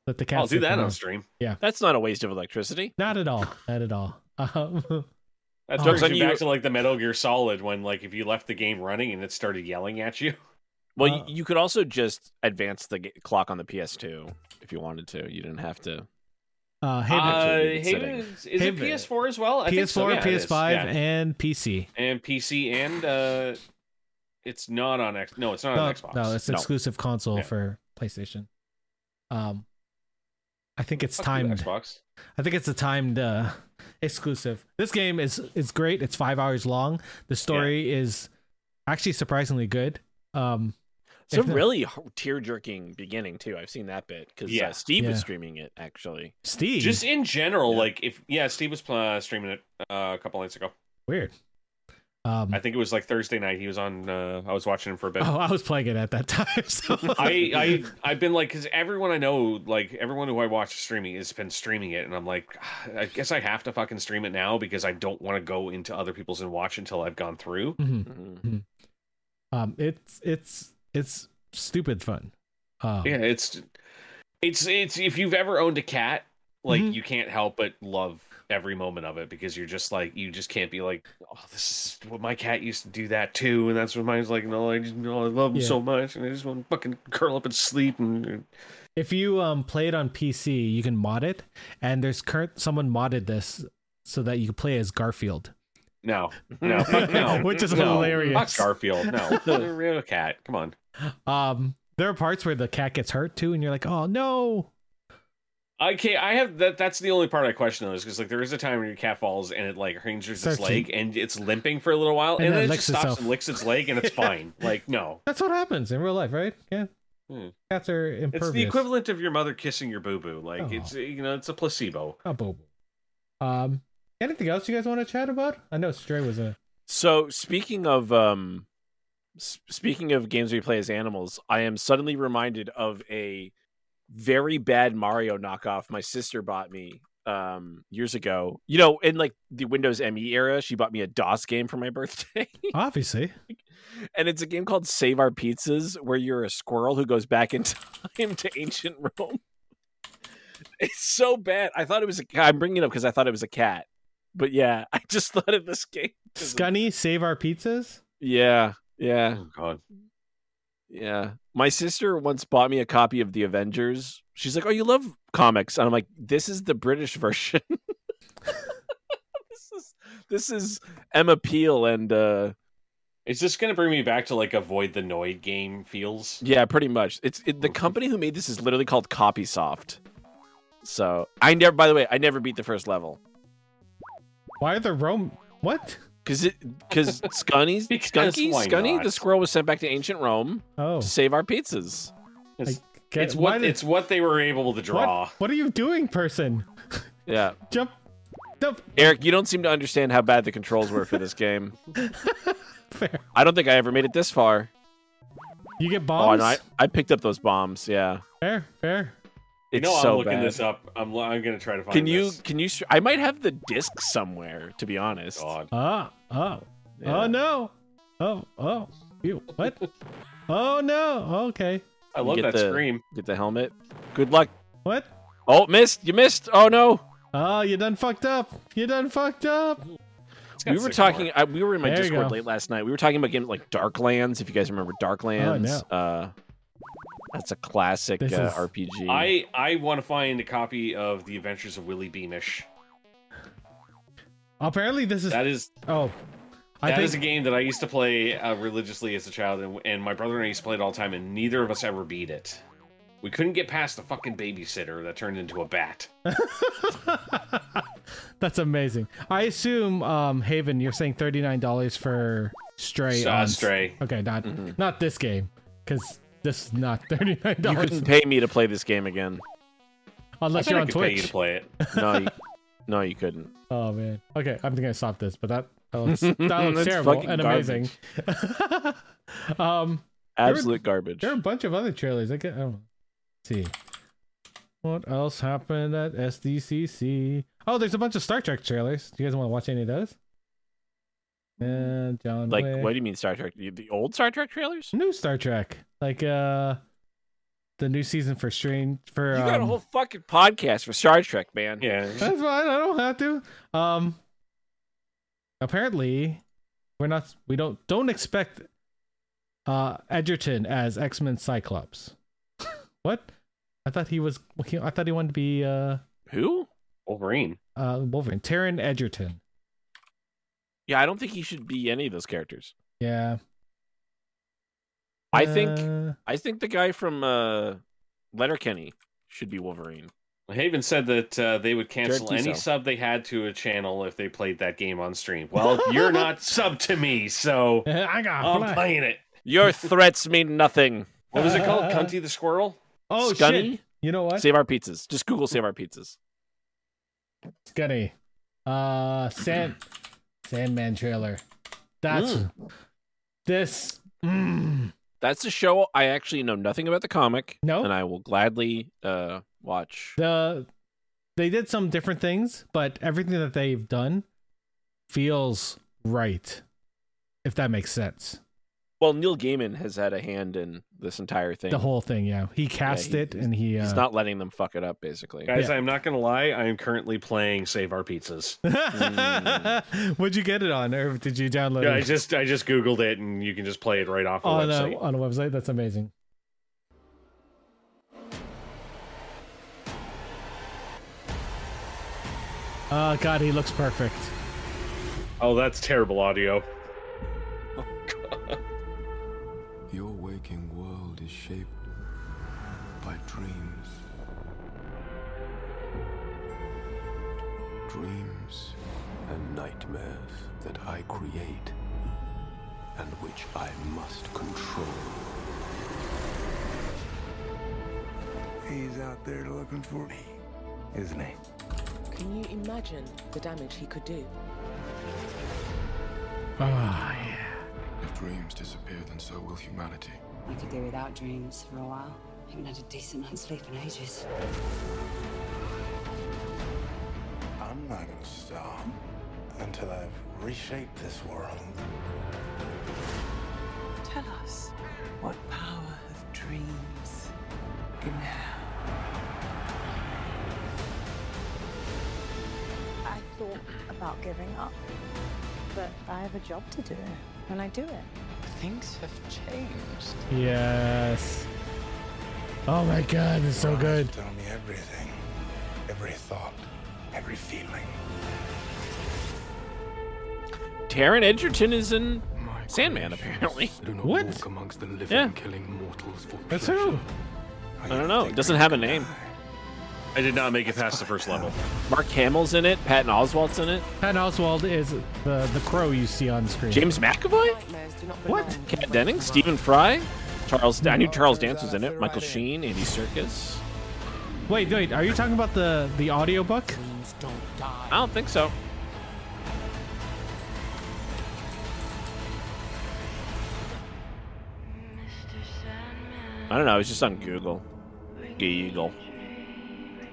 Speaker 1: Let the cat.
Speaker 2: Hmm. I'll do
Speaker 1: sleep
Speaker 2: that
Speaker 1: alone.
Speaker 2: on stream.
Speaker 3: That's not a waste of electricity.
Speaker 1: Not at all. Not at all. Um,
Speaker 2: That
Speaker 1: Oh.
Speaker 2: brings
Speaker 3: Jokes on
Speaker 2: you
Speaker 3: you.
Speaker 2: back to like the Metal Gear Solid when like if you left the game running and it started yelling at you.
Speaker 3: Well, y
Speaker 1: Uh,
Speaker 3: you could also just advance the g- clock on the PS2 if you wanted to. You didn't have to.
Speaker 1: uh, Haven,
Speaker 2: Uh,
Speaker 3: Actually, it's
Speaker 2: Haven
Speaker 3: sitting.
Speaker 2: is, is
Speaker 1: Haven.
Speaker 2: it PS4 as well? I
Speaker 1: PS4,
Speaker 2: think so, yeah, it is,
Speaker 1: PS5,
Speaker 2: yeah.
Speaker 1: and PC.
Speaker 2: and PC, and uh, it's not on X. No, it's not
Speaker 1: no,
Speaker 2: on Xbox.
Speaker 1: no, it's an
Speaker 3: No.
Speaker 1: exclusive console
Speaker 2: Yeah.
Speaker 1: for PlayStation. Um, I think it's
Speaker 2: Fuck you,
Speaker 1: timed.
Speaker 2: Xbox.
Speaker 1: I think it's a timed uh, exclusive. This game is is great. It's five hours long. The story is actually surprisingly good. Um,
Speaker 3: It's a
Speaker 1: if not-
Speaker 3: really tear jerking beginning too. I've seen that bit because
Speaker 2: Yeah.
Speaker 3: uh, Steve
Speaker 1: Yeah.
Speaker 3: was streaming it actually.
Speaker 1: Steve,
Speaker 2: Just in general, like if yeah, Steve was uh, streaming it uh, a couple nights ago.
Speaker 1: weird. Um,
Speaker 2: I think it was like Thursday night. He was on. Uh, I was watching him for a bit.
Speaker 1: oh, I was playing it at that time. So
Speaker 2: I, I I've been like because everyone I know like everyone who I watch streaming has been streaming it and I'm like "Ah, I guess I have to fucking stream it now because I don't want to go into other people's and watch until I've gone through.
Speaker 1: Mhm.
Speaker 3: Mhm.
Speaker 1: um, it's it's it's stupid fun. Um,
Speaker 2: Yeah, it's it's it's if you've ever owned a cat, like
Speaker 1: Mhm.
Speaker 2: you can't help but love every moment of it because you're just like you just can't be like, oh, this is what my cat used to do that too, and that's what mine's like. No, I just, no, I love him
Speaker 1: Yeah.
Speaker 2: so much, and I just want to fucking curl up and sleep. And, uh, and
Speaker 1: If you um play it on PC, you can mod it, and there's current someone modded this so that you can play as Garfield.
Speaker 2: no, no, fuck no,
Speaker 1: Which is
Speaker 2: no,
Speaker 1: hilarious.
Speaker 2: Fuck Garfield, no, the real cat. Come on.
Speaker 1: Um, there are parts where the cat gets hurt too, and you're like, oh no.
Speaker 2: I can't. I have that. That's the only part I question though, is because like there is a time when your cat falls and it like injures its
Speaker 1: Starts to-
Speaker 2: leg and it's limping for a little while
Speaker 1: And
Speaker 2: and,
Speaker 1: then
Speaker 2: then it
Speaker 1: licks
Speaker 2: just stops
Speaker 1: itself.
Speaker 2: and licks its leg and it's fine. Like no,
Speaker 1: That's what happens in real life, right? Yeah.
Speaker 2: Hmm.
Speaker 1: Cats are impervious.
Speaker 2: it's the equivalent of your mother kissing your boo boo. Like it's you know it's a placebo.
Speaker 1: Oh, boo boo. Um, anything else you guys want to chat about? I know Stray was a
Speaker 3: So speaking of um, s- speaking of games we play as animals, I am suddenly reminded of a very bad Mario knockoff my sister bought me um years ago. You know, in like the Windows ME era, she bought me a DOS game for my birthday.
Speaker 1: obviously.
Speaker 3: and it's a game called Save Our Pizzas, where you're a squirrel who goes back in time to ancient Rome. It's so bad. I thought it was a. I'm bringing it up because I thought it was a cat, but yeah, I just thought of this game.
Speaker 1: Scunny save our pizzas.
Speaker 3: Yeah, yeah,
Speaker 2: Oh god.
Speaker 3: yeah. My sister once bought me a copy of the Avengers. She's like, "Oh, you love comics?" And I'm like, "This is the British version. this is this is Emma Peel and uh
Speaker 2: Is this gonna bring me back to like avoid the Noid game feels?
Speaker 3: Yeah, pretty much. It's it, the company who made this is literally called Copysoft. So I never. By the way, I never beat the first level
Speaker 1: Why are the Rome? What?
Speaker 3: because it because Scunny
Speaker 2: Because
Speaker 3: Skunky
Speaker 2: why
Speaker 3: Scunny
Speaker 2: not?
Speaker 3: the squirrel was sent back to ancient Rome
Speaker 1: Oh.
Speaker 3: to save our pizzas.
Speaker 2: It's,
Speaker 1: get-
Speaker 2: it's
Speaker 1: why
Speaker 2: what
Speaker 1: did-
Speaker 2: it's what they were able to draw.
Speaker 1: What? What are you doing, person?
Speaker 3: Yeah,
Speaker 1: Jump. Jump.
Speaker 3: Eric, you don't seem to understand how bad the controls were for this game. I don't think I ever made it this far.
Speaker 1: You get
Speaker 3: Oh,
Speaker 1: bombs.
Speaker 3: and I I picked up those bombs. Yeah,
Speaker 1: Fair, fair.
Speaker 2: You
Speaker 3: it's
Speaker 2: know
Speaker 3: so
Speaker 2: I'm looking
Speaker 3: bad.
Speaker 2: this up. I'm I'm gonna try to find.
Speaker 3: Can you
Speaker 2: this.
Speaker 3: can you? str- I might have the disc somewhere. To be honest.
Speaker 1: Ah, oh,
Speaker 3: Yeah.
Speaker 1: oh no, oh, oh, you what? oh no, okay.
Speaker 2: I love
Speaker 3: Get
Speaker 2: that
Speaker 3: the-
Speaker 2: scream.
Speaker 3: Get the helmet. Good luck.
Speaker 1: What?
Speaker 3: Oh, missed. You missed. Oh no.
Speaker 1: Oh, you done fucked up. You done fucked up.
Speaker 3: We were talking. I, we were in my
Speaker 1: There you
Speaker 3: Discord
Speaker 1: go. Oh,
Speaker 3: late last night. We were talking about games like Darklands. If you guys remember Darklands, uh, that's a classic uh,
Speaker 1: This is-
Speaker 3: RPG.
Speaker 2: I I want to find a copy of The Adventures of Willie Beamish.
Speaker 1: Apparently, this is
Speaker 2: That is
Speaker 1: oh,
Speaker 2: That
Speaker 1: I
Speaker 2: is
Speaker 1: think
Speaker 2: a game that I used to play uh, religiously as a child, and, and my brother and I used to play it all the time, and neither of us ever beat it. We couldn't get past the fucking babysitter that turned into a bat.
Speaker 1: that's amazing. I assume, um, Haven, you're saying thirty nine dollars for Stray.
Speaker 2: Uh,
Speaker 1: on-
Speaker 2: Stray. Mm-hmm.
Speaker 1: Okay, not not this game, because this is not thirty nine
Speaker 3: you
Speaker 1: dollars
Speaker 3: couldn't pay me to play this game again.
Speaker 1: unless
Speaker 2: I bet
Speaker 1: you're
Speaker 2: I
Speaker 1: on
Speaker 2: could pay you
Speaker 1: Twitch.
Speaker 2: to play it.
Speaker 3: No, you, no, you couldn't.
Speaker 1: Oh man. Okay, I'm gonna stop this, but that that looks, that looks
Speaker 3: That's
Speaker 1: terrible
Speaker 3: fucking
Speaker 1: and amazing. um, There were-
Speaker 3: Absolute garbage.
Speaker 1: there are a bunch of other trailers. I get. I don't know. Let's see. What else happened at SDCC? Oh, there's a bunch of Star Trek trailers. Do you guys want to watch any of those? And John
Speaker 3: Like,
Speaker 1: Wick.
Speaker 3: what do you mean Star Trek? The old Star Trek trailers?
Speaker 1: New Star Trek, like uh, the new season for Strange for.
Speaker 3: You got a
Speaker 1: um,
Speaker 3: whole fucking podcast for Star Trek, man.
Speaker 2: Yeah.
Speaker 1: That's fine. I don't have to. Um. Apparently, we're not. We don't don't expect uh Edgerton as X Men Cyclops. what? I thought he was. he- I thought he wanted to be uh
Speaker 3: Who?
Speaker 2: Wolverine.
Speaker 1: uh Wolverine. Taron Edgerton.
Speaker 3: Yeah, I don't think he should be any of those characters.
Speaker 1: Yeah.
Speaker 3: I think
Speaker 1: Uh,
Speaker 3: I think the guy from uh, Letterkenny should be Wolverine.
Speaker 2: Haven said that uh, they would cancel
Speaker 3: Jared
Speaker 2: any
Speaker 3: Kiso.
Speaker 2: sub they had to a channel if they played that game on stream. Well, you're not sub to me, so
Speaker 1: I got.
Speaker 2: I'm
Speaker 3: um,
Speaker 1: fly.
Speaker 2: playing it.
Speaker 3: Your threats mean nothing.
Speaker 2: What was it called? Cunty the Squirrel?
Speaker 1: Oh
Speaker 3: Scunny?
Speaker 1: shit! You know what?
Speaker 3: Save our pizzas. Just Google save our pizzas.
Speaker 1: Scunny. Uh, Sand Sandman trailer. That's
Speaker 3: Mm.
Speaker 1: this. Mm.
Speaker 3: That's a show I actually know nothing about the comic.
Speaker 1: No.
Speaker 3: And I will gladly uh watch.
Speaker 1: the they did some different things, but everything that they've done feels right. If that makes sense.
Speaker 3: Well, Neil Gaiman has had a hand in this entire thing.
Speaker 1: The whole thing, yeah. He cast
Speaker 3: he-
Speaker 1: it and he. Uh,
Speaker 3: He's not letting them fuck it up, basically.
Speaker 2: Guys, I'm not gonna lie. I am currently playing Save Our Pizzas.
Speaker 1: What'd you get it on, or did you download?
Speaker 2: yeah, I
Speaker 1: it
Speaker 2: just I just googled it, and you can just play it right off the
Speaker 1: on
Speaker 2: website.
Speaker 1: a on a website. That's amazing. Oh God, he looks perfect.
Speaker 2: Oh, that's terrible audio.
Speaker 16: Your waking world is shaped by dreams. Dreams and nightmares that I create and which I must control.
Speaker 5: He's out there looking for me, isn't he?
Speaker 22: Can you imagine the damage he could do?
Speaker 1: Ah,
Speaker 16: If dreams disappear, then so will humanity.
Speaker 23: I could do without dreams for a while. I haven't had a decent night's sleep in ages.
Speaker 8: I'm not gonna stop until I've reshaped this world.
Speaker 21: Tell us, what power have dreams given her?
Speaker 24: I thought about giving up, but I have a job to do, and I do it. Things have changed.
Speaker 1: yes. Oh my God, it's so good.
Speaker 8: Tell me everything, every thought, every feeling.
Speaker 3: Taryn Edgerton is in Sandman, apparently.
Speaker 1: What?
Speaker 16: Walk amongst the living,
Speaker 3: Yeah.
Speaker 16: killing mortals for
Speaker 1: That's who?
Speaker 3: I don't know. It doesn't have a name.
Speaker 2: I did not make it past the first level.
Speaker 3: Mark Hamill's in it. Patton Oswalt's in it.
Speaker 1: Pat Oswald is the the crow you see on screen.
Speaker 3: James McAvoy? What? Kat Denning? Stephen Fry? Charles. I knew Charles Dance was in it. Michael Sheen. Andy Serkis.
Speaker 1: Wait, wait. Are you talking about the the audiobook?
Speaker 3: I don't think so. I don't know. It's just on Google. Google.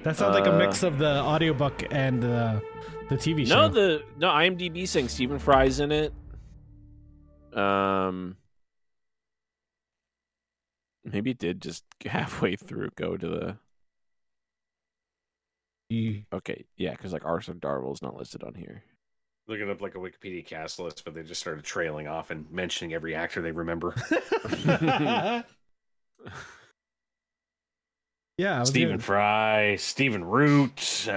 Speaker 1: That sounds like a
Speaker 3: Uh,
Speaker 1: mix of the audiobook and uh, the TV show.
Speaker 3: No, the no IMDb saying Stephen Fry's in it. Um, maybe it did just halfway through go to the. Okay, yeah, because like Arthur Darvill's not listed on here.
Speaker 2: Looking up like a Wikipedia cast list, but they just started trailing off and mentioning every actor they remember.
Speaker 1: yeah. I was
Speaker 2: Stephen
Speaker 1: gonna-
Speaker 2: Fry, Stephen Root. Uh,
Speaker 1: Oh,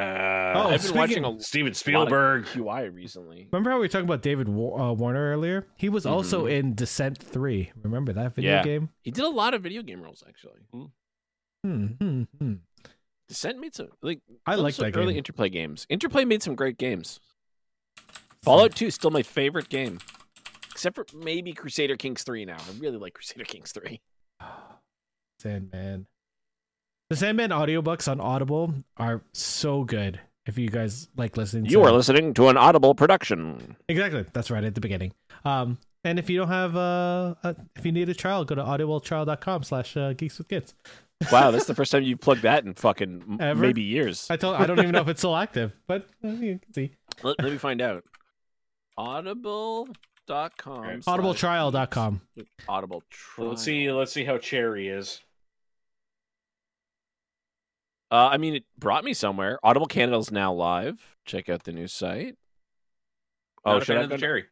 Speaker 1: I've been speaking- watching
Speaker 3: a
Speaker 2: Steven Spielberg.
Speaker 3: QI recently.
Speaker 1: Remember how we were talking about David Wa- uh, Warner earlier? He was also
Speaker 3: Mhm.
Speaker 1: in Descent Three. Remember that video
Speaker 3: Yeah.
Speaker 1: game?
Speaker 3: He did a lot of video game roles actually.
Speaker 1: Hmm, hmm, hmm.
Speaker 3: Descent made some like
Speaker 1: I
Speaker 3: those
Speaker 1: like
Speaker 3: some
Speaker 1: that
Speaker 3: early
Speaker 1: game.
Speaker 3: Interplay games. Interplay made some great games. Fallout Two is still my favorite game, except for maybe Crusader Kings Three. Now I really like Crusader Kings Three.
Speaker 1: Sandman. The Sandman audiobooks on Audible are so good. If you guys like listening,
Speaker 3: You
Speaker 1: to
Speaker 3: are listening to an Audible production.
Speaker 1: Exactly. That's right at the beginning. Um, and if you don't have uh, uh if you need a trial, go to audibletrial.com slash uh, geeks with kids.
Speaker 3: Wow, that's the first time you plugged that in fucking m-
Speaker 1: Ever?
Speaker 3: maybe years.
Speaker 1: I told I don't even know if it's still active, but uh, you can see
Speaker 3: let, let me find out. Audible.com. slash-
Speaker 1: audibletrial.com.
Speaker 3: Audible.
Speaker 2: Well, let's see. Let's see how Cherry is.
Speaker 3: Uh, I mean, it brought me somewhere. Audible Canada's now live. Check out the new site. Oh,
Speaker 2: Not a
Speaker 3: should
Speaker 2: fan
Speaker 3: I
Speaker 2: of the
Speaker 3: go-
Speaker 2: Cherry?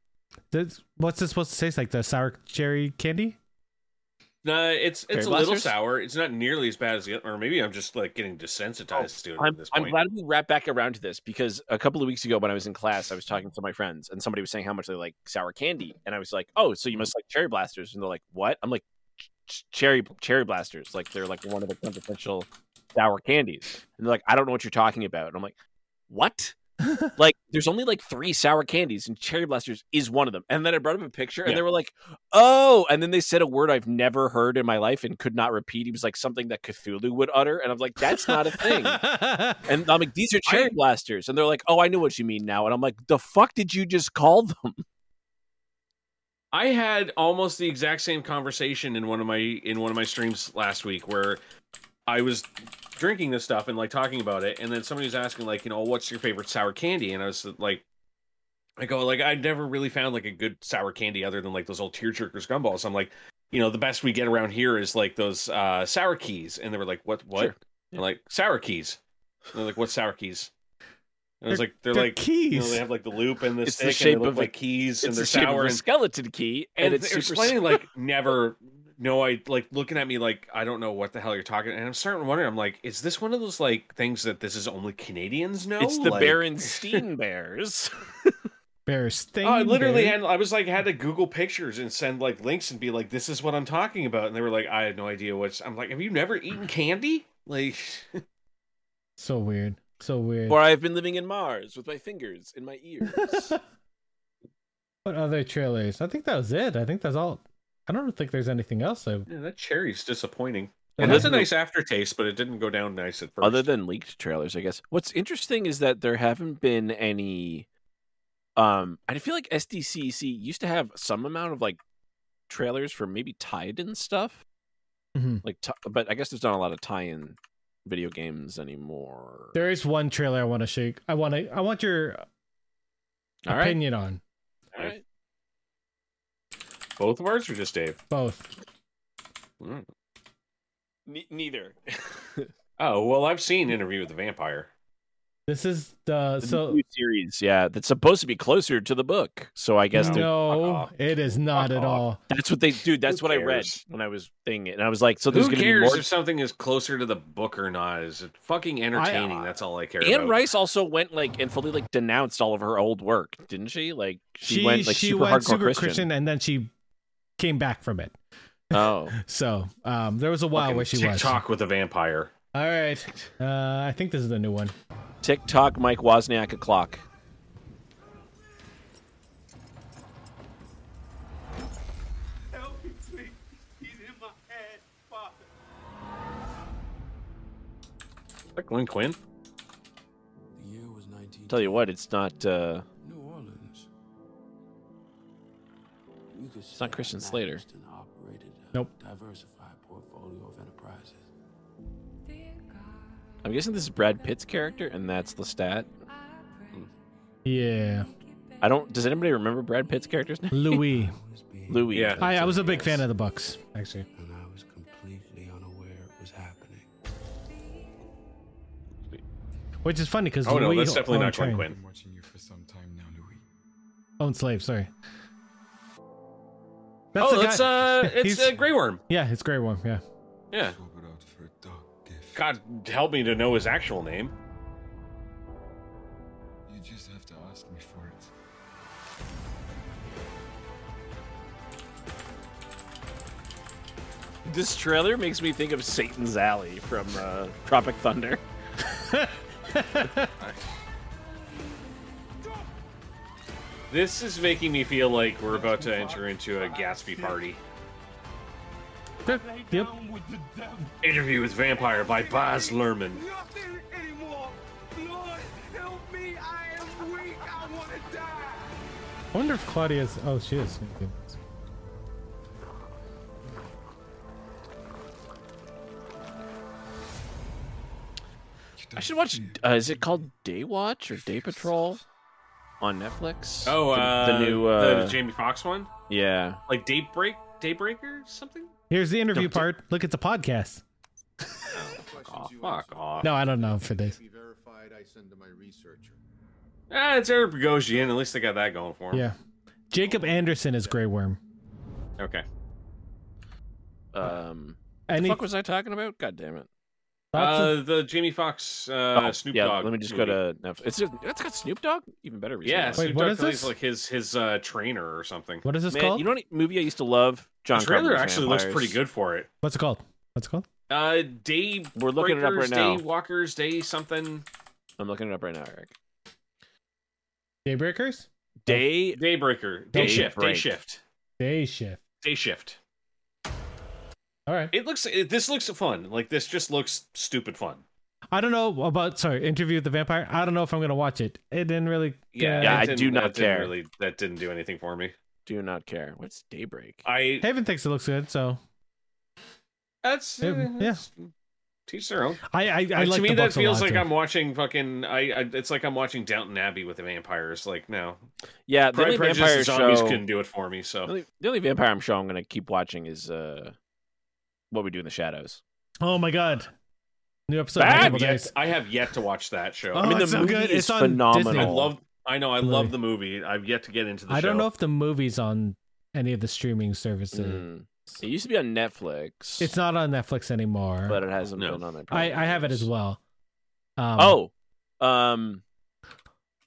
Speaker 1: This, what's this supposed to taste like? The sour cherry candy?
Speaker 2: No, Uh, it's
Speaker 3: Cherry
Speaker 2: it's a little
Speaker 3: blasters?
Speaker 2: sour. It's not nearly as bad as the other. Or maybe I'm just like getting desensitized to it
Speaker 3: Oh, I'm,
Speaker 2: at this
Speaker 3: I'm
Speaker 2: point.
Speaker 3: glad we wrap back around to this because a couple of weeks ago when I was in class, I was talking to my friends and somebody was saying how much they like sour candy, and I was like, "Oh, so you must like cherry blasters?" And they're like, "What?" I'm like, "Ch- "Cherry cherry blasters, like they're like one of the quintessential sour candies." And they're like, "I don't know what you're talking about." And I'm like, "What?" like there's only like three sour candies and cherry blasters is one of them and then i brought up a picture and
Speaker 2: Yeah.
Speaker 3: they were like oh and then they said a word i've never heard in my life and could not repeat it was like something that cthulhu would utter and i'm like that's not a thing and I'm like, these are cherry blasters. And they're like, oh, I know what you mean now. And I'm like, the fuck did you just call them?
Speaker 2: I had almost the exact same conversation in one of my in one of my streams last week where I was drinking this stuff and like talking about it, and then somebody was asking like, you know, what's your favorite sour candy? And I was like, I go like I never really found like a good sour candy other than like those old tearjerkers gumballs. I'm like, you know, the best we get around here is like those uh sour keys, and they were like, what, what?
Speaker 3: Sure.
Speaker 2: I'm like sour keys. And they're like, what sour keys? And I was
Speaker 3: They're-
Speaker 2: like, they're,
Speaker 3: they're
Speaker 2: like you know,
Speaker 3: keys.
Speaker 2: they have like the loop and the
Speaker 3: It's the
Speaker 2: stick,
Speaker 3: shape
Speaker 2: and they look
Speaker 3: of a-
Speaker 2: like keys, and
Speaker 3: it's
Speaker 2: they're
Speaker 3: the shape of
Speaker 2: sour.
Speaker 3: a
Speaker 2: and-
Speaker 3: skeleton key, and it's
Speaker 2: they're
Speaker 3: super
Speaker 2: explaining
Speaker 3: s-
Speaker 2: like never. No, I like looking at me like I don't know what the hell you're talking, and I'm starting to wonder. I'm like, is this one of those like things that this is only Canadians know?
Speaker 3: it's the
Speaker 2: like,
Speaker 3: Berenstein Bears.
Speaker 1: Bears thing.
Speaker 2: Oh, I literally
Speaker 1: bear.
Speaker 2: had I was like had to Google pictures and send like links and be like, this is what I'm talking about. And they were like, I had no idea what's I'm like, have you never eaten candy? Like
Speaker 1: So weird. So weird.
Speaker 3: or I've been living in Mars with my fingers in my ears.
Speaker 1: What other trailers? I think that was it. I think that's all. I don't think there's anything else. I
Speaker 2: yeah, that cherry's disappointing.
Speaker 1: Yeah.
Speaker 2: It has a nice aftertaste, but it didn't go down nice at first.
Speaker 3: Other than leaked trailers, I guess. What's interesting is that there haven't been any. Um, I feel like SDCC E used to have some amount of like trailers for maybe tied-in stuff,
Speaker 1: Mhm.
Speaker 3: like, t- but I guess there's not a lot of tie-in video games anymore.
Speaker 1: there is one trailer I want to shake. I want to. I want your
Speaker 3: All right.
Speaker 1: opinion on
Speaker 2: All right. Both of ours or just Dave?
Speaker 1: both.
Speaker 2: Mm.
Speaker 3: Ne- neither.
Speaker 2: Oh well, I've seen Interview with the Vampire.
Speaker 1: This is the
Speaker 3: The
Speaker 1: so
Speaker 3: new series, yeah, that's supposed to be closer to the book, so I guess they're-
Speaker 1: no, it is not at all.
Speaker 3: that's what they, dude. That's
Speaker 2: Who
Speaker 3: what I read
Speaker 2: cares?
Speaker 3: when I was thinking, it, and I was like, so there's
Speaker 2: Who
Speaker 3: going to be
Speaker 2: cares
Speaker 3: more
Speaker 2: if something is closer to the book or not? Is it fucking entertaining? That's all I care
Speaker 3: Anne
Speaker 2: about.
Speaker 3: Rice also went like and fully like denounced all of her old work, didn't she? Like she,
Speaker 1: She
Speaker 3: went like
Speaker 1: she
Speaker 3: super
Speaker 1: went
Speaker 3: hardcore
Speaker 1: super
Speaker 3: Christian.
Speaker 1: Christian and then she came back from it.
Speaker 3: Oh,
Speaker 1: So um, there was a while
Speaker 2: Fucking
Speaker 1: where she was.
Speaker 2: TikTok with a vampire.
Speaker 1: All right. Uh, I think this is the new one.
Speaker 3: TikTok, Mike Wozniak o'clock.
Speaker 4: Help me, please. He's in my head, Father.
Speaker 2: Is that Glenn Quinn?
Speaker 3: Tell you what, it's not. uh
Speaker 16: New Orleans. You could
Speaker 3: It's not Christian Slater.
Speaker 1: Nope.
Speaker 16: diversified portfolio of enterprises.
Speaker 3: I'm guessing this is Brad Pitt's character, and that's Lestat.
Speaker 1: Yeah,
Speaker 3: I don't. Does anybody remember Brad Pitt's character's name?
Speaker 1: Louis.
Speaker 3: Louis.
Speaker 2: Yeah.
Speaker 1: I, I was a big fan of the Bucks actually. Which is funny because
Speaker 2: Oh no,
Speaker 1: Louis
Speaker 2: that's definitely
Speaker 1: owned
Speaker 2: not Glenn
Speaker 1: train-
Speaker 2: Quinn.
Speaker 1: Owned slave. Sorry.
Speaker 2: oh, that's uh, it's
Speaker 1: he's-
Speaker 2: uh, Grey Worm.
Speaker 1: yeah, it's Grey Worm. Yeah,
Speaker 2: Yeah. God help me to know his actual name.
Speaker 5: You just have to ask me for it.
Speaker 3: This trailer makes me think of Satan's Alley from uh, Tropic Thunder.
Speaker 2: This is making me feel like we're about to enter into a Gatsby party.
Speaker 1: Yep.
Speaker 2: Interview with Vampire by Baz Luhrmann.
Speaker 1: I wonder if Claudia's. Oh, she is.
Speaker 3: I should watch. Uh, is it called Day Watch or Day Patrol on Netflix?
Speaker 2: Oh,
Speaker 3: the,
Speaker 2: uh,
Speaker 3: the new uh,
Speaker 2: the Jamie Foxx one,
Speaker 3: yeah.
Speaker 2: like Daybreak, Daybreaker, something.
Speaker 1: Here's the interview part. Look, it's a podcast.
Speaker 2: Oh, fuck off.
Speaker 1: No, I don't know for days.
Speaker 6: verified I send to my researcher.
Speaker 2: Ah, it's Eric Bogosian. At least they got that going for him.
Speaker 1: Yeah, Jacob Anderson is Grey Worm.
Speaker 2: Okay.
Speaker 3: Um,
Speaker 1: Any-
Speaker 3: the fuck was I talking about? God damn it!
Speaker 1: Lots
Speaker 2: Uh, the Jamie Foxx uh,
Speaker 3: Oh,
Speaker 2: Snoop
Speaker 3: yeah,
Speaker 2: Dogg.
Speaker 3: Let me just
Speaker 2: movie.
Speaker 3: go to Netflix. It's just, it's got Snoop Dogg. Even better. reason
Speaker 2: Yeah,
Speaker 3: why.
Speaker 2: Snoop Dogg plays like his his uh, trainer or something.
Speaker 1: What is this
Speaker 3: Man,
Speaker 1: called?
Speaker 3: You know what movie I used to love? John
Speaker 2: the trailer
Speaker 3: Carpenter's
Speaker 2: actually looks
Speaker 3: Vampires.
Speaker 2: pretty good for it.
Speaker 1: What's it called? What's it called?
Speaker 2: Uh, day
Speaker 3: We're looking it up
Speaker 2: breakers,
Speaker 3: right now.
Speaker 2: Day walkers, day something.
Speaker 3: I'm looking it up right now, Eric.
Speaker 2: Oh.
Speaker 1: Daybreakers.
Speaker 3: Day
Speaker 2: Daybreaker, day,
Speaker 3: Day
Speaker 2: shift,
Speaker 3: break.
Speaker 2: day shift,
Speaker 1: Day shift.
Speaker 2: day shift.
Speaker 1: All right.
Speaker 2: It looks. It, this looks fun. Like this just looks stupid fun.
Speaker 1: I don't know about sorry interview with the vampire. I don't know if I'm gonna watch it. It didn't really.
Speaker 2: Yeah,
Speaker 1: uh,
Speaker 3: Yeah, I
Speaker 2: didn't-
Speaker 3: do not
Speaker 2: that didn't
Speaker 3: care.
Speaker 2: Really, that didn't do anything for me.
Speaker 3: Do not care. What's Daybreak?
Speaker 2: I
Speaker 1: Haven thinks it looks good, so
Speaker 2: that's eh,
Speaker 1: it- yeah.
Speaker 2: Teach their own.
Speaker 1: I I, I
Speaker 2: to
Speaker 1: like
Speaker 2: me,
Speaker 1: the
Speaker 2: that
Speaker 1: books a
Speaker 2: feels
Speaker 1: lot,
Speaker 2: like
Speaker 1: too.
Speaker 2: I'm watching fucking. I, I it's like I'm watching Downton Abbey with the vampires. Like no,
Speaker 3: Yeah, the
Speaker 2: Pride,
Speaker 3: only
Speaker 2: Prejudice,
Speaker 3: vampire
Speaker 2: and zombies
Speaker 3: show-
Speaker 2: couldn't do it for me. So
Speaker 3: The only, the only vampire I'm sure I'm going to keep watching is uh, what we do in the shadows.
Speaker 1: Oh my god. New episode. in a
Speaker 2: I,
Speaker 1: couple
Speaker 2: have yet,
Speaker 1: days.
Speaker 2: I have yet to watch that show.
Speaker 1: Oh,
Speaker 2: I mean, the
Speaker 1: it's so
Speaker 2: movie
Speaker 1: good.
Speaker 2: is
Speaker 1: It's on
Speaker 2: phenomenal.
Speaker 1: Disney.
Speaker 2: I love. I know. I
Speaker 1: Really.
Speaker 2: love the movie. I've yet to get into the
Speaker 1: I
Speaker 2: show.
Speaker 1: don't know if the movie's on any of the streaming services.
Speaker 3: It used to be on Netflix,
Speaker 1: It's not on Netflix anymore.
Speaker 3: Mm. but it hasn't been on it.
Speaker 1: I, I have it as well. Um,
Speaker 3: oh, um,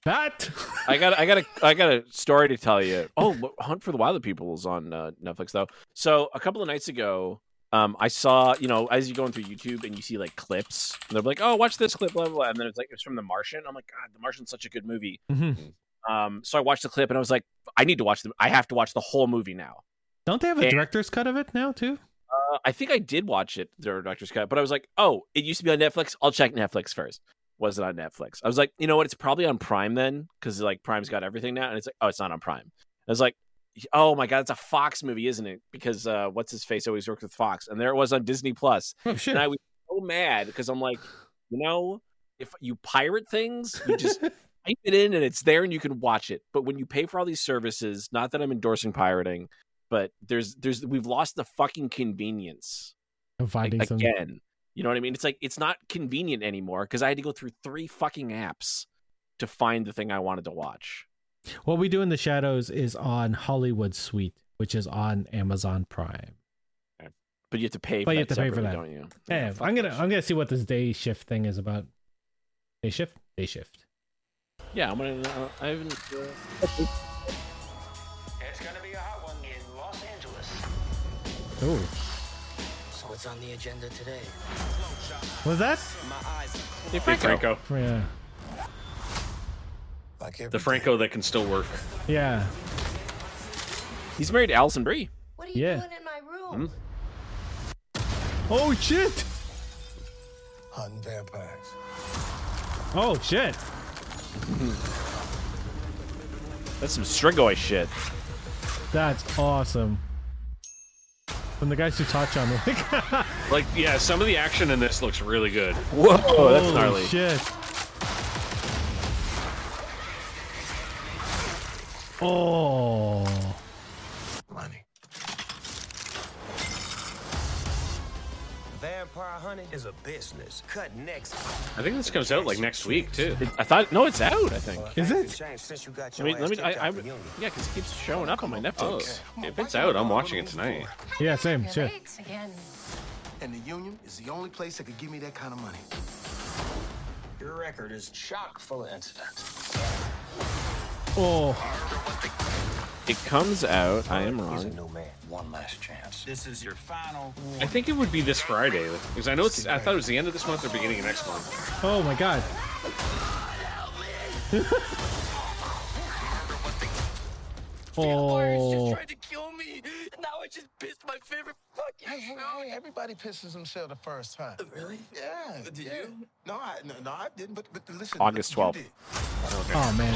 Speaker 1: that
Speaker 3: I got I got a I got a story to tell you. Oh, look, Hunt for the Wilder People is on uh, Netflix though. So a couple of nights ago, um, I saw you know as you're going through YouTube and you see like clips, and they're like, oh, watch this clip, blah blah, blah. and then it's like it's from The Martian. I'm like, God, The Martian's such a good movie.
Speaker 1: Mm-hmm.
Speaker 3: Um, so I watched the clip and I was like, I need to watch them. I have to watch the whole movie now.
Speaker 1: Don't they have a
Speaker 3: And-
Speaker 1: director's cut of it now too?
Speaker 3: Uh, I think I did watch it, the director's cut, but I was like, oh, it used to be on Netflix. I'll check Netflix first. Was it on Netflix? I was like, you know what? It's probably on Prime then, because like Prime's got everything now, and it's like, oh, it's not on Prime. I was like, oh my god, it's a Fox movie, isn't it? Because uh, what's his face always worked with Fox, and there it was on Disney Plus.
Speaker 1: Oh, shit.
Speaker 3: And I was so mad because I'm like, you know, if you pirate things, you just type it in and it's there and you can watch it. But when you pay for all these services, not that I'm endorsing pirating, but there's there's we've lost the fucking convenience
Speaker 1: Of finding some-
Speaker 3: again. You know what I mean? It's like it's not convenient anymore because I had to go through three fucking apps to find the thing I wanted to watch.
Speaker 1: What we do in the shadows is on Hollywood Suite, which is on Amazon Prime.
Speaker 3: But you have to pay. For
Speaker 1: But you have
Speaker 3: that
Speaker 1: to pay for that.
Speaker 3: separately, don't you?
Speaker 1: Yeah, I'm gonna I'm gonna see what this day shift thing is about. Day shift, day shift.
Speaker 3: Yeah, I'm gonna. Uh, I haven't. Uh...
Speaker 7: It's gonna be a hot one in Los Angeles.
Speaker 1: Oh,
Speaker 7: So it's on the agenda today.
Speaker 1: was that?
Speaker 3: Hey,
Speaker 2: Franco.
Speaker 1: Yeah,
Speaker 2: The Franco that can still work.
Speaker 1: yeah.
Speaker 3: He's married to Alison Brie.
Speaker 7: What
Speaker 1: are you Yeah. doing
Speaker 7: in my room?
Speaker 1: Oh shit!
Speaker 8: Hunting vampires.
Speaker 1: Oh shit!
Speaker 3: That's some Strigoi shit.
Speaker 1: That's awesome. From the guys who taught you on the
Speaker 2: Like yeah, some of the action in this looks really good.
Speaker 3: Whoa,
Speaker 1: Holy Shit. Oh.
Speaker 7: Vampire hunting is a business. Cut next.
Speaker 2: I think this comes out like next week too.
Speaker 3: I thought no, it's out. I think.
Speaker 1: Is it?
Speaker 7: Change since you got
Speaker 3: I
Speaker 7: your
Speaker 3: mean, let me.
Speaker 7: ass
Speaker 3: I, I,
Speaker 7: kicked out the
Speaker 3: yeah,
Speaker 7: union.
Speaker 3: because it keeps showing up on my Netflix.
Speaker 2: If it's out, I'm watching it tonight.
Speaker 1: Yeah, same. Shit.
Speaker 7: again.
Speaker 8: And the union is the only place that could give me that kind of money.
Speaker 7: Your record is chock full of incidents.
Speaker 1: Oh.
Speaker 3: It comes out. I am wrong.
Speaker 7: New man, one last chance. This is your final.
Speaker 2: I think it would be this Friday because I know it's. I thought it was the end of this month or beginning of next month.
Speaker 1: Oh my god. oh.
Speaker 7: to kill me. Now I just pissed my favorite fucking.
Speaker 8: Hey, hey, hey, everybody pisses themselves the first time.
Speaker 7: Oh,
Speaker 8: Really? Yeah.
Speaker 7: Uh,
Speaker 8: Did you? No, I no, no, I didn't, but, but listen.
Speaker 3: August
Speaker 8: look, you
Speaker 3: 12th.
Speaker 8: did.
Speaker 1: Oh man.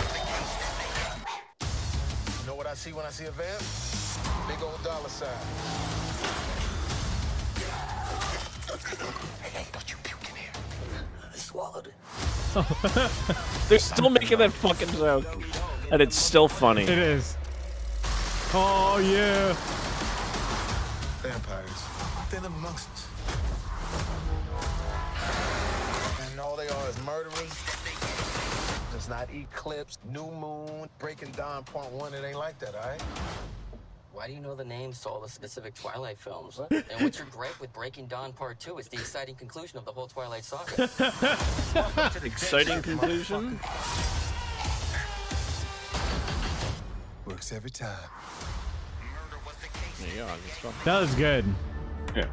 Speaker 8: You know what I see when I see a vamp? Big old dollar sign.
Speaker 7: Hey, don't you puke in here. I swallowed it.
Speaker 3: They're still making that fucking joke, and it's still funny.
Speaker 1: It is. Oh yeah.
Speaker 8: Vampires. They're amongst us. And all they are is murderers. It's not eclipse, new moon, breaking dawn, point one. It ain't like that, all right?
Speaker 7: Why do you know the names to all the specific Twilight films? and what's your gripe with Breaking Dawn Part 2 is the exciting conclusion of the whole Twilight saga.
Speaker 3: Exciting conclusion.
Speaker 8: Works every time.
Speaker 3: There you go, August 12th.
Speaker 1: That was good.
Speaker 2: Yeah.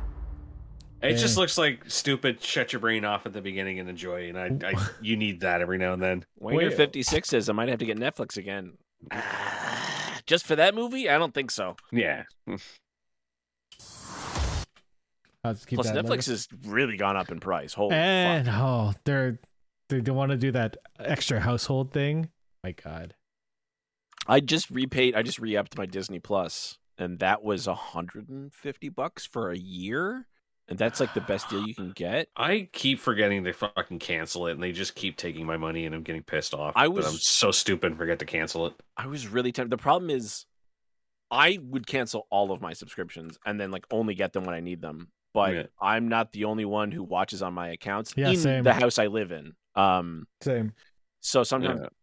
Speaker 2: It
Speaker 1: Yeah.
Speaker 2: just looks like stupid. Shut your brain off at the beginning and enjoy. And I, I you need that every now and then.
Speaker 3: Wanger fifty six says I might have to get Netflix again. Ah, Just for that movie? I don't think so.
Speaker 2: Yeah.
Speaker 1: I'll just keep
Speaker 3: Plus,
Speaker 1: that
Speaker 3: Netflix has really gone up in price. Holy
Speaker 1: And
Speaker 3: fuck!
Speaker 1: oh, they're they don't want to do that extra household thing. My god.
Speaker 3: I just repaid. I just re-upped my Disney Plus, and that was hundred and fifty bucks for a year. and that's like the best deal you can get.
Speaker 2: I keep forgetting they fucking cancel it, and they just keep taking my money, and I'm getting pissed off.
Speaker 3: I
Speaker 2: that
Speaker 3: was-
Speaker 2: I'm so stupid and forget to cancel it.
Speaker 3: I was really tempted. The problem is, I would cancel all of my subscriptions and then like only get them when I need them. But
Speaker 1: Yeah.
Speaker 3: I'm not the only one who watches on my accounts
Speaker 1: Yeah,
Speaker 3: in
Speaker 1: same.
Speaker 3: the house I live in. Um,
Speaker 1: Same.
Speaker 3: so sometimes,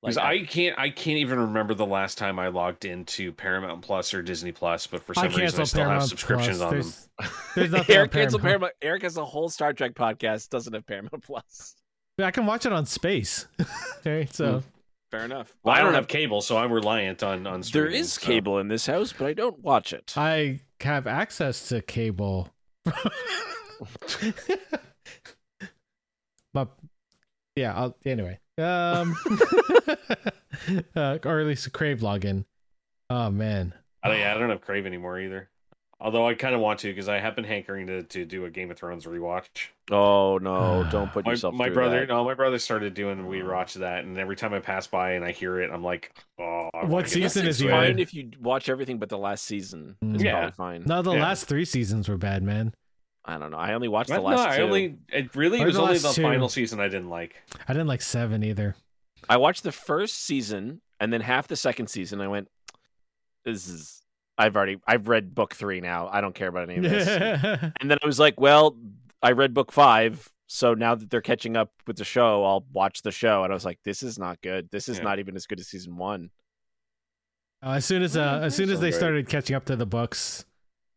Speaker 2: Because I can't, I can't even remember the last time I logged into Paramount Plus or Disney Plus, but for some
Speaker 1: I
Speaker 2: reason I
Speaker 1: cancel
Speaker 2: still
Speaker 1: Paramount
Speaker 2: have subscriptions
Speaker 1: Plus.
Speaker 2: on them.
Speaker 1: There's, there's nothing on
Speaker 3: Eric canceled
Speaker 1: Paramount.
Speaker 3: Paramount. Eric has a whole Star Trek podcast. Doesn't have Paramount Plus.
Speaker 1: I can watch it on space. okay, so
Speaker 3: Hmm. Fair enough.
Speaker 2: Well, I don't have cable, so I'm reliant on on.
Speaker 3: There
Speaker 2: Streaming,
Speaker 3: is
Speaker 2: so.
Speaker 3: cable in this house, but I don't watch it.
Speaker 1: I have access to cable. but yeah, I'll, anyway. Um uh, or at least a Crave login. Oh man.
Speaker 2: I don't, yeah, I don't have Crave anymore either. Although I kind of want to because I have been hankering to, to do a Game of Thrones rewatch.
Speaker 3: Oh no! Don't put
Speaker 2: my,
Speaker 3: yourself.
Speaker 2: my
Speaker 3: through
Speaker 2: brother,
Speaker 3: that. Oh.
Speaker 2: no, my brother started doing we watch that, and every time I pass by and I hear it, I'm like, oh. I wanna
Speaker 1: What
Speaker 2: get
Speaker 1: season
Speaker 2: that
Speaker 1: is
Speaker 3: It's
Speaker 1: he
Speaker 2: thing
Speaker 1: in?
Speaker 2: back.
Speaker 3: fine if you watch everything but the last season. It's
Speaker 2: Yeah.
Speaker 3: probably fine.
Speaker 1: No, the
Speaker 3: Hmm. Yeah.
Speaker 1: last three seasons were bad, man.
Speaker 3: I don't know. I only watched the
Speaker 2: Well,
Speaker 3: last.
Speaker 2: no, I
Speaker 3: two.
Speaker 2: only it really
Speaker 1: Or
Speaker 2: was
Speaker 1: the
Speaker 2: only
Speaker 1: last
Speaker 2: the
Speaker 1: two.
Speaker 2: final season I didn't like.
Speaker 1: I didn't like seven either.
Speaker 3: I watched the first season and then half the second season. I went, "This is." I've already. I've read book three now. I don't care about any of this. and then I was like, "Well, I read book five, so now that they're catching up with the show, I'll watch the show." And I was like, "This is not good. This is
Speaker 2: Yeah.
Speaker 3: not even as good as season one."
Speaker 1: Uh, as soon as
Speaker 3: Oh,
Speaker 1: uh, as soon as
Speaker 2: so
Speaker 1: they
Speaker 2: great.
Speaker 1: started catching up to the books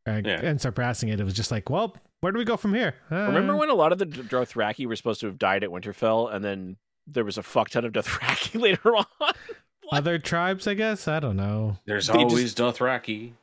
Speaker 1: uh,
Speaker 2: Yeah.
Speaker 1: and surpassing it, it was just like, well, where do we go from here? Uh,
Speaker 3: Remember when a lot of the D- Dothraki were supposed to have died at Winterfell, and then there was a fuck ton of Dothraki later on.
Speaker 1: other tribes? I guess I don't know.
Speaker 2: There's
Speaker 3: They just-
Speaker 2: always Dothraki.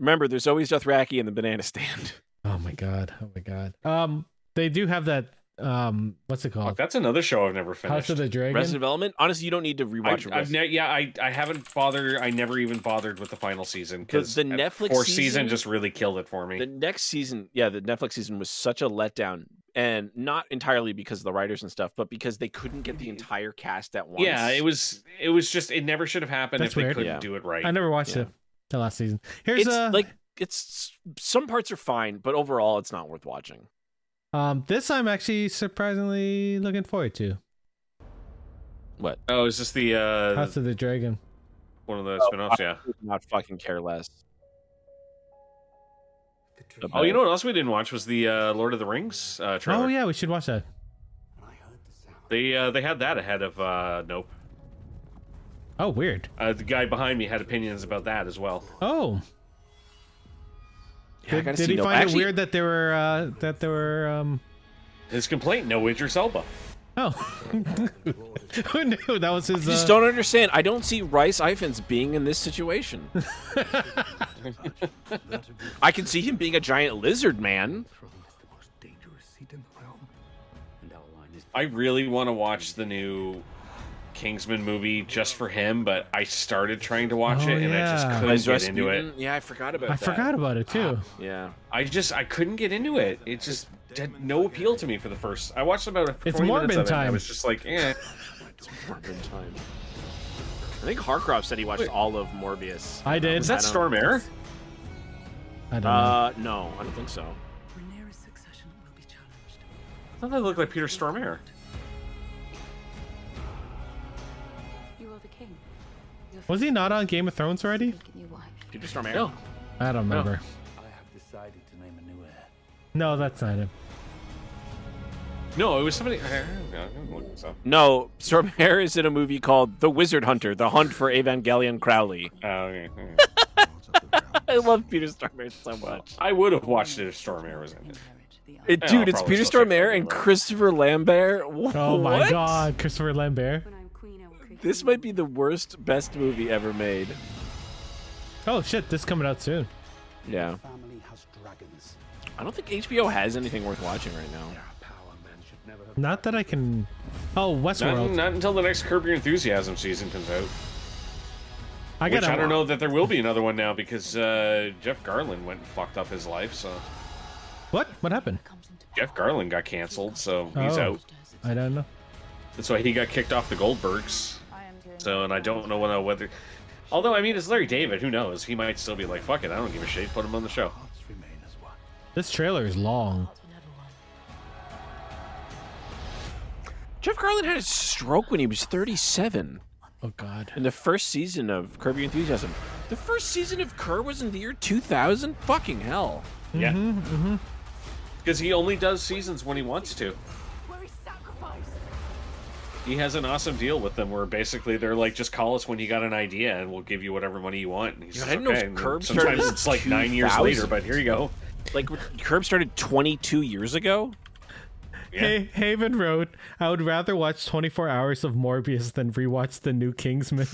Speaker 3: Remember, there's always Dothraki in the banana stand.
Speaker 1: Oh my god! Oh my god! Um, they do have that. Um, what's it
Speaker 2: Fuck,
Speaker 1: called?
Speaker 2: that's another show I've never
Speaker 1: House
Speaker 2: finished.
Speaker 1: of the Dragon.
Speaker 3: Resident Development. Honestly, you don't need to
Speaker 2: I,
Speaker 3: rewatch.
Speaker 2: I've
Speaker 3: Resident-
Speaker 2: ne- yeah, I, I haven't bothered. I never even bothered with the final season because
Speaker 3: The- the Netflix
Speaker 2: fourth
Speaker 3: season-
Speaker 2: season just really killed it for me.
Speaker 3: the next season, yeah, the Netflix season was such a letdown, and not entirely because of the writers and stuff, but because they couldn't get the entire cast at once.
Speaker 2: Yeah, it was it was just it never should have happened
Speaker 1: That's
Speaker 2: if they
Speaker 1: weird.
Speaker 2: couldn't
Speaker 3: Yeah.
Speaker 2: do it right.
Speaker 1: I never watched
Speaker 3: Yeah.
Speaker 1: it. The last season. Here's uh,
Speaker 3: It's
Speaker 1: a
Speaker 3: like it's some parts are fine, but overall, it's not worth watching.
Speaker 1: um. This I'm actually surprisingly looking forward to.
Speaker 3: What?
Speaker 2: Oh, is this the uh
Speaker 1: House of the Dragon.
Speaker 2: one of the spin-offs? Yeah.
Speaker 3: I could not fucking care less.
Speaker 2: Oh, you know what else we didn't watch was the uh, Lord of the Rings uh, trailer.
Speaker 1: Oh yeah, we should watch that.
Speaker 2: They uh, they had that ahead of uh, Nope.
Speaker 1: Oh weird.
Speaker 2: Uh, the guy behind me had opinions about that as well.
Speaker 1: Oh.
Speaker 3: Yeah, I
Speaker 1: did
Speaker 3: gotta
Speaker 1: did
Speaker 3: see
Speaker 1: he
Speaker 3: Nope.
Speaker 1: find
Speaker 3: Actually-
Speaker 1: it weird that there were uh that there were um
Speaker 2: His complaint: no Idris Elba.
Speaker 1: Oh. Who knew that was his?
Speaker 3: I just
Speaker 1: uh,
Speaker 3: don't understand. I don't see Rice Ifans being in this situation. I can see him being a giant lizard man.
Speaker 2: I really want to watch the new Kingsman movie just for him, but I started trying to watch
Speaker 1: Oh,
Speaker 2: it and I just
Speaker 1: yeah.
Speaker 2: couldn't
Speaker 3: Rise
Speaker 2: get into it.
Speaker 3: Rasputin? Yeah, I forgot about
Speaker 1: I
Speaker 3: that.
Speaker 1: forgot about it too.
Speaker 3: Yeah.
Speaker 2: I just I couldn't get into it. It just had no appeal to me for the first. I watched about a
Speaker 1: It's
Speaker 2: 20
Speaker 1: Morbin
Speaker 2: minutes of it, and I
Speaker 1: time.
Speaker 2: was just like, eh.
Speaker 3: Morbin time. I think Harcroft said he watched all of Morbius.
Speaker 1: I did.
Speaker 2: Is that
Speaker 3: don't-
Speaker 2: Storm Air?
Speaker 1: I don't know.
Speaker 3: Uh, no, I don't think so.
Speaker 2: I thought that looked like Peter Storm Air.
Speaker 23: You are the king. Your
Speaker 1: Was he not on Game of Thrones already?
Speaker 23: new wife.
Speaker 3: Peter Storm Air?
Speaker 2: No.
Speaker 1: I don't
Speaker 2: No.
Speaker 1: remember.
Speaker 5: I have decided to name a new heir.
Speaker 1: No, that's not him.
Speaker 2: No, it was somebody. I don't know, I'm gonna look this up.
Speaker 3: No, Storm Air is in a movie called The Wizard Hunter: The Hunt for Evangelion Crowley.
Speaker 2: Oh, okay, okay.
Speaker 3: I love Peter Storm Air so much.
Speaker 2: I would have watched it if Storm Air was in it.
Speaker 3: It,
Speaker 2: Yeah, I'll
Speaker 3: dude, it's
Speaker 2: probably still
Speaker 3: Peter
Speaker 2: check
Speaker 3: Storm Air
Speaker 2: it
Speaker 3: and
Speaker 2: out.
Speaker 3: Christopher Lambert. What?
Speaker 1: Oh my God, Christopher Lambert.
Speaker 3: This might be the worst, best movie ever made.
Speaker 1: Oh shit, this coming out soon.
Speaker 3: Yeah.
Speaker 5: Family has dragons.
Speaker 3: I don't think HBO has anything worth watching right now.
Speaker 1: Not that I can. Oh,
Speaker 2: Not,
Speaker 1: Westworld.
Speaker 2: not until the next Curb Your Enthusiasm season comes out.
Speaker 1: I
Speaker 2: Which
Speaker 1: gotta.
Speaker 2: I don't know that there will be another one now because uh, Jeff Garland went and fucked up his life. So
Speaker 1: What? What happened?
Speaker 2: Jeff Garland got canceled, so he's
Speaker 1: Oh.
Speaker 2: out.
Speaker 1: I don't know.
Speaker 2: That's why he got kicked off the Goldbergs. So, and I don't know whether- whether. Although, I mean, it's Larry David. Who knows? He might still be like, "Fuck it, I don't give a shit. Put him on the show."
Speaker 1: This trailer is long.
Speaker 3: Jeff Garland had a stroke when he was 37.
Speaker 1: Oh God!
Speaker 3: In the first season of Curb Your Enthusiasm, the first season of Curb was in the year 2000. Fucking hell!
Speaker 1: Mm-hmm,
Speaker 2: Yeah. Because he only does seasons when he wants to. He has an awesome deal with them where basically they're like, just call us when you got an idea and we'll give you whatever money you want. And he's
Speaker 3: Yeah,
Speaker 2: like,
Speaker 3: I didn't know
Speaker 2: okay.
Speaker 3: if
Speaker 2: And
Speaker 3: Curb started
Speaker 2: Sometimes
Speaker 3: in
Speaker 2: it's like nine years
Speaker 3: 2000.
Speaker 2: later, but here you go.
Speaker 3: Like Curb started 22 years ago.
Speaker 1: Hey, Haven wrote, "I would rather watch 24 hours of Morbius than rewatch the new Kingsman."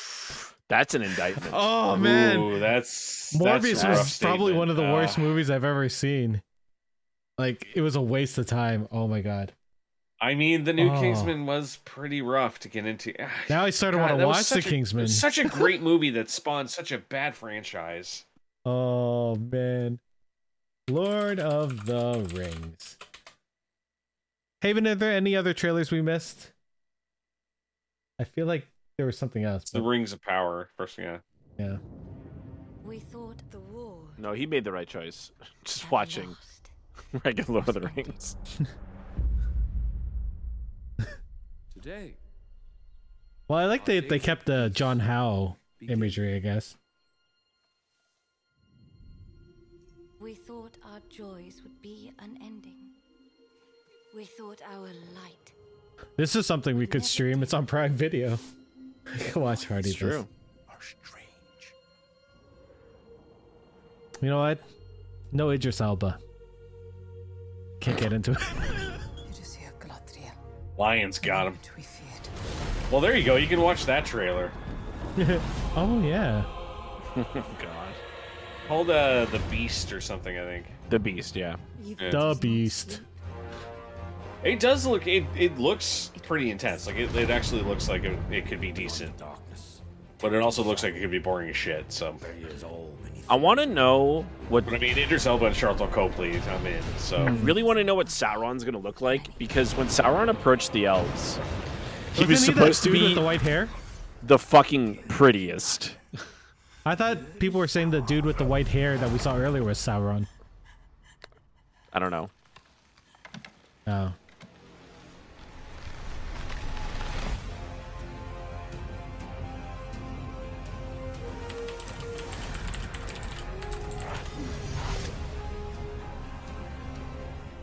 Speaker 3: That's an indictment.
Speaker 1: Oh, man.
Speaker 2: Ooh, that's
Speaker 1: Morbius
Speaker 2: that's a rough
Speaker 1: was probably
Speaker 2: statement.
Speaker 1: one of the
Speaker 2: Uh,
Speaker 1: worst movies I've ever seen. Like it was a waste of time. Oh my god!
Speaker 2: I mean, the new
Speaker 1: Oh.
Speaker 2: Kingsman was pretty rough to get into. Ah,
Speaker 1: Now I started
Speaker 2: God,
Speaker 1: want to
Speaker 2: that was
Speaker 1: watch the
Speaker 2: such a-
Speaker 1: Kingsman.
Speaker 2: Such a great movie that spawned such a bad franchise.
Speaker 1: Oh man, Lord of the Rings. Haven, are there any other trailers we missed? I feel like there was something else.
Speaker 2: The
Speaker 1: but-
Speaker 2: Rings of Power. First, yeah.
Speaker 1: yeah.
Speaker 10: We thought the war.
Speaker 3: No, he made the right choice. Just watching regular Lord of the Rings.
Speaker 18: Today,
Speaker 1: Well, I like that they kept the John Howe imagery. I guess.
Speaker 10: We thought our joys would be unending. We thought our light.
Speaker 1: This is something we could stream. It's on Prime Video. I can watch Hardy.
Speaker 3: It's true.
Speaker 1: You know what? No Idris Elba. Can't get into it.
Speaker 2: Lions got him. Well, there you go. You can watch that trailer.
Speaker 1: oh yeah.
Speaker 3: God.
Speaker 2: Called uh, the Beast or something. I think.
Speaker 3: The Beast, yeah.
Speaker 2: Yeah.
Speaker 1: The Beast.
Speaker 2: It does look. It, it looks pretty intense. Like it, it actually looks like it, it could be decent. But it also looks like it could be boring as shit. So.
Speaker 3: I want to know what.
Speaker 2: But I mean, Idris Elba and Charlton Copley. I'm in. So.
Speaker 3: I
Speaker 1: Hmm.
Speaker 3: really want to know what Sauron's going to look like because when Sauron approached the elves, he
Speaker 1: Wasn't
Speaker 3: was
Speaker 1: he that
Speaker 3: supposed to
Speaker 1: dude
Speaker 3: be
Speaker 1: with the white hair.
Speaker 3: the fucking prettiest.
Speaker 1: I thought people were saying the dude with the white hair that we saw earlier was Sauron.
Speaker 3: I don't know.
Speaker 1: Oh.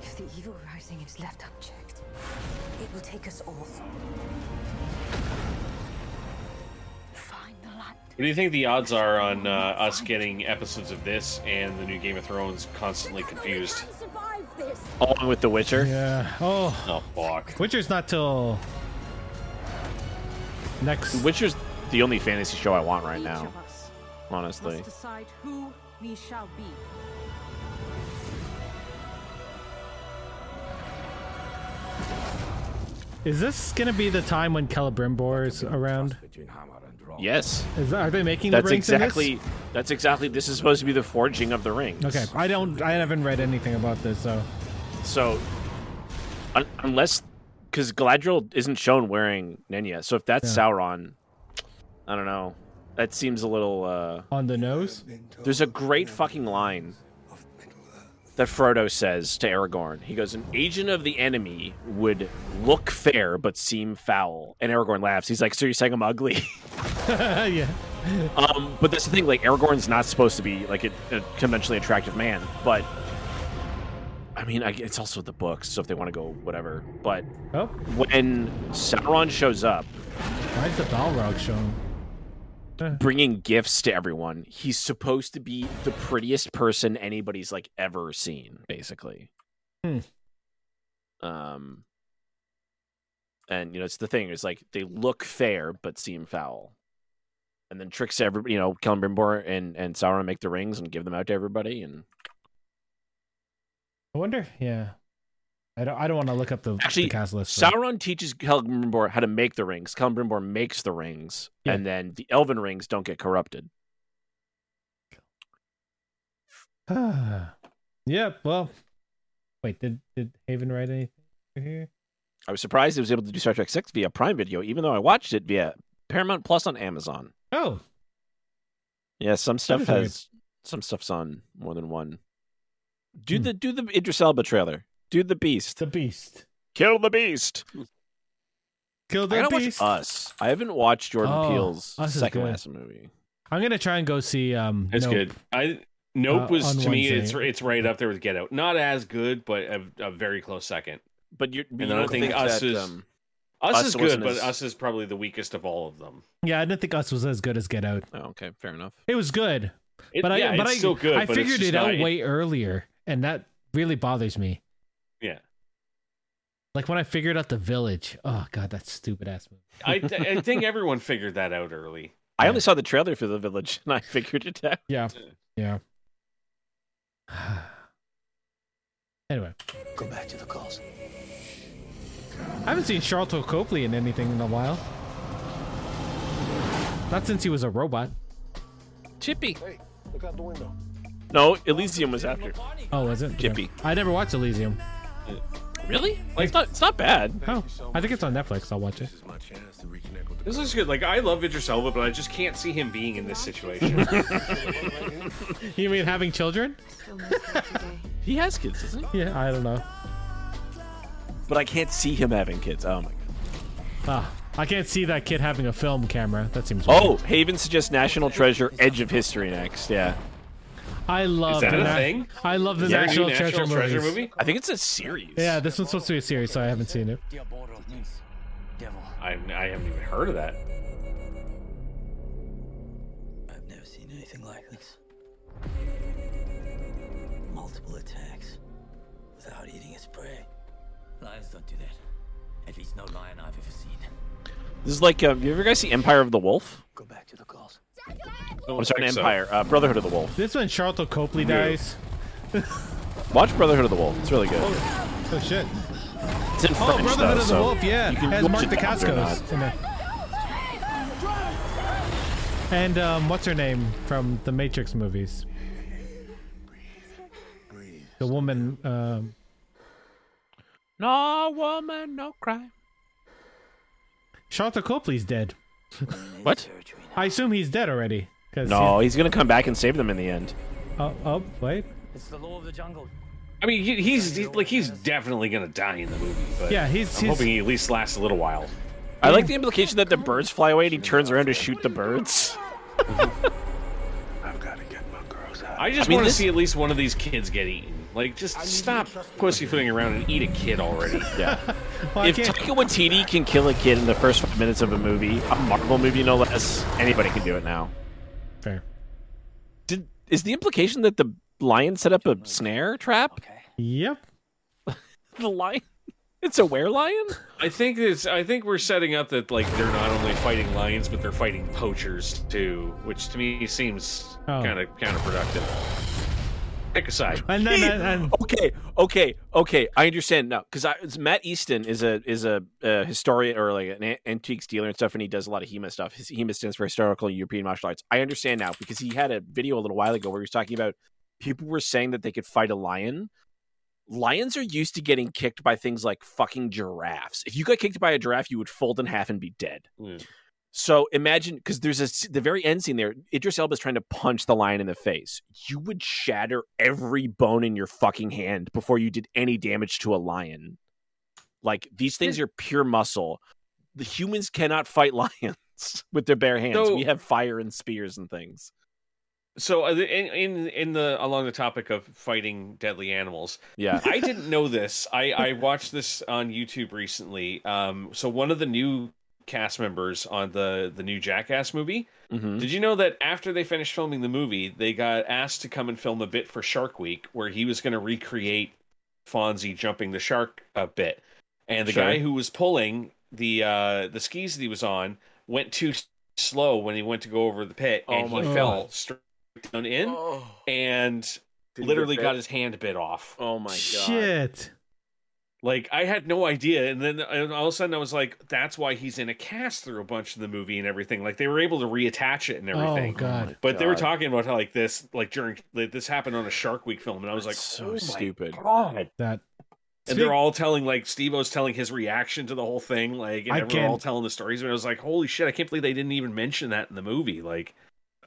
Speaker 10: If the evil rising is left unchecked, it will take us all. Find the light.
Speaker 2: What do you think the odds are on uh, us getting episodes of this and the new Game of Thrones constantly confused?
Speaker 10: Survive this.
Speaker 3: Along with The Witcher.
Speaker 1: Yeah. Oh.
Speaker 2: Oh fuck.
Speaker 1: Witcher's not till next.
Speaker 3: Witcher's the only fantasy show I want right now. Honestly.
Speaker 11: decide who we shall be.
Speaker 1: Is this gonna be the time when Celebrimbor is around?
Speaker 3: Yes.
Speaker 1: Is are they making
Speaker 3: That's
Speaker 1: the rings
Speaker 3: exactly.
Speaker 1: in
Speaker 3: That's exactly. This is supposed to be the forging of the rings.
Speaker 1: this? Okay, I don't. I haven't read anything about this, so
Speaker 3: So, un- unless, because Galadriel isn't shown wearing Nenya, so if that's Sauron, I don't know. That seems a little. uh
Speaker 1: on the nose.
Speaker 3: There's a great fucking line that Frodo says to Aragorn. He goes, "An agent of the enemy would look fair but seem foul," and Aragorn laughs. He's like, "So you're saying I'm ugly?"
Speaker 1: yeah.
Speaker 3: Um, but that's the thing. Like Aragorn's not supposed to be like a, a conventionally attractive man, but I mean, I, it's also the books. So if they want to go, whatever. But
Speaker 1: Oh.
Speaker 3: when Sauron shows up,
Speaker 1: Why is the Balrog shown?
Speaker 3: bringing gifts to everyone, he's supposed to be the prettiest person anybody's like ever seen, basically.
Speaker 1: Hmm.
Speaker 3: Um, and you know, it's the thing. It's like they look fair but seem foul. And then tricks everybody, you know, Celebrimbor and and Sauron make the rings and give them out to everybody, and
Speaker 1: I wonder. Yeah. I don't. I don't want to look up the
Speaker 3: Actually,
Speaker 1: the cast list. so-
Speaker 3: Sauron teaches Celebrimbor how to make the rings. Celebrimbor makes the rings,
Speaker 1: Yeah.
Speaker 3: and then the Elven rings don't get corrupted.
Speaker 1: yeah. Well. Wait. Did did Haven write anything here?
Speaker 3: I was surprised I was able to do Star Trek Six via Prime Video, even though I watched it via Paramount Plus on Amazon.
Speaker 1: Oh.
Speaker 3: Yeah, some stuff
Speaker 1: is weird.
Speaker 3: has some stuff's on more than one Do
Speaker 1: Hmm.
Speaker 3: the do the Idris Elba trailer. Do the beast.
Speaker 1: The beast.
Speaker 3: Kill the beast.
Speaker 1: Kill the
Speaker 3: I gotta
Speaker 1: beast.
Speaker 3: watch Us. I haven't watched Jordan
Speaker 1: Oh,
Speaker 3: Peele's
Speaker 1: Us is
Speaker 3: second
Speaker 1: good.
Speaker 3: last movie.
Speaker 1: I'm gonna try and go see. Um,
Speaker 2: It's
Speaker 1: Nope.
Speaker 2: good. I Nope
Speaker 1: Uh,
Speaker 2: was
Speaker 1: on
Speaker 2: to me
Speaker 1: Wednesday.
Speaker 2: it's it's right up there with Get Out. Not as good, but a, a very close second.
Speaker 3: But you, but
Speaker 2: and
Speaker 3: you
Speaker 2: then I
Speaker 3: don't
Speaker 2: think,
Speaker 3: think
Speaker 2: Us
Speaker 3: that,
Speaker 2: is
Speaker 3: um,
Speaker 2: Us,
Speaker 3: Us
Speaker 2: is
Speaker 3: wasn't
Speaker 2: good, but
Speaker 3: as-
Speaker 2: Us is probably the weakest of all of them.
Speaker 1: Yeah, I didn't think Us was as good as Get Out.
Speaker 3: Oh, okay, fair enough.
Speaker 1: It was good,
Speaker 2: It-
Speaker 1: but I
Speaker 2: yeah,
Speaker 1: but
Speaker 2: it's
Speaker 1: I
Speaker 2: still good,
Speaker 1: I
Speaker 2: but it's
Speaker 1: figured
Speaker 2: just
Speaker 1: it out
Speaker 2: not-
Speaker 1: way earlier, and that really bothers me.
Speaker 2: Yeah.
Speaker 1: Like when I figured out the village. Oh god, that stupid ass movie.
Speaker 2: I I think everyone figured that out early.
Speaker 3: I only saw the trailer for The Village and I figured it out.
Speaker 1: Yeah. Yeah. Anyway,
Speaker 5: Go back to the calls.
Speaker 1: I haven't seen Charlton Copley in anything in a while. Not since he was a robot.
Speaker 3: Chippy.
Speaker 8: Hey, look out the window.
Speaker 3: No, Elysium was after.
Speaker 1: Oh, was it?
Speaker 3: Chippy.
Speaker 1: I never watched Elysium.
Speaker 3: Really? Like, it's not it's not bad.
Speaker 1: Oh, I think it's on Netflix. I'll watch it.
Speaker 2: This is good. Like I love Idris Elba, but I just can't see him being in this situation.
Speaker 1: You mean having children?
Speaker 3: He has kids, doesn't he?
Speaker 1: Yeah, I don't know.
Speaker 3: But I can't see him having kids. Oh my god.
Speaker 1: Ah, I can't see that kid having a film camera. That seems.
Speaker 3: Oh,
Speaker 1: weird.
Speaker 3: Haven suggests National Treasure Edge of History next. Yeah.
Speaker 1: I love
Speaker 3: that
Speaker 1: the
Speaker 3: a
Speaker 1: na-
Speaker 3: thing?
Speaker 1: I love the
Speaker 3: Is there a new
Speaker 1: National,
Speaker 3: National
Speaker 1: Treasure,
Speaker 3: Treasure
Speaker 1: movies.
Speaker 3: movie? I think it's a series.
Speaker 1: Yeah, this one's supposed to be a series, so I haven't seen it.
Speaker 2: I I haven't even heard of that.
Speaker 13: I've never seen anything like this. Multiple attacks without eating its prey. Lions don't do that. At least no lion I've ever seen.
Speaker 3: This is like, um, you ever guys see Empire of the Wolf?
Speaker 13: Go back to the calls.
Speaker 3: I'm sorry, not Empire, uh, Brotherhood of the Wolf.
Speaker 1: This one, Charlton Copley
Speaker 3: Yeah.
Speaker 1: dies.
Speaker 3: Watch Brotherhood of the Wolf. It's really good.
Speaker 1: Oh shit!
Speaker 3: It's in
Speaker 1: oh,
Speaker 3: French,
Speaker 1: Brotherhood
Speaker 3: though,
Speaker 1: of the
Speaker 3: so
Speaker 1: Wolf, yeah,
Speaker 3: you can
Speaker 1: has
Speaker 3: watch
Speaker 1: Mark
Speaker 3: it dubbed or not.
Speaker 1: Dacascos in it. And um, what's her name from the Matrix movies? The woman. Um,
Speaker 3: No woman, no crime.
Speaker 1: Charlton Copley's dead.
Speaker 3: What?
Speaker 1: I assume he's dead already. 'cause
Speaker 3: No, Oh, he's gonna come back and save them in the end.
Speaker 1: Oh, oh, wait.
Speaker 13: It's the law of the jungle.
Speaker 2: I mean, he, he's, he's like he's definitely gonna die in the movie. But
Speaker 1: Yeah, he's-
Speaker 2: I'm
Speaker 1: he's-
Speaker 2: hoping he at least lasts a little while.
Speaker 3: I like the implication that the birds fly away and he turns around to shoot the birds.
Speaker 2: I just
Speaker 3: I mean,
Speaker 2: want to
Speaker 3: this-
Speaker 2: see at least one of these kids get eaten. Like, just stop pussyfooting around and eat a kid already.
Speaker 3: Yeah.
Speaker 1: Well, I
Speaker 3: if
Speaker 1: can't-
Speaker 3: Taika Waititi can kill a kid in the first five minutes of a movie, a Marvel movie no less, anybody can do it now.
Speaker 1: Fair.
Speaker 3: Did is the implication that the lion set up a snare trap?
Speaker 1: Yep.
Speaker 3: The lion? It's a were lion?
Speaker 2: I think it's. I think we're setting up that like they're not only fighting lions, but they're fighting poachers too, which to me seems
Speaker 1: Oh.
Speaker 2: kind of counterproductive. Pick a side.
Speaker 1: And then, and, and
Speaker 3: okay, okay, okay. I understand now because Matt Easton is a is a, uh historian or like an a- antiques dealer and stuff, and he does a lot of HEMA stuff. His HEMA stands for Historical European Martial Arts. I understand now because he had a video a little while ago where he was talking about people were saying that they could fight a lion. Lions are used to getting kicked by things like fucking giraffes. If you got kicked by a giraffe, you would fold in half and be dead.
Speaker 2: Mm.
Speaker 3: So imagine because there's a s- the very end scene there. Idris Elba is trying to punch the lion in the face. You would shatter every bone in your fucking hand before you did any damage to a lion. Like these things are pure muscle. The humans cannot fight lions with their bare hands.
Speaker 2: So-
Speaker 3: we have fire and spears and things.
Speaker 2: So uh, in in in the along the topic of fighting deadly animals,
Speaker 3: Yeah.
Speaker 2: I didn't know this. I I watched this on YouTube recently. Um, so one of the new cast members on the the new Jackass movie.
Speaker 3: Mhm.
Speaker 2: Did you know that after they finished filming the movie, they got asked to come and film a bit for Shark Week, where he was going to recreate Fonzie jumping the shark a bit, and the
Speaker 3: Sure.
Speaker 2: guy who was pulling the uh the skis that he was on went too s- slow when he went to go over the pit,
Speaker 3: Oh
Speaker 2: and
Speaker 3: my
Speaker 2: he
Speaker 3: God.
Speaker 2: fell straight down in and
Speaker 3: Did he
Speaker 2: literally
Speaker 3: get bit?
Speaker 2: got his hand bit off.
Speaker 3: Oh my god!
Speaker 1: shit.
Speaker 2: Like I had no idea, and then and all of a sudden I was like, "That's why he's in a cast through a bunch of the movie and everything." Like they were able to reattach it and
Speaker 1: Oh,
Speaker 2: everything.
Speaker 1: God.
Speaker 2: But they were
Speaker 3: God.
Speaker 2: talking about how like this, like during like, this happened on a Shark Week film, and I was like,
Speaker 3: so
Speaker 2: "Oh my
Speaker 3: stupid.
Speaker 2: God.
Speaker 1: That.
Speaker 2: And they're all telling like Steve-O's telling his reaction to the whole thing, like and
Speaker 1: I
Speaker 2: everyone all
Speaker 1: can't-
Speaker 2: telling the stories. And I was like, "Holy shit! I can't believe they didn't even mention that in the movie." Like,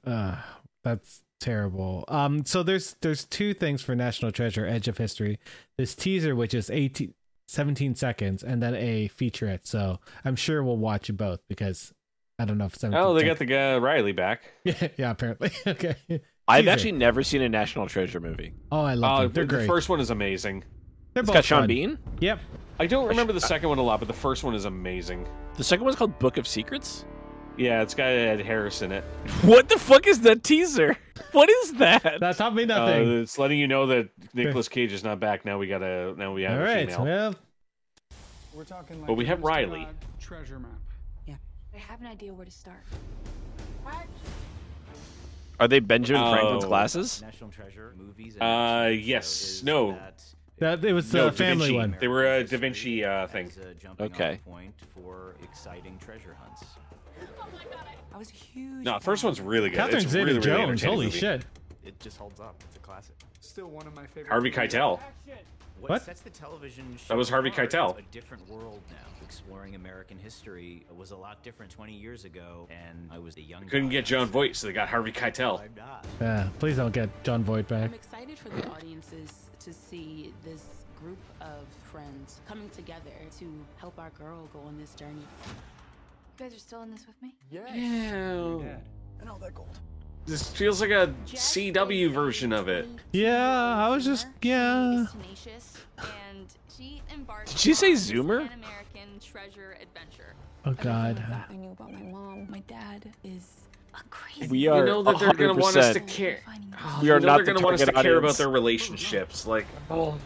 Speaker 1: Uh, that's terrible. Um, so there's there's two things for National Treasure: Edge of History, this teaser which is 18, 17 seconds, and then a featurette. So I'm sure we'll watch both because I don't know if 17
Speaker 2: Oh, they got the guy Riley back.
Speaker 1: yeah, yeah, apparently. okay.
Speaker 3: I've
Speaker 1: Teaser.
Speaker 3: actually never seen a National Treasure movie.
Speaker 1: Oh, I love
Speaker 2: Uh,
Speaker 1: them. They're
Speaker 2: the
Speaker 1: great.
Speaker 2: first one is amazing.
Speaker 1: They're
Speaker 3: It's
Speaker 1: both
Speaker 3: got Sean
Speaker 1: fun.
Speaker 3: Bean.
Speaker 1: Yep.
Speaker 2: I don't remember the second one a lot, but the first one is amazing.
Speaker 3: The second one's called Book of Secrets.
Speaker 2: Yeah, it's got Ed Harris in it.
Speaker 3: What the fuck is that teaser? What is that?
Speaker 1: That taught me
Speaker 2: Uh,
Speaker 1: nothing.
Speaker 2: it's letting you know that Nicolas Cage is not back. Now we gotta. Now we have
Speaker 1: All
Speaker 2: a
Speaker 1: right.
Speaker 2: female.
Speaker 1: Well,
Speaker 12: We're talking like
Speaker 2: But we have
Speaker 12: honest to
Speaker 2: Riley.
Speaker 12: God Treasure map.
Speaker 14: I have an idea where to start.
Speaker 3: Are they Benjamin Franklin's
Speaker 2: Oh.
Speaker 3: glasses?
Speaker 15: National Treasure movies.
Speaker 2: Uh, yes. No.
Speaker 1: That it was
Speaker 2: no,
Speaker 1: the
Speaker 2: Da
Speaker 1: family
Speaker 2: Vinci.
Speaker 1: one.
Speaker 2: They were a Da Vinci uh, thing.
Speaker 15: Okay. Point for exciting treasure hunts.
Speaker 14: I was a huge.
Speaker 2: No, the first one's really good.
Speaker 1: Catherine
Speaker 2: it's really, really
Speaker 1: Zeta-Jones,
Speaker 2: entertaining
Speaker 1: holy
Speaker 2: movie.
Speaker 1: shit.
Speaker 15: It just holds up. It's a classic.
Speaker 12: Still one of my favorite.
Speaker 2: Harvey Keitel.
Speaker 15: What, sets the television show
Speaker 2: That was Harvey
Speaker 15: apart is
Speaker 2: Keitel.
Speaker 15: A different world now. Exploring American history was a lot different 20 years ago, and I was a young.
Speaker 2: Couldn't get John Voight, so they got Harvey Keitel.
Speaker 1: Yeah, please don't get John Voight back.
Speaker 14: I'm excited for the audiences to see this group of friends coming together to help our girl go on this journey.
Speaker 10: You guys are still in this with me?
Speaker 2: Yeah. This feels like a CW version of it.
Speaker 1: Yeah, I was just yeah.
Speaker 14: Tenacious, and she
Speaker 1: Did she say Zoomer?
Speaker 14: American treasure adventure.
Speaker 1: Oh god.
Speaker 14: I knew about my mom. My dad is a crazy.
Speaker 2: We are know that they're gonna want us to care. Oh,
Speaker 3: We are
Speaker 2: you know
Speaker 3: not
Speaker 2: they're
Speaker 3: the
Speaker 2: gonna want us to
Speaker 3: target
Speaker 2: care about
Speaker 3: audience.
Speaker 2: their relationships. Like, oh,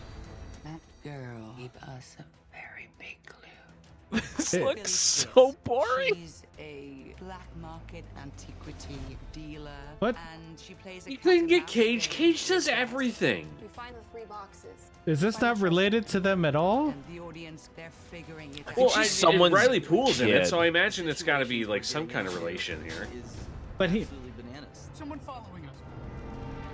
Speaker 14: That girl gave us a very big clue.
Speaker 3: this looks so boring.
Speaker 14: She's a black market antiquity dealer.
Speaker 1: What?
Speaker 14: And she plays a
Speaker 2: you couldn't get Cage. Cage says everything.
Speaker 14: You find the three boxes.
Speaker 1: Is this not related to them at all?
Speaker 14: The audience, they're figuring it out.
Speaker 2: Well, I, someone's Riley Pool's in
Speaker 3: kid.
Speaker 2: it, so I imagine it's got to be like some kind of relation here.
Speaker 1: But he.
Speaker 14: Someone following us.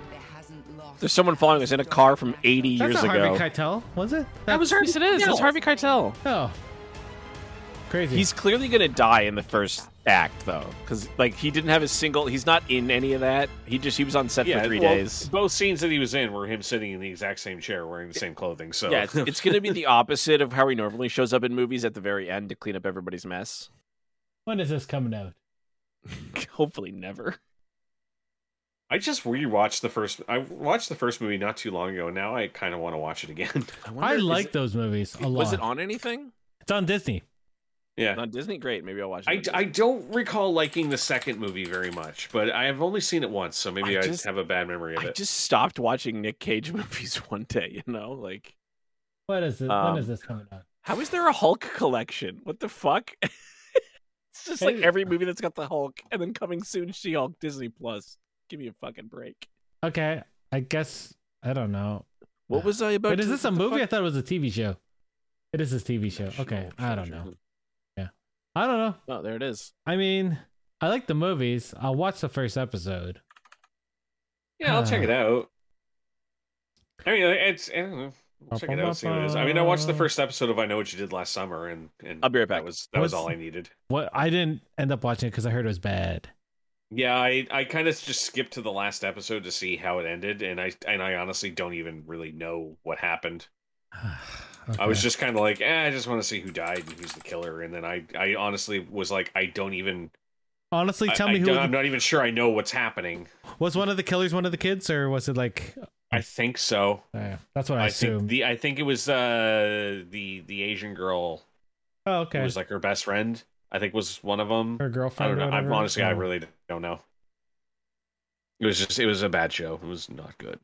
Speaker 14: There hasn't lost.
Speaker 3: There's someone following us in a car from 80
Speaker 1: That's
Speaker 3: years
Speaker 1: not
Speaker 3: ago.
Speaker 1: Harvey Keitel, was it?
Speaker 3: That was Harvey. Yes, it is. That's Harvey Keitel.
Speaker 1: Oh, crazy.
Speaker 3: He's clearly gonna die in the first act, though, because like he didn't have a single. He's not in any of that. He just he was on set for three
Speaker 2: well,
Speaker 3: days.
Speaker 2: Both scenes that he was in were him sitting in the exact same chair, wearing the same clothing. So
Speaker 3: Yeah, it's, it's gonna be the opposite of how he normally shows up in movies at the very end to clean up everybody's mess.
Speaker 1: When is this coming out?
Speaker 3: Hopefully, never.
Speaker 2: I just rewatched the first. I watched the first movie not too long ago, and now I kind of want to watch it again.
Speaker 1: I like those movies a lot.
Speaker 3: Was it on anything?
Speaker 1: It's on Disney.
Speaker 2: Yeah,
Speaker 3: on Disney. Great. Maybe I'll watch it. on
Speaker 2: I,
Speaker 3: Disney.
Speaker 2: I don't recall liking the second movie very much, but I have only seen it once, so maybe
Speaker 3: I
Speaker 2: I,
Speaker 3: just-
Speaker 2: have a bad memory of
Speaker 3: I
Speaker 2: it.
Speaker 3: just stopped watching Nick Cage movies one day. You know, like
Speaker 1: What is it?
Speaker 3: Um,
Speaker 1: when is this coming out?
Speaker 3: how is there a Hulk collection? What the fuck? it's just like
Speaker 1: Hey.
Speaker 3: every movie that's got the Hulk, and then coming soon, She Hulk, Disney Plus. Give me a fucking break.
Speaker 1: Okay, I guess I don't know.
Speaker 3: What was I about?
Speaker 1: But is
Speaker 3: to-
Speaker 1: this a
Speaker 3: what the
Speaker 1: movie? I
Speaker 3: fuck?
Speaker 1: thought it was a TV show. It is a TV show. Okay, I don't know. Yeah, I don't know.
Speaker 3: Oh, there it is.
Speaker 1: I mean, I like the movies. I'll watch the first episode.
Speaker 2: yeah, I'll check
Speaker 1: Ah.
Speaker 2: it out. I mean, it's I don't know. I'll check it out, see what it is. I mean, I watched the first episode of I Know What You Did Last Summer, and, and I'll be right back. That was that was
Speaker 1: What's-
Speaker 2: all I needed.
Speaker 1: What I didn't end up watching because I heard it was bad.
Speaker 2: Yeah, I, I kind of just skipped to the last episode to see how it ended, and I and I honestly don't even really know what happened. I was
Speaker 1: Okay.
Speaker 2: just kind of like, eh, I just want to see who died and who's the killer, and then I I honestly was like, I don't even
Speaker 1: honestly
Speaker 2: I-
Speaker 1: tell
Speaker 2: I
Speaker 1: me who
Speaker 2: don't-
Speaker 1: the-
Speaker 2: I'm not even sure I know what's happening.
Speaker 1: was one of the killers. One of the kids, or was it like?
Speaker 2: I think so.
Speaker 1: Yeah, that's what Hmm. I,
Speaker 2: think
Speaker 1: assumed.
Speaker 2: the I think it was uh the the Asian girl
Speaker 1: oh,
Speaker 2: who
Speaker 1: okay.
Speaker 2: was like her best friend. I think was one of them.
Speaker 1: Her girlfriend
Speaker 2: I
Speaker 1: or
Speaker 2: don't know. I,
Speaker 1: whatever?
Speaker 2: honestly, I
Speaker 1: Oh.
Speaker 2: really don't know. It was just it was a bad show. It was not good.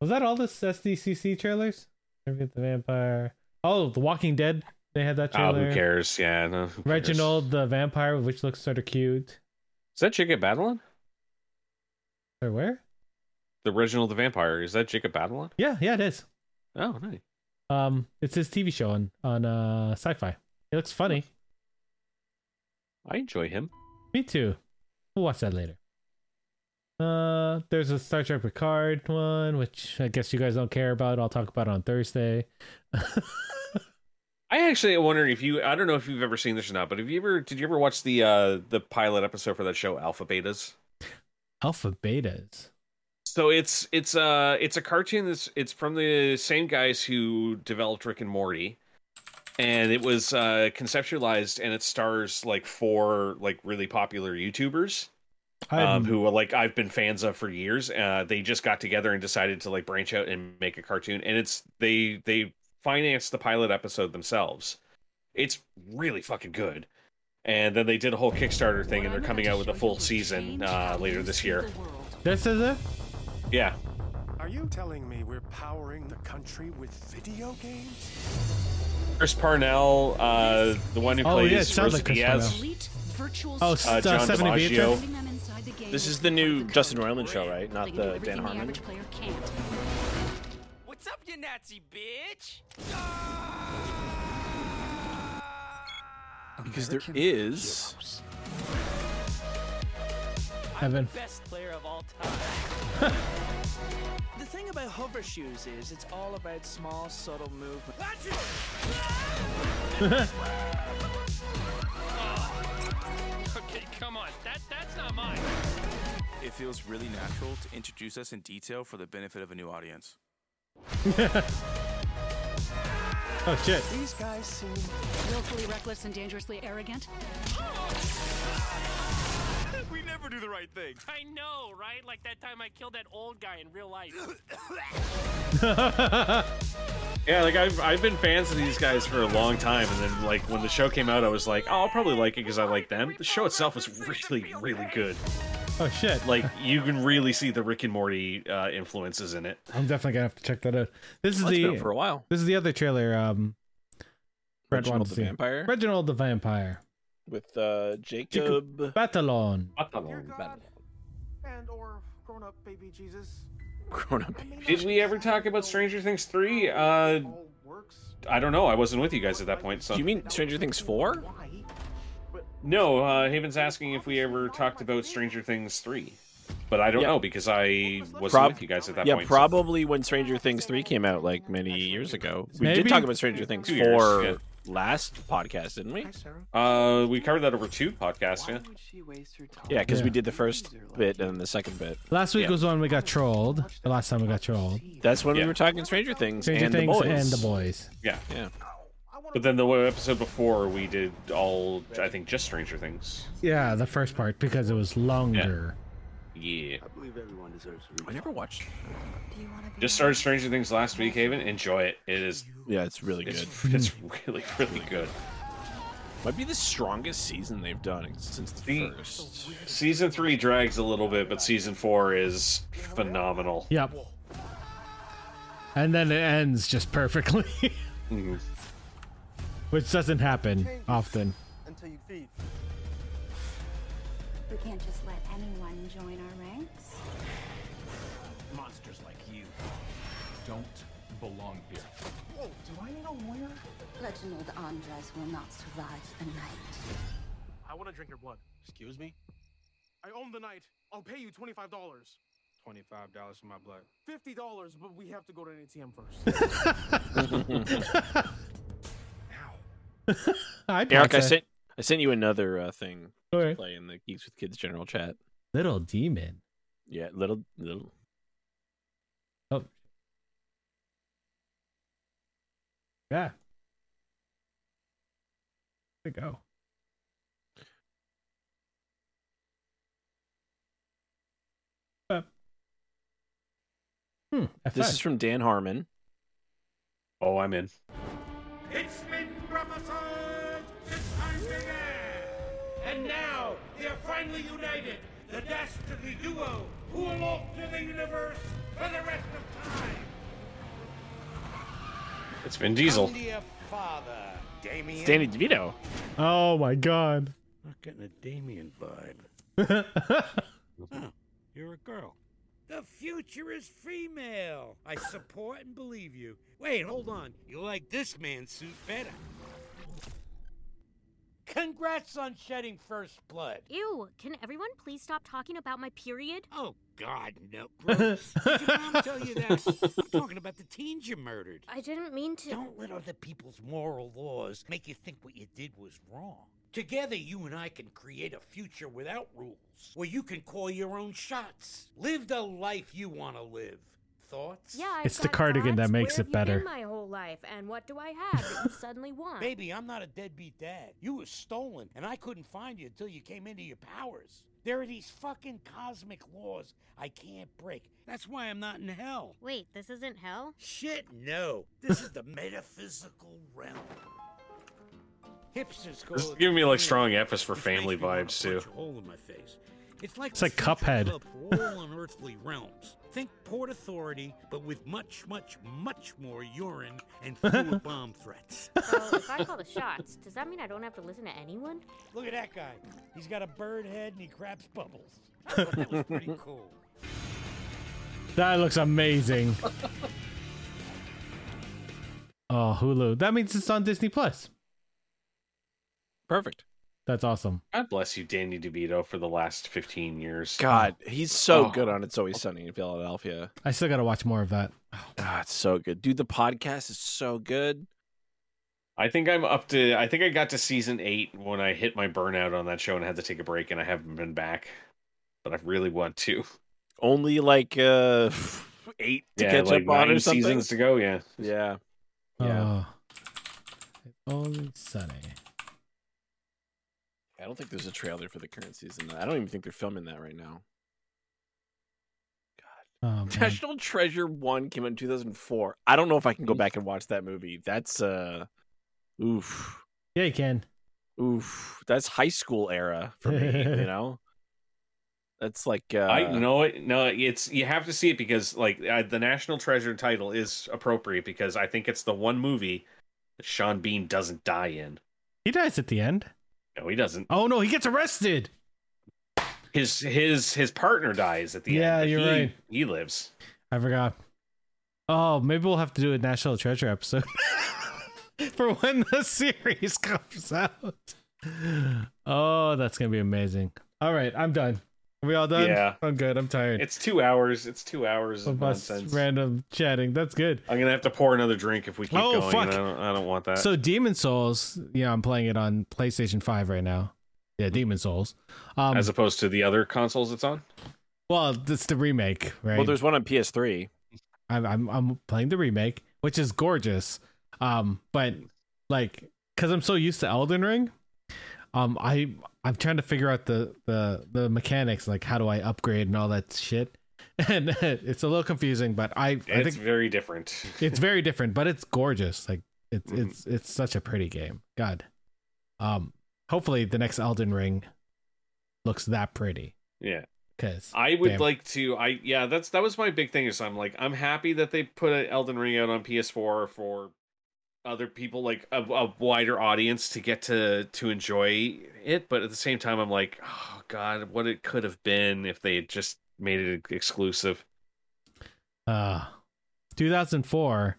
Speaker 1: Was that all the SDCC trailers? Interview with the vampire. Oh, The Walking Dead. They had that
Speaker 2: Oh,
Speaker 1: trailer.
Speaker 2: who cares? Yeah, no, who cares?
Speaker 1: Reginald the vampire, which looks sort of cute.
Speaker 2: Is that Jacob Batalon?
Speaker 1: Or where?
Speaker 2: The Reginald the Vampire. Is that Jacob Batalon?
Speaker 1: Yeah, yeah, it is.
Speaker 2: Oh, nice.
Speaker 1: Um, it's his TV show on on uh, Sci-Fi. It looks funny.
Speaker 2: I enjoy him.
Speaker 1: Me too. We'll watch that later. Uh, there's a Star Trek Picard one, which I guess you guys don't care about. I'll talk about it on Thursday.
Speaker 2: I actually wonder if you I don't know if you've ever seen this or not, but have you ever did you ever watch the uh the pilot episode for that show Alpha Betas?
Speaker 1: Alpha betas.
Speaker 2: So it's it's uh it's a cartoon that's it's from the same guys who developed Rick and Morty, and it was uh, conceptualized and it stars like four like really popular YouTubers, um,
Speaker 1: I'm-
Speaker 2: who like I've been fans of for years. Uh, they just got together and decided to like branch out and make a cartoon, and it's they they financed the pilot episode themselves. It's really fucking good. And then they did a whole Kickstarter thing, and they're coming out with a full season uh, later this year.
Speaker 1: This is it.
Speaker 2: Yeah.
Speaker 9: Are you telling me we're powering the country with video games?
Speaker 2: Chris Parnell, uh, the one who
Speaker 1: Oh,
Speaker 2: plays
Speaker 1: yeah, it sounds
Speaker 2: Rosa
Speaker 1: like Chris
Speaker 2: Diaz.
Speaker 1: Oh, s-
Speaker 2: Uh,
Speaker 1: uh,
Speaker 2: John
Speaker 1: 70
Speaker 2: DiMaggio.
Speaker 3: This is the new Justin Roiland show, right? Not the Dan Harmon.
Speaker 21: What's up, you Nazi bitch?
Speaker 3: Because there is.
Speaker 1: Evan.
Speaker 21: Best player of all time. the thing about hover shoes is it's all about small, subtle movement.
Speaker 17: Okay, come on. That that's not mine.
Speaker 19: It feels really natural to introduce us in detail for the benefit of a new audience.
Speaker 1: Oh shit.
Speaker 21: These guys seem
Speaker 23: Willfully reckless and dangerously arrogant.
Speaker 17: we never do the right thing. I know, right? Like that time I killed that old guy in real life.
Speaker 2: Yeah, like I've I've been fans of these guys for a long time, and then like when the show came out, I was like, oh, I'll probably like it because I like them. The show itself is really really good.
Speaker 1: Oh shit.
Speaker 2: Like you can really see the Rick and Morty uh, influences in it.
Speaker 1: I'm definitely gonna have to check that out. This is
Speaker 2: Well, it's
Speaker 1: the
Speaker 2: been for a while.
Speaker 1: This is the other trailer. Um, Brett
Speaker 3: Reginald
Speaker 1: wants
Speaker 3: the
Speaker 1: to see.
Speaker 3: Vampire?
Speaker 1: Reginald the Vampire.
Speaker 3: With uh, Jacob.
Speaker 1: Batalon.
Speaker 4: And or grown up baby Jesus.
Speaker 2: Did we ever talk about Stranger Things three? Uh, I don't know. I wasn't with you guys at that point. So
Speaker 3: Do you mean Stranger Things four?
Speaker 2: no? Uh, Haven's asking if we ever talked about Stranger Things three, but I don't
Speaker 3: Yeah.
Speaker 2: know because I wasn't
Speaker 3: Prob-
Speaker 2: with you guys at that
Speaker 3: yeah,
Speaker 2: point. so-
Speaker 3: probably when Stranger Things three came out, like many years ago. We
Speaker 2: Maybe.
Speaker 3: did talk about Stranger Things
Speaker 2: Two
Speaker 3: four
Speaker 2: years, yeah.
Speaker 3: last podcast, didn't we?
Speaker 2: Uh, we covered that over two podcasts, yeah.
Speaker 3: Yeah, because
Speaker 1: Yeah.
Speaker 3: we did the first bit and the second bit.
Speaker 1: Last week
Speaker 3: Yeah.
Speaker 1: was when we got trolled. The last time we got trolled.
Speaker 3: that's when we were talking Stranger Things
Speaker 1: Stranger
Speaker 3: and
Speaker 1: Things
Speaker 3: the boys.
Speaker 1: and the boys.
Speaker 2: Yeah.
Speaker 3: Yeah.
Speaker 2: But then the episode before, we did all, I think, just Stranger Things.
Speaker 1: Yeah, the first part because it was longer.
Speaker 2: Yeah.
Speaker 4: I believe everyone deserves
Speaker 3: I never watched.
Speaker 2: Just started Stranger Things last week, Haven. Enjoy it. It is.
Speaker 3: Yeah, it's really
Speaker 2: it's,
Speaker 3: good.
Speaker 2: It's really, really good.
Speaker 3: Might be the strongest season they've done since the first.
Speaker 2: Season three drags a little bit, but season four is phenomenal.
Speaker 1: Yep. And then it ends just perfectly,
Speaker 2: Mhm.
Speaker 1: which doesn't happen often.
Speaker 4: Until you feed.
Speaker 20: We can't just let anyone join our ranks.
Speaker 5: Monsters like you don't belong here.
Speaker 20: Whoa, do I need a lawyer? Reginald Andres will not survive the night.
Speaker 4: I want to drink your blood. Excuse me? I own the night. I'll pay you $25.
Speaker 5: Twenty-five dollars for my blood.
Speaker 4: $50, but we have to go to an ATM first.
Speaker 1: I'd
Speaker 3: Eric,
Speaker 1: like
Speaker 3: I
Speaker 1: to-
Speaker 3: sent I sent you another uh, thing
Speaker 1: All
Speaker 3: to
Speaker 1: right.
Speaker 3: play in the Geeks with Kids general chat.
Speaker 1: Little demon.
Speaker 3: Yeah, little little.
Speaker 1: Oh. Yeah. There we go. Uh, hmm,
Speaker 3: This
Speaker 1: F5.
Speaker 3: is from Dan Harmon.
Speaker 2: Oh, I'm in.
Speaker 4: It's me, Professor! It's time to end! And now, they're finally united! The dastardly duo who will alter the universe for the rest of time!
Speaker 2: It's Vin Diesel.
Speaker 4: father, Damien.
Speaker 3: Danny DeVito.
Speaker 1: Oh my god.
Speaker 4: Not getting a Damien vibe.
Speaker 25: You're a girl. The future is female. I support and believe you. Wait, hold on. You like this man's suit better. Congrats on shedding first blood.
Speaker 26: Ew, can everyone please stop talking about my period?
Speaker 25: Oh, God, no. Bruce. Did your mom tell you that? I'm talking about the teens you murdered.
Speaker 26: I didn't mean to.
Speaker 25: Don't let other people's moral laws make you think what you did was wrong. Together, you and I can create a future without rules, where you can call your own shots. Live the life you want to live. Thoughts?
Speaker 26: Yeah, I've
Speaker 1: It's the
Speaker 26: got
Speaker 1: cardigan that
Speaker 26: thoughts.
Speaker 1: makes
Speaker 26: Where have
Speaker 1: it
Speaker 26: you
Speaker 1: better.
Speaker 26: Been my whole life, and what do I have that you suddenly want?
Speaker 25: Baby, I'm not a deadbeat dad. You were stolen, and I couldn't find you until you came into your powers. There are these fucking cosmic laws I can't break. That's why I'm not in hell.
Speaker 26: Wait, this isn't hell.
Speaker 25: Shit, no. This is the metaphysical realm. Hipsters call
Speaker 2: This is
Speaker 25: it
Speaker 2: giving me like
Speaker 25: the-
Speaker 2: strong F's for family
Speaker 25: wanna
Speaker 2: vibes too.
Speaker 25: punch a hole in my face. It's like
Speaker 1: It's like
Speaker 25: the future
Speaker 1: Cuphead.
Speaker 25: club for all unearthly realms. Think Port Authority, but with much, much, much more urine and fewer bomb threats.
Speaker 26: So if I call the shots, does that mean I don't have to listen to anyone?
Speaker 25: Look at that guy. He's got a bird head and he craps bubbles. I thought that was pretty cool.
Speaker 1: That looks amazing. oh, Hulu. That means it's on Disney Plus.
Speaker 3: Perfect.
Speaker 1: That's awesome.
Speaker 2: God bless you, Danny DeVito, for the last fifteen years.
Speaker 3: God, he's so
Speaker 2: Oh.
Speaker 3: good on It's Always Sunny in Philadelphia.
Speaker 1: I still got to watch more of that.
Speaker 3: God, it's so good. Dude, the podcast is so good.
Speaker 2: I think I'm up to. I think I got to season eight when I hit my burnout on that show and had to take a break, and I haven't been back. But I really want to.
Speaker 3: Only like uh eight to
Speaker 2: yeah,
Speaker 3: catch
Speaker 2: like
Speaker 3: up on
Speaker 2: nine
Speaker 3: or something.
Speaker 2: seasons to go. Yeah,
Speaker 3: yeah.
Speaker 1: Yeah. only Oh. sunny.
Speaker 3: I don't think there's a trailer for the current season. I don't even think they're filming that right now.
Speaker 1: Oh, man.
Speaker 3: National Treasure One came out in 2004. I don't know if I can go back and watch that movie. That's uh, oof,
Speaker 1: Yeah, you can.
Speaker 3: oof. That's high school era for me. you know, that's like uh,
Speaker 2: I know it. No, it's you have to see it because like uh, the National Treasure title is appropriate because I think it's the one movie that Sean Bean doesn't die in.
Speaker 1: He dies at the end.
Speaker 2: No, he doesn't.
Speaker 1: Oh no, he gets arrested.
Speaker 2: His his his partner dies at the
Speaker 1: Yeah,
Speaker 2: end. but
Speaker 1: you're
Speaker 2: he,
Speaker 1: right.
Speaker 2: He lives.
Speaker 1: I forgot. Oh, maybe we'll have to do a National Treasure episode for when the series comes out. Oh, that's gonna be amazing. All right, I'm done. Are we all done?
Speaker 2: Yeah.
Speaker 1: I'm good. I'm tired.
Speaker 2: It's two hours. It's two hours of
Speaker 1: of us
Speaker 2: nonsense.
Speaker 1: random chatting. That's good.
Speaker 2: I'm gonna have to pour another drink if we keep
Speaker 1: Oh,
Speaker 2: going.
Speaker 1: fuck.
Speaker 2: I don't, I don't want that.
Speaker 1: So Demon Souls, yeah, I'm playing it on PlayStation 5 right now. Yeah, Demon Souls. Um
Speaker 2: as opposed to the other consoles it's on.
Speaker 1: well, it's the remake, right?
Speaker 3: Well, there's one on PS3.
Speaker 1: I'm I'm I'm playing the remake, which is gorgeous. Um, but like, cause I'm so used to Elden Ring, um, I I'm trying to figure out the the the mechanics, like how do I upgrade and all that shit, and it's a little confusing. But I I think
Speaker 2: It's very different.
Speaker 1: it's very different, but it's gorgeous. Like it's
Speaker 2: Mhm.
Speaker 1: it's it's such a pretty game. God, um, hopefully the next Elden Ring looks that pretty.
Speaker 2: Yeah.
Speaker 1: Cause
Speaker 2: I would
Speaker 1: damn.
Speaker 2: like to. I yeah, that's that was my big thing. Is I'm like I'm happy that they put a Elden Ring out on PS4 for other people, like a, a wider audience, to get to to enjoy it. But at the same time, I'm like, oh god, what it could have been if they had just made it exclusive.
Speaker 1: uh 2004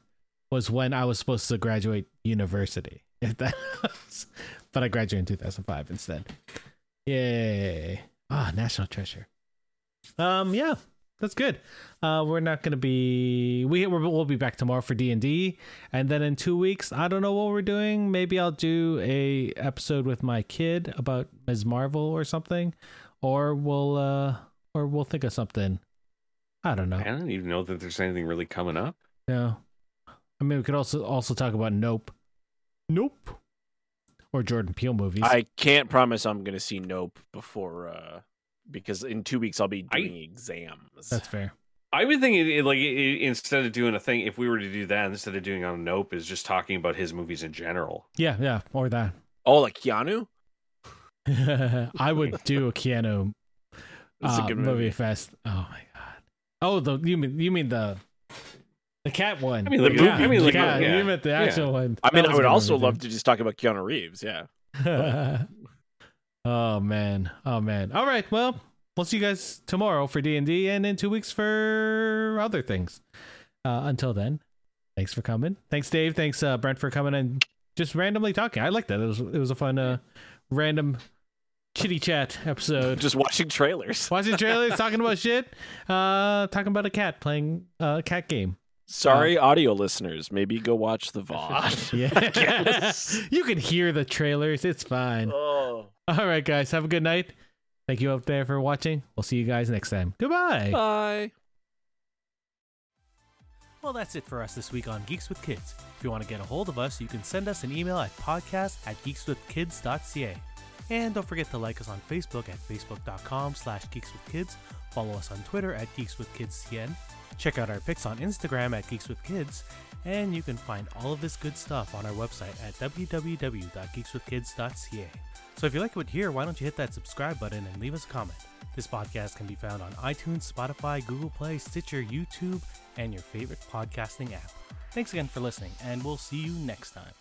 Speaker 1: was when I was supposed to graduate university. If that but I graduated in 2005 instead. Yay. Ah, national treasure. Um yeah, that's good. Uh we're not going to be we we're, we'll be back tomorrow for D&D and then in 2 weeks, I don't know what we're doing. Maybe I'll do a episode with my kid about Ms. Marvel or something or we'll uh or we'll think of something. I don't know.
Speaker 2: I don't even know that there's anything really coming up.
Speaker 1: No. I mean, we could also also talk about Nope. Nope. Or Jordan Peele movies.
Speaker 3: I can't promise I'm gonna see Nope before uh because in two weeks I'll be doing exams.
Speaker 1: That's fair.
Speaker 2: I've been thinking it, like it, it- instead of doing a thing, if we were to do that instead of doing it on Nope, is just talking about his movies in general.
Speaker 1: Yeah, yeah, or that.
Speaker 3: Oh, like Keanu?
Speaker 1: I would do a Keanu
Speaker 3: That's a
Speaker 1: uh,
Speaker 3: good
Speaker 1: movie.
Speaker 3: movie.
Speaker 1: fest. Oh my god. Oh, the you mean you mean the the cat one?
Speaker 3: I mean, the
Speaker 1: Yeah,
Speaker 3: movie. I mean, like,
Speaker 1: yeah,
Speaker 3: yeah.
Speaker 1: you meant the
Speaker 3: Yeah.
Speaker 1: actual one.
Speaker 3: I mean, I would also love to just talk about Keanu Reeves. Yeah.
Speaker 1: to. oh man, oh man. All right, well, we'll see you guys tomorrow for D and D, and in two weeks for other things. Uh, until then, thanks for coming. Thanks, Dave. Thanks, uh, Brent, for coming and just randomly talking. I like that. It was it was a fun uh, random chitty chat episode.
Speaker 3: Just watching trailers.
Speaker 1: Watching trailers, talking about shit, uh, talking about a cat playing a cat game.
Speaker 3: Sorry, audio listeners. Maybe go watch the VOD. I guess.
Speaker 27: you can hear the trailers. It's fine.
Speaker 3: Oh.
Speaker 27: All right, guys. Have a good night. Thank you up there for watching. We'll see you guys next time. Goodbye.
Speaker 3: Bye.
Speaker 1: Well, that's it for us this week on Geeks with Kids. If you want to get a hold of us, you can send us an email at podcast at geekswithkids.ca. And don't forget to like us on Facebook at facebook.com slash geekswithkids. Follow us on Twitter at geekswithkidscn. Check out our pics on Instagram at geekswithkids. And you can find all of this good stuff on our website at www.geekswithkids.ca. So if you like what you hear, why don't you hit that subscribe button and leave us a comment? This podcast can be found on iTunes, Spotify, Google Play, Stitcher, YouTube, and your favorite podcasting app. Thanks again for listening, and we'll see you next time.